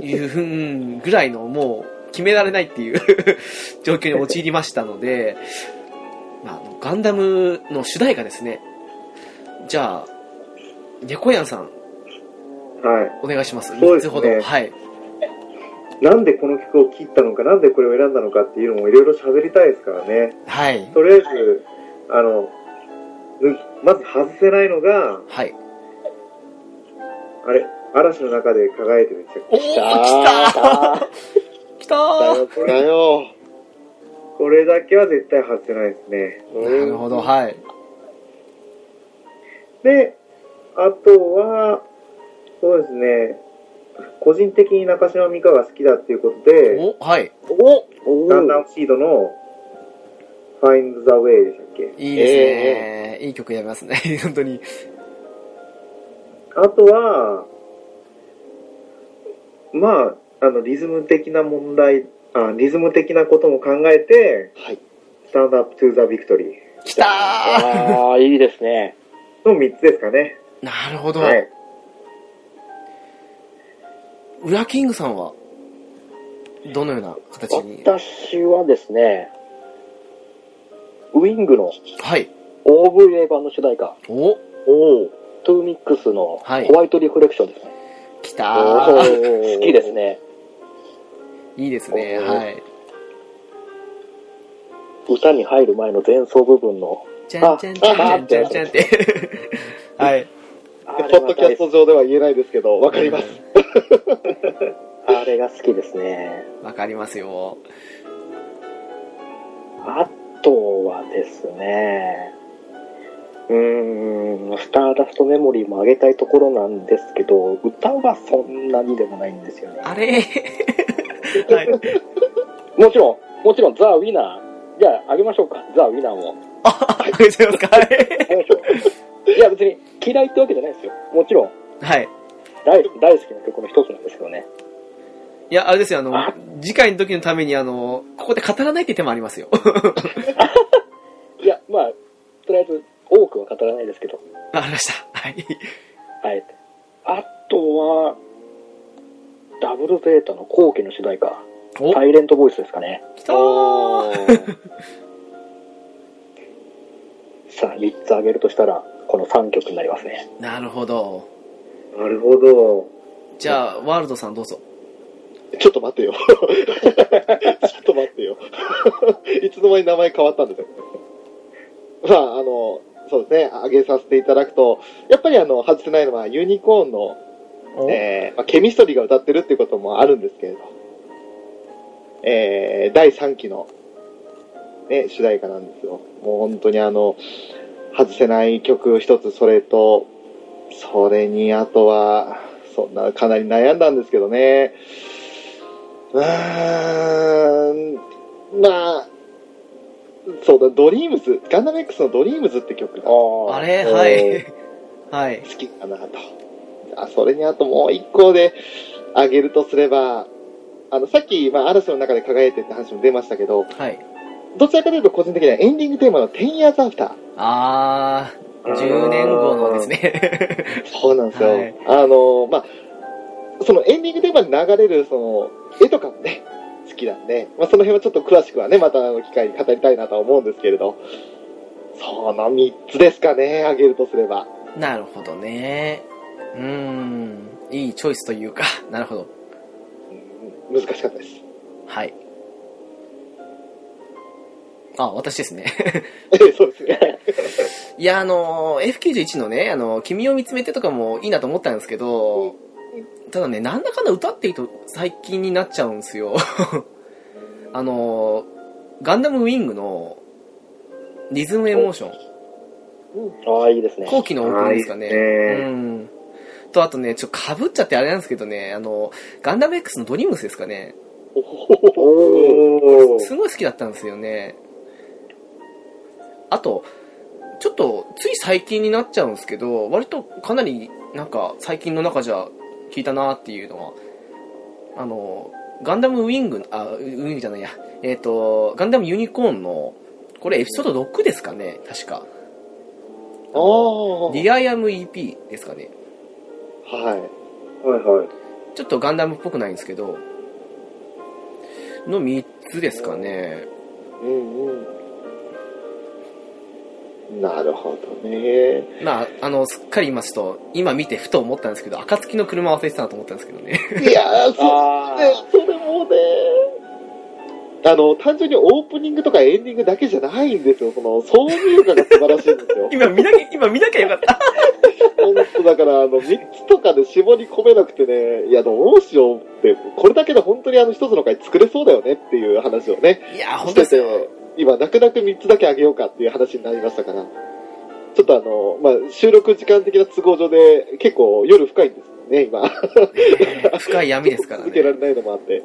[SPEAKER 1] いうふうんぐらいのもう決められないっていう 状況に陥りましたので、まああの、ガンダムの主題歌ですね。じゃあ、猫やんさん、
[SPEAKER 3] は
[SPEAKER 1] お願いします。
[SPEAKER 3] そう
[SPEAKER 1] 3
[SPEAKER 3] です
[SPEAKER 1] つ
[SPEAKER 3] ね
[SPEAKER 1] ほど。はい。
[SPEAKER 3] い。なんでこの曲を切ったのか、なんでこれを選んだのかっていうのもいろいろ喋りたいですからね。
[SPEAKER 1] はい。
[SPEAKER 3] とりあえず、あの、うんまず外せないのが、
[SPEAKER 1] はい。
[SPEAKER 3] あれ、嵐の中で輝いてるんですよ。
[SPEAKER 1] おー、
[SPEAKER 4] 来
[SPEAKER 1] 来た
[SPEAKER 4] たー
[SPEAKER 1] ー来たー
[SPEAKER 3] こ
[SPEAKER 2] だ
[SPEAKER 3] れ
[SPEAKER 2] よ。
[SPEAKER 3] これだけは絶対外せないですね。
[SPEAKER 1] なるほど、はい。
[SPEAKER 3] で、あとは、そうですね、個人的に中島美嘉が好きだっていうことで、
[SPEAKER 1] お、はい。
[SPEAKER 2] お
[SPEAKER 4] お
[SPEAKER 3] ガンダムシードの Find the Way でしたっけ
[SPEAKER 1] いいですね、いい曲やりますね。本当に。
[SPEAKER 3] あとは、まあ、あの、リズム的な問題、あリズム的なことも考えて、
[SPEAKER 2] はい。
[SPEAKER 3] Stand Up to the Victory
[SPEAKER 1] 来たー
[SPEAKER 4] ああ、いいです ね。
[SPEAKER 3] の3つですかね。
[SPEAKER 1] なるほど。
[SPEAKER 3] はい。
[SPEAKER 1] ウラキングさんは、どのような形に
[SPEAKER 4] 私はですね、ウィングの
[SPEAKER 1] はい。
[SPEAKER 4] オーブレーバーの主題歌、
[SPEAKER 1] お
[SPEAKER 2] おう
[SPEAKER 4] トゥーミックスのホ
[SPEAKER 1] はい
[SPEAKER 4] ワイトリフレクションですね。
[SPEAKER 1] 来た
[SPEAKER 2] お
[SPEAKER 1] ー
[SPEAKER 2] ー
[SPEAKER 4] 好きです。ね。
[SPEAKER 1] いいですね。
[SPEAKER 4] お
[SPEAKER 1] はい。
[SPEAKER 4] 歌に入る前の前奏部分の、
[SPEAKER 1] じゃんじゃんじゃんじゃんじゃんって。はい。
[SPEAKER 4] あ
[SPEAKER 2] ポッドキャスト上では言えないですけど、わかります。
[SPEAKER 4] あれが好きですね。
[SPEAKER 1] わかりますよ。
[SPEAKER 4] あとはですね、うーん、スターダストメモリーも上げたいところなんですけど、歌はそんなにでもないんですよね。
[SPEAKER 1] あれーはい。
[SPEAKER 4] もちろん、もちろん、ザ・ウィナー。じゃあ、あげましょうか。ザ・ウィナーも。
[SPEAKER 1] あ、ありがとうございますか。はい
[SPEAKER 4] あげまし ょう。いや、別に嫌いってわけじゃないですよ。もちろん、
[SPEAKER 1] はい。
[SPEAKER 4] 大大好きな曲の一つなんですけどね。
[SPEAKER 1] いや、あれですよ、あの
[SPEAKER 4] あ、
[SPEAKER 1] 次回の時のために、あの、ここで語らないっていう手もありますよ。
[SPEAKER 4] いや、まあ、とりあえず、多くは語らないですけど、
[SPEAKER 1] わかりました。はい。
[SPEAKER 4] あえて。あとは、ダブルゼータの後期の主題歌、
[SPEAKER 1] お
[SPEAKER 4] サイレントボイスですかね。
[SPEAKER 1] 来たー
[SPEAKER 4] さあ、3つ挙げるとしたら、この3曲になりますね。
[SPEAKER 1] なるほど。
[SPEAKER 3] なるほど。
[SPEAKER 1] じゃあ、ワールドさんどうぞ。
[SPEAKER 2] ちょっと待ってよ。 ちょっと待ってよ。 いつの間に名前変わったんですよ。まあ、あの、そうですね、上げさせていただくと、やっぱりあの、外せないのはユニコーンの
[SPEAKER 1] お
[SPEAKER 2] えーまあ、ケミストリーが歌ってるっていうこともあるんですけれど、えー第3期の、ね、主題歌なんですよ。もう本当にあの、外せない曲一つ、それと、それにあとは、そんなかなり悩んだんですけどね。うーん、まあ、そうだ、ドリームズ、ガンダム X のドリームズって曲が好
[SPEAKER 4] あ
[SPEAKER 1] あれは。い。 はい。
[SPEAKER 2] きかなと。あ、それにあともう一個であげるとすれば、あの、さっき、まあ、嵐の中で輝いてって話も出ましたけど、
[SPEAKER 1] はい。
[SPEAKER 2] どちらかというと個人的にはエンディングテーマの10 years after。
[SPEAKER 1] あー、10年後のですね。
[SPEAKER 2] そうなんですよ。
[SPEAKER 1] はい
[SPEAKER 2] あの、まあ、そのエンディングテーマに流れる、その、絵とかもね、好きなんで、まあ、その辺はちょっと詳しくはね、またあの機会に語りたいなとは思うんですけれど、その3つですかね、あげるとすれば。
[SPEAKER 1] なるほどね。うーん。いいチョイスというか、 なるほど。
[SPEAKER 2] うん難しかったです。
[SPEAKER 1] はい。あ、私ですね。
[SPEAKER 2] ええ、そうですね。
[SPEAKER 1] いや、あのー、F91 のね、あのー君を見つめてとかもいいなと思ったんですけど、ただね、なんだかんだ歌っていいと最近になっちゃうんですよ。 あのー、ガンダムウィングのリズムエモーション、
[SPEAKER 4] ああ、いいですね。
[SPEAKER 1] 後期のオープニングですかね。
[SPEAKER 3] あーいいっすね
[SPEAKER 1] うん。と、あとね、ちょっと被っちゃってあれなんですけどね、あの、ガンダム X のドリームスですかね。
[SPEAKER 3] おー
[SPEAKER 1] すごい好きだったんですよね。あと、ちょっと、つい最近になっちゃうんですけど、割とかなり、なんか、最近の中じゃ、聞いたなっていうのは、あの、ガンダムウィング、あ、ウィングじゃないや、えっ、と、ガンダムユニコーンの、これエピソード6ですかね、確か。
[SPEAKER 2] ああ。はい。
[SPEAKER 1] リアイアム EP ですかね。
[SPEAKER 3] はいはい。
[SPEAKER 1] ちょっとガンダムっぽくないんですけど、の3つですかね。
[SPEAKER 2] うんうん。なるほどね。
[SPEAKER 1] まあ、あの、すっかり言いますと、今見てふと思ったんですけど、暁の車忘れてたなと思ったんですけどね。
[SPEAKER 2] いやー、そう
[SPEAKER 4] あ
[SPEAKER 2] ね、それもね。あの、単純にオープニングとかエンディングだけじゃないんですよ。その、挿入歌が素晴らしいんで すよ
[SPEAKER 1] 。今見なきゃ、今見なきゃよかった。
[SPEAKER 2] 本当だから、あの、3つとかで絞り込めなくてね、いや、どうしようって、これだけで本当にあの、一つの回作れそうだよねっていう話をね、
[SPEAKER 1] いやー、本
[SPEAKER 2] し
[SPEAKER 1] 当
[SPEAKER 2] て
[SPEAKER 1] です
[SPEAKER 2] て
[SPEAKER 1] よ。、
[SPEAKER 2] 今、泣く泣く3つだけあげようかっていう話になりましたから、ちょっとあの、まあ、収録時間的な都合上で、結構夜深いんですよね、今。
[SPEAKER 1] ね深い闇ですから
[SPEAKER 2] 続けら
[SPEAKER 1] ね。
[SPEAKER 2] れないのもあって。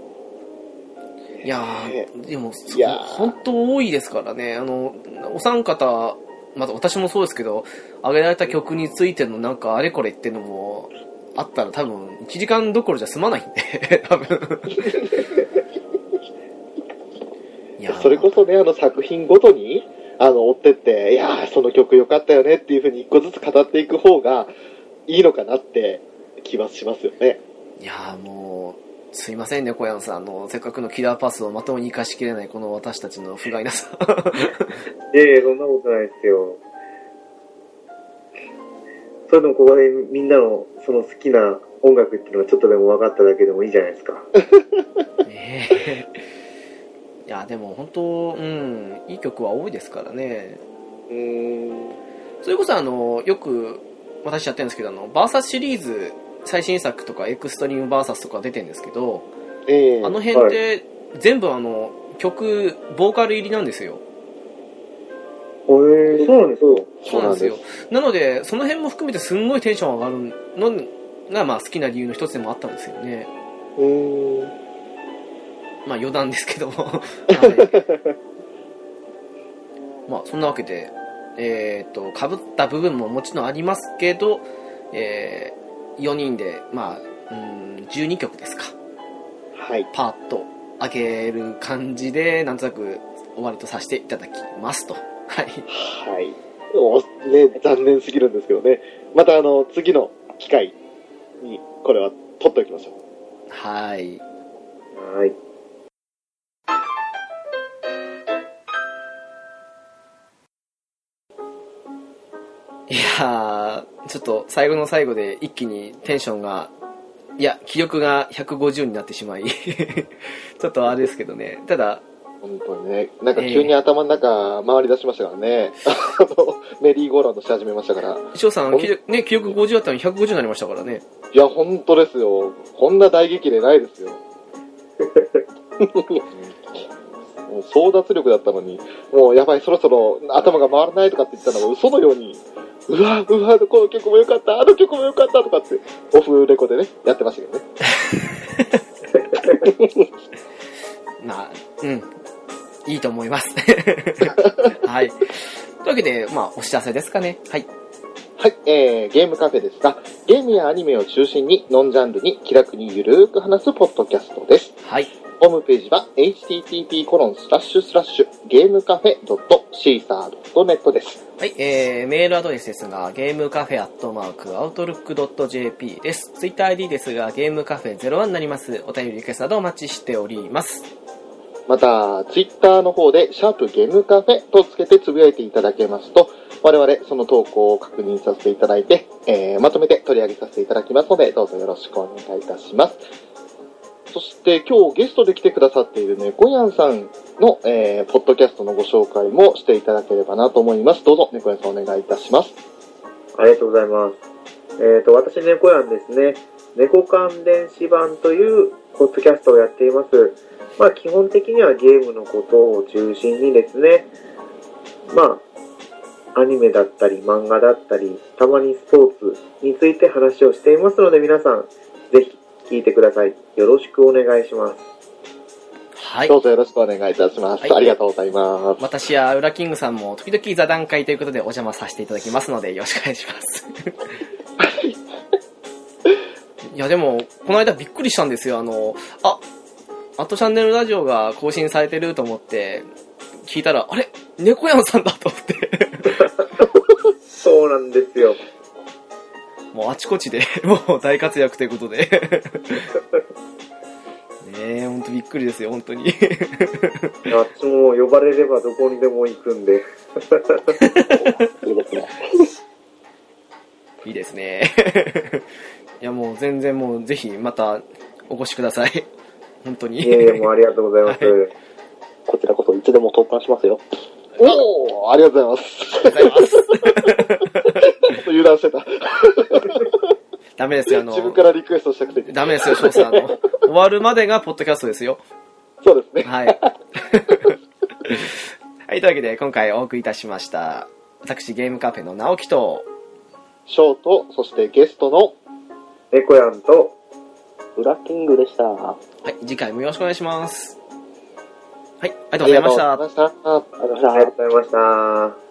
[SPEAKER 1] いや
[SPEAKER 2] ね
[SPEAKER 1] ー、でも、そ
[SPEAKER 2] いやー
[SPEAKER 1] 本当多いですからね。あの、お三方、また私もそうですけど、上げられた曲についてのなんかあれこれってのも、あったら多分、1時間どころじゃ済まないんで、 多分。いやー
[SPEAKER 2] それこそね、あの作品ごとに、あの、追ってって、いやー、その曲良かったよねっていうふうに一個ずつ語っていく方がいいのかなって気はしますよね。
[SPEAKER 1] いやーもう、すいませんね、小山さん。あの、せっかくのキラーパスをまともに活かしきれない、この私たちの不甲斐な さ。
[SPEAKER 3] ええそんなことないですよ。それでもここでみんなのその好きな音楽っていうのがちょっとでも分かっただけでもいいじゃないですか。
[SPEAKER 1] ねえいや、でも本当、うん、いい曲は多いですからね。
[SPEAKER 2] うーん。
[SPEAKER 1] それこそ、あの、よく、私やってるんですけど、あの、バーサスシリーズ、最新作とか、エクストリームバーサスとか出てるんですけど、
[SPEAKER 2] ええ
[SPEAKER 1] あの辺って、全部あの、曲、ボーカル入りなんですよ。
[SPEAKER 3] えそうなんですよ。
[SPEAKER 1] そうなんですよ。なので、その辺も含めてすんごいテンション上がるのが、まあ好きな理由の一つでもあったんですよね。
[SPEAKER 2] うーん。
[SPEAKER 1] まあ余談ですけども。はいまあそんなわけで、えっ、と、被った部分ももちろんありますけど、え4人で、まあ、うん、12曲ですか。
[SPEAKER 2] はい。
[SPEAKER 1] パーッと上げる感じで、なんとなく終わりとさせていただきますと。はい。
[SPEAKER 2] はい。おね、残念すぎるんですけどね。またあの、次の機会に、これは取っておきましょう。
[SPEAKER 1] はい。
[SPEAKER 3] はい。
[SPEAKER 1] いやー、ちょっと最後の最後で一気にテンションが、いや、気力が150になってしまい、 ちょっとあれですけどね。ただ、
[SPEAKER 2] 本当にね、なんか急に頭の中回り出しましたからね。あのメリーゴーラウンドし始めましたから。
[SPEAKER 1] 翔さん、
[SPEAKER 2] お
[SPEAKER 1] 気力ね、気力50だったのに150になりましたからね。
[SPEAKER 2] いや、本当ですよ。こんな大激励ない ですよ。もう争奪力だったのに、もうやばい、そろそろ頭が回らないとかって言ったのが嘘のように、うわ、うわ、この曲も良かった、あの曲も良かったとかって、オフレコでね、やってましたけどね。
[SPEAKER 1] まあ、うん。いいと思います。 はい。というわけで、まあ、お知らせですかね。はい。
[SPEAKER 2] はい、えー、ゲームカフェですが、ゲームやアニメを中心に、ノンジャンルに気楽にゆるーく話すポッドキャストです。
[SPEAKER 1] はい。
[SPEAKER 2] ホームページは http コロンスラッシュスラッシュゲームカフェ .caesar.net です。
[SPEAKER 1] はい、えー、メールアドレスですが、ゲームカフェアットマーク、アウトルックドット JP です。ツイッター ID ですが、ゲームカフェ01になります。お便りリクエストなどお待ちしております。
[SPEAKER 2] また、ツイッターの方で、シャープゲームカフェとつけてつぶやいていただけますと、我々その投稿を確認させていただいて、えー、まとめて取り上げさせていただきますので、どうぞよろしくお願いいたします。そして今日ゲストで来てくださっている猫やんさんの、えー、ポッドキャストのご紹介もしていただければなと思います。どうぞ猫やんさんお願いいたします。
[SPEAKER 3] ありがとうございます。えっ、と、私、猫やんですね。猫缶電子版というポッドキャストをやっています。まあ、基本的にはゲームのことを中心にですね、まあ、アニメだったり、漫画だったり、たまにスポーツについて話をしていますので、皆さん、ぜひ聞いてください。よろしくお願いします。
[SPEAKER 1] はい
[SPEAKER 2] ど。うぞよろしくお願いいたします。
[SPEAKER 1] はい
[SPEAKER 2] ありがとうございます。
[SPEAKER 1] 私やウラキングさんも時々座談会ということでお邪魔させていただきますので、よろしくお願いしま す。いや、でも、この間びっくりしたんですよ。あの、あ、アットチャンネルラジオが更新されてると思って、聞いたら、あれ猫やんさんだと思って。
[SPEAKER 3] そうなんですよ。
[SPEAKER 1] もうあちこちで、 もう大活躍ということで。 ねえ、ほんとびっくりですよ、本当に。
[SPEAKER 3] あっちも呼ばれればどこにでも行くんで。
[SPEAKER 4] いいですね。
[SPEAKER 1] いいですね。 いや、もう全然もう、ぜひまたお越しください。 本当に。
[SPEAKER 3] いえいえ、もうありがとうございます。
[SPEAKER 4] こちらこそいつでも投函しますよ。
[SPEAKER 2] おーありがとうございます。
[SPEAKER 1] ありがとうございます。
[SPEAKER 2] ちょっと油断してた。
[SPEAKER 1] ダメですよ、あ
[SPEAKER 2] 自分
[SPEAKER 1] の
[SPEAKER 2] か、らリクエストしたくて。
[SPEAKER 1] ダメですよ、翔さん。あの、終わるまでがポッドキャストですよ。
[SPEAKER 2] そうですね。
[SPEAKER 1] はい。 はい、というわけで、今回お送りいたしました。私、ゲームカフェの直樹と、
[SPEAKER 2] ショート、そしてゲストの、
[SPEAKER 3] 猫やんと、
[SPEAKER 4] ブラッキングでした。あ
[SPEAKER 1] はい、次回もよろしくお願いします。はい、ありがとうご
[SPEAKER 2] あ
[SPEAKER 1] ざいました。
[SPEAKER 2] りがとうございま
[SPEAKER 4] りが
[SPEAKER 2] した。
[SPEAKER 4] とうございまし
[SPEAKER 3] あ
[SPEAKER 4] た
[SPEAKER 3] りが。とうございました。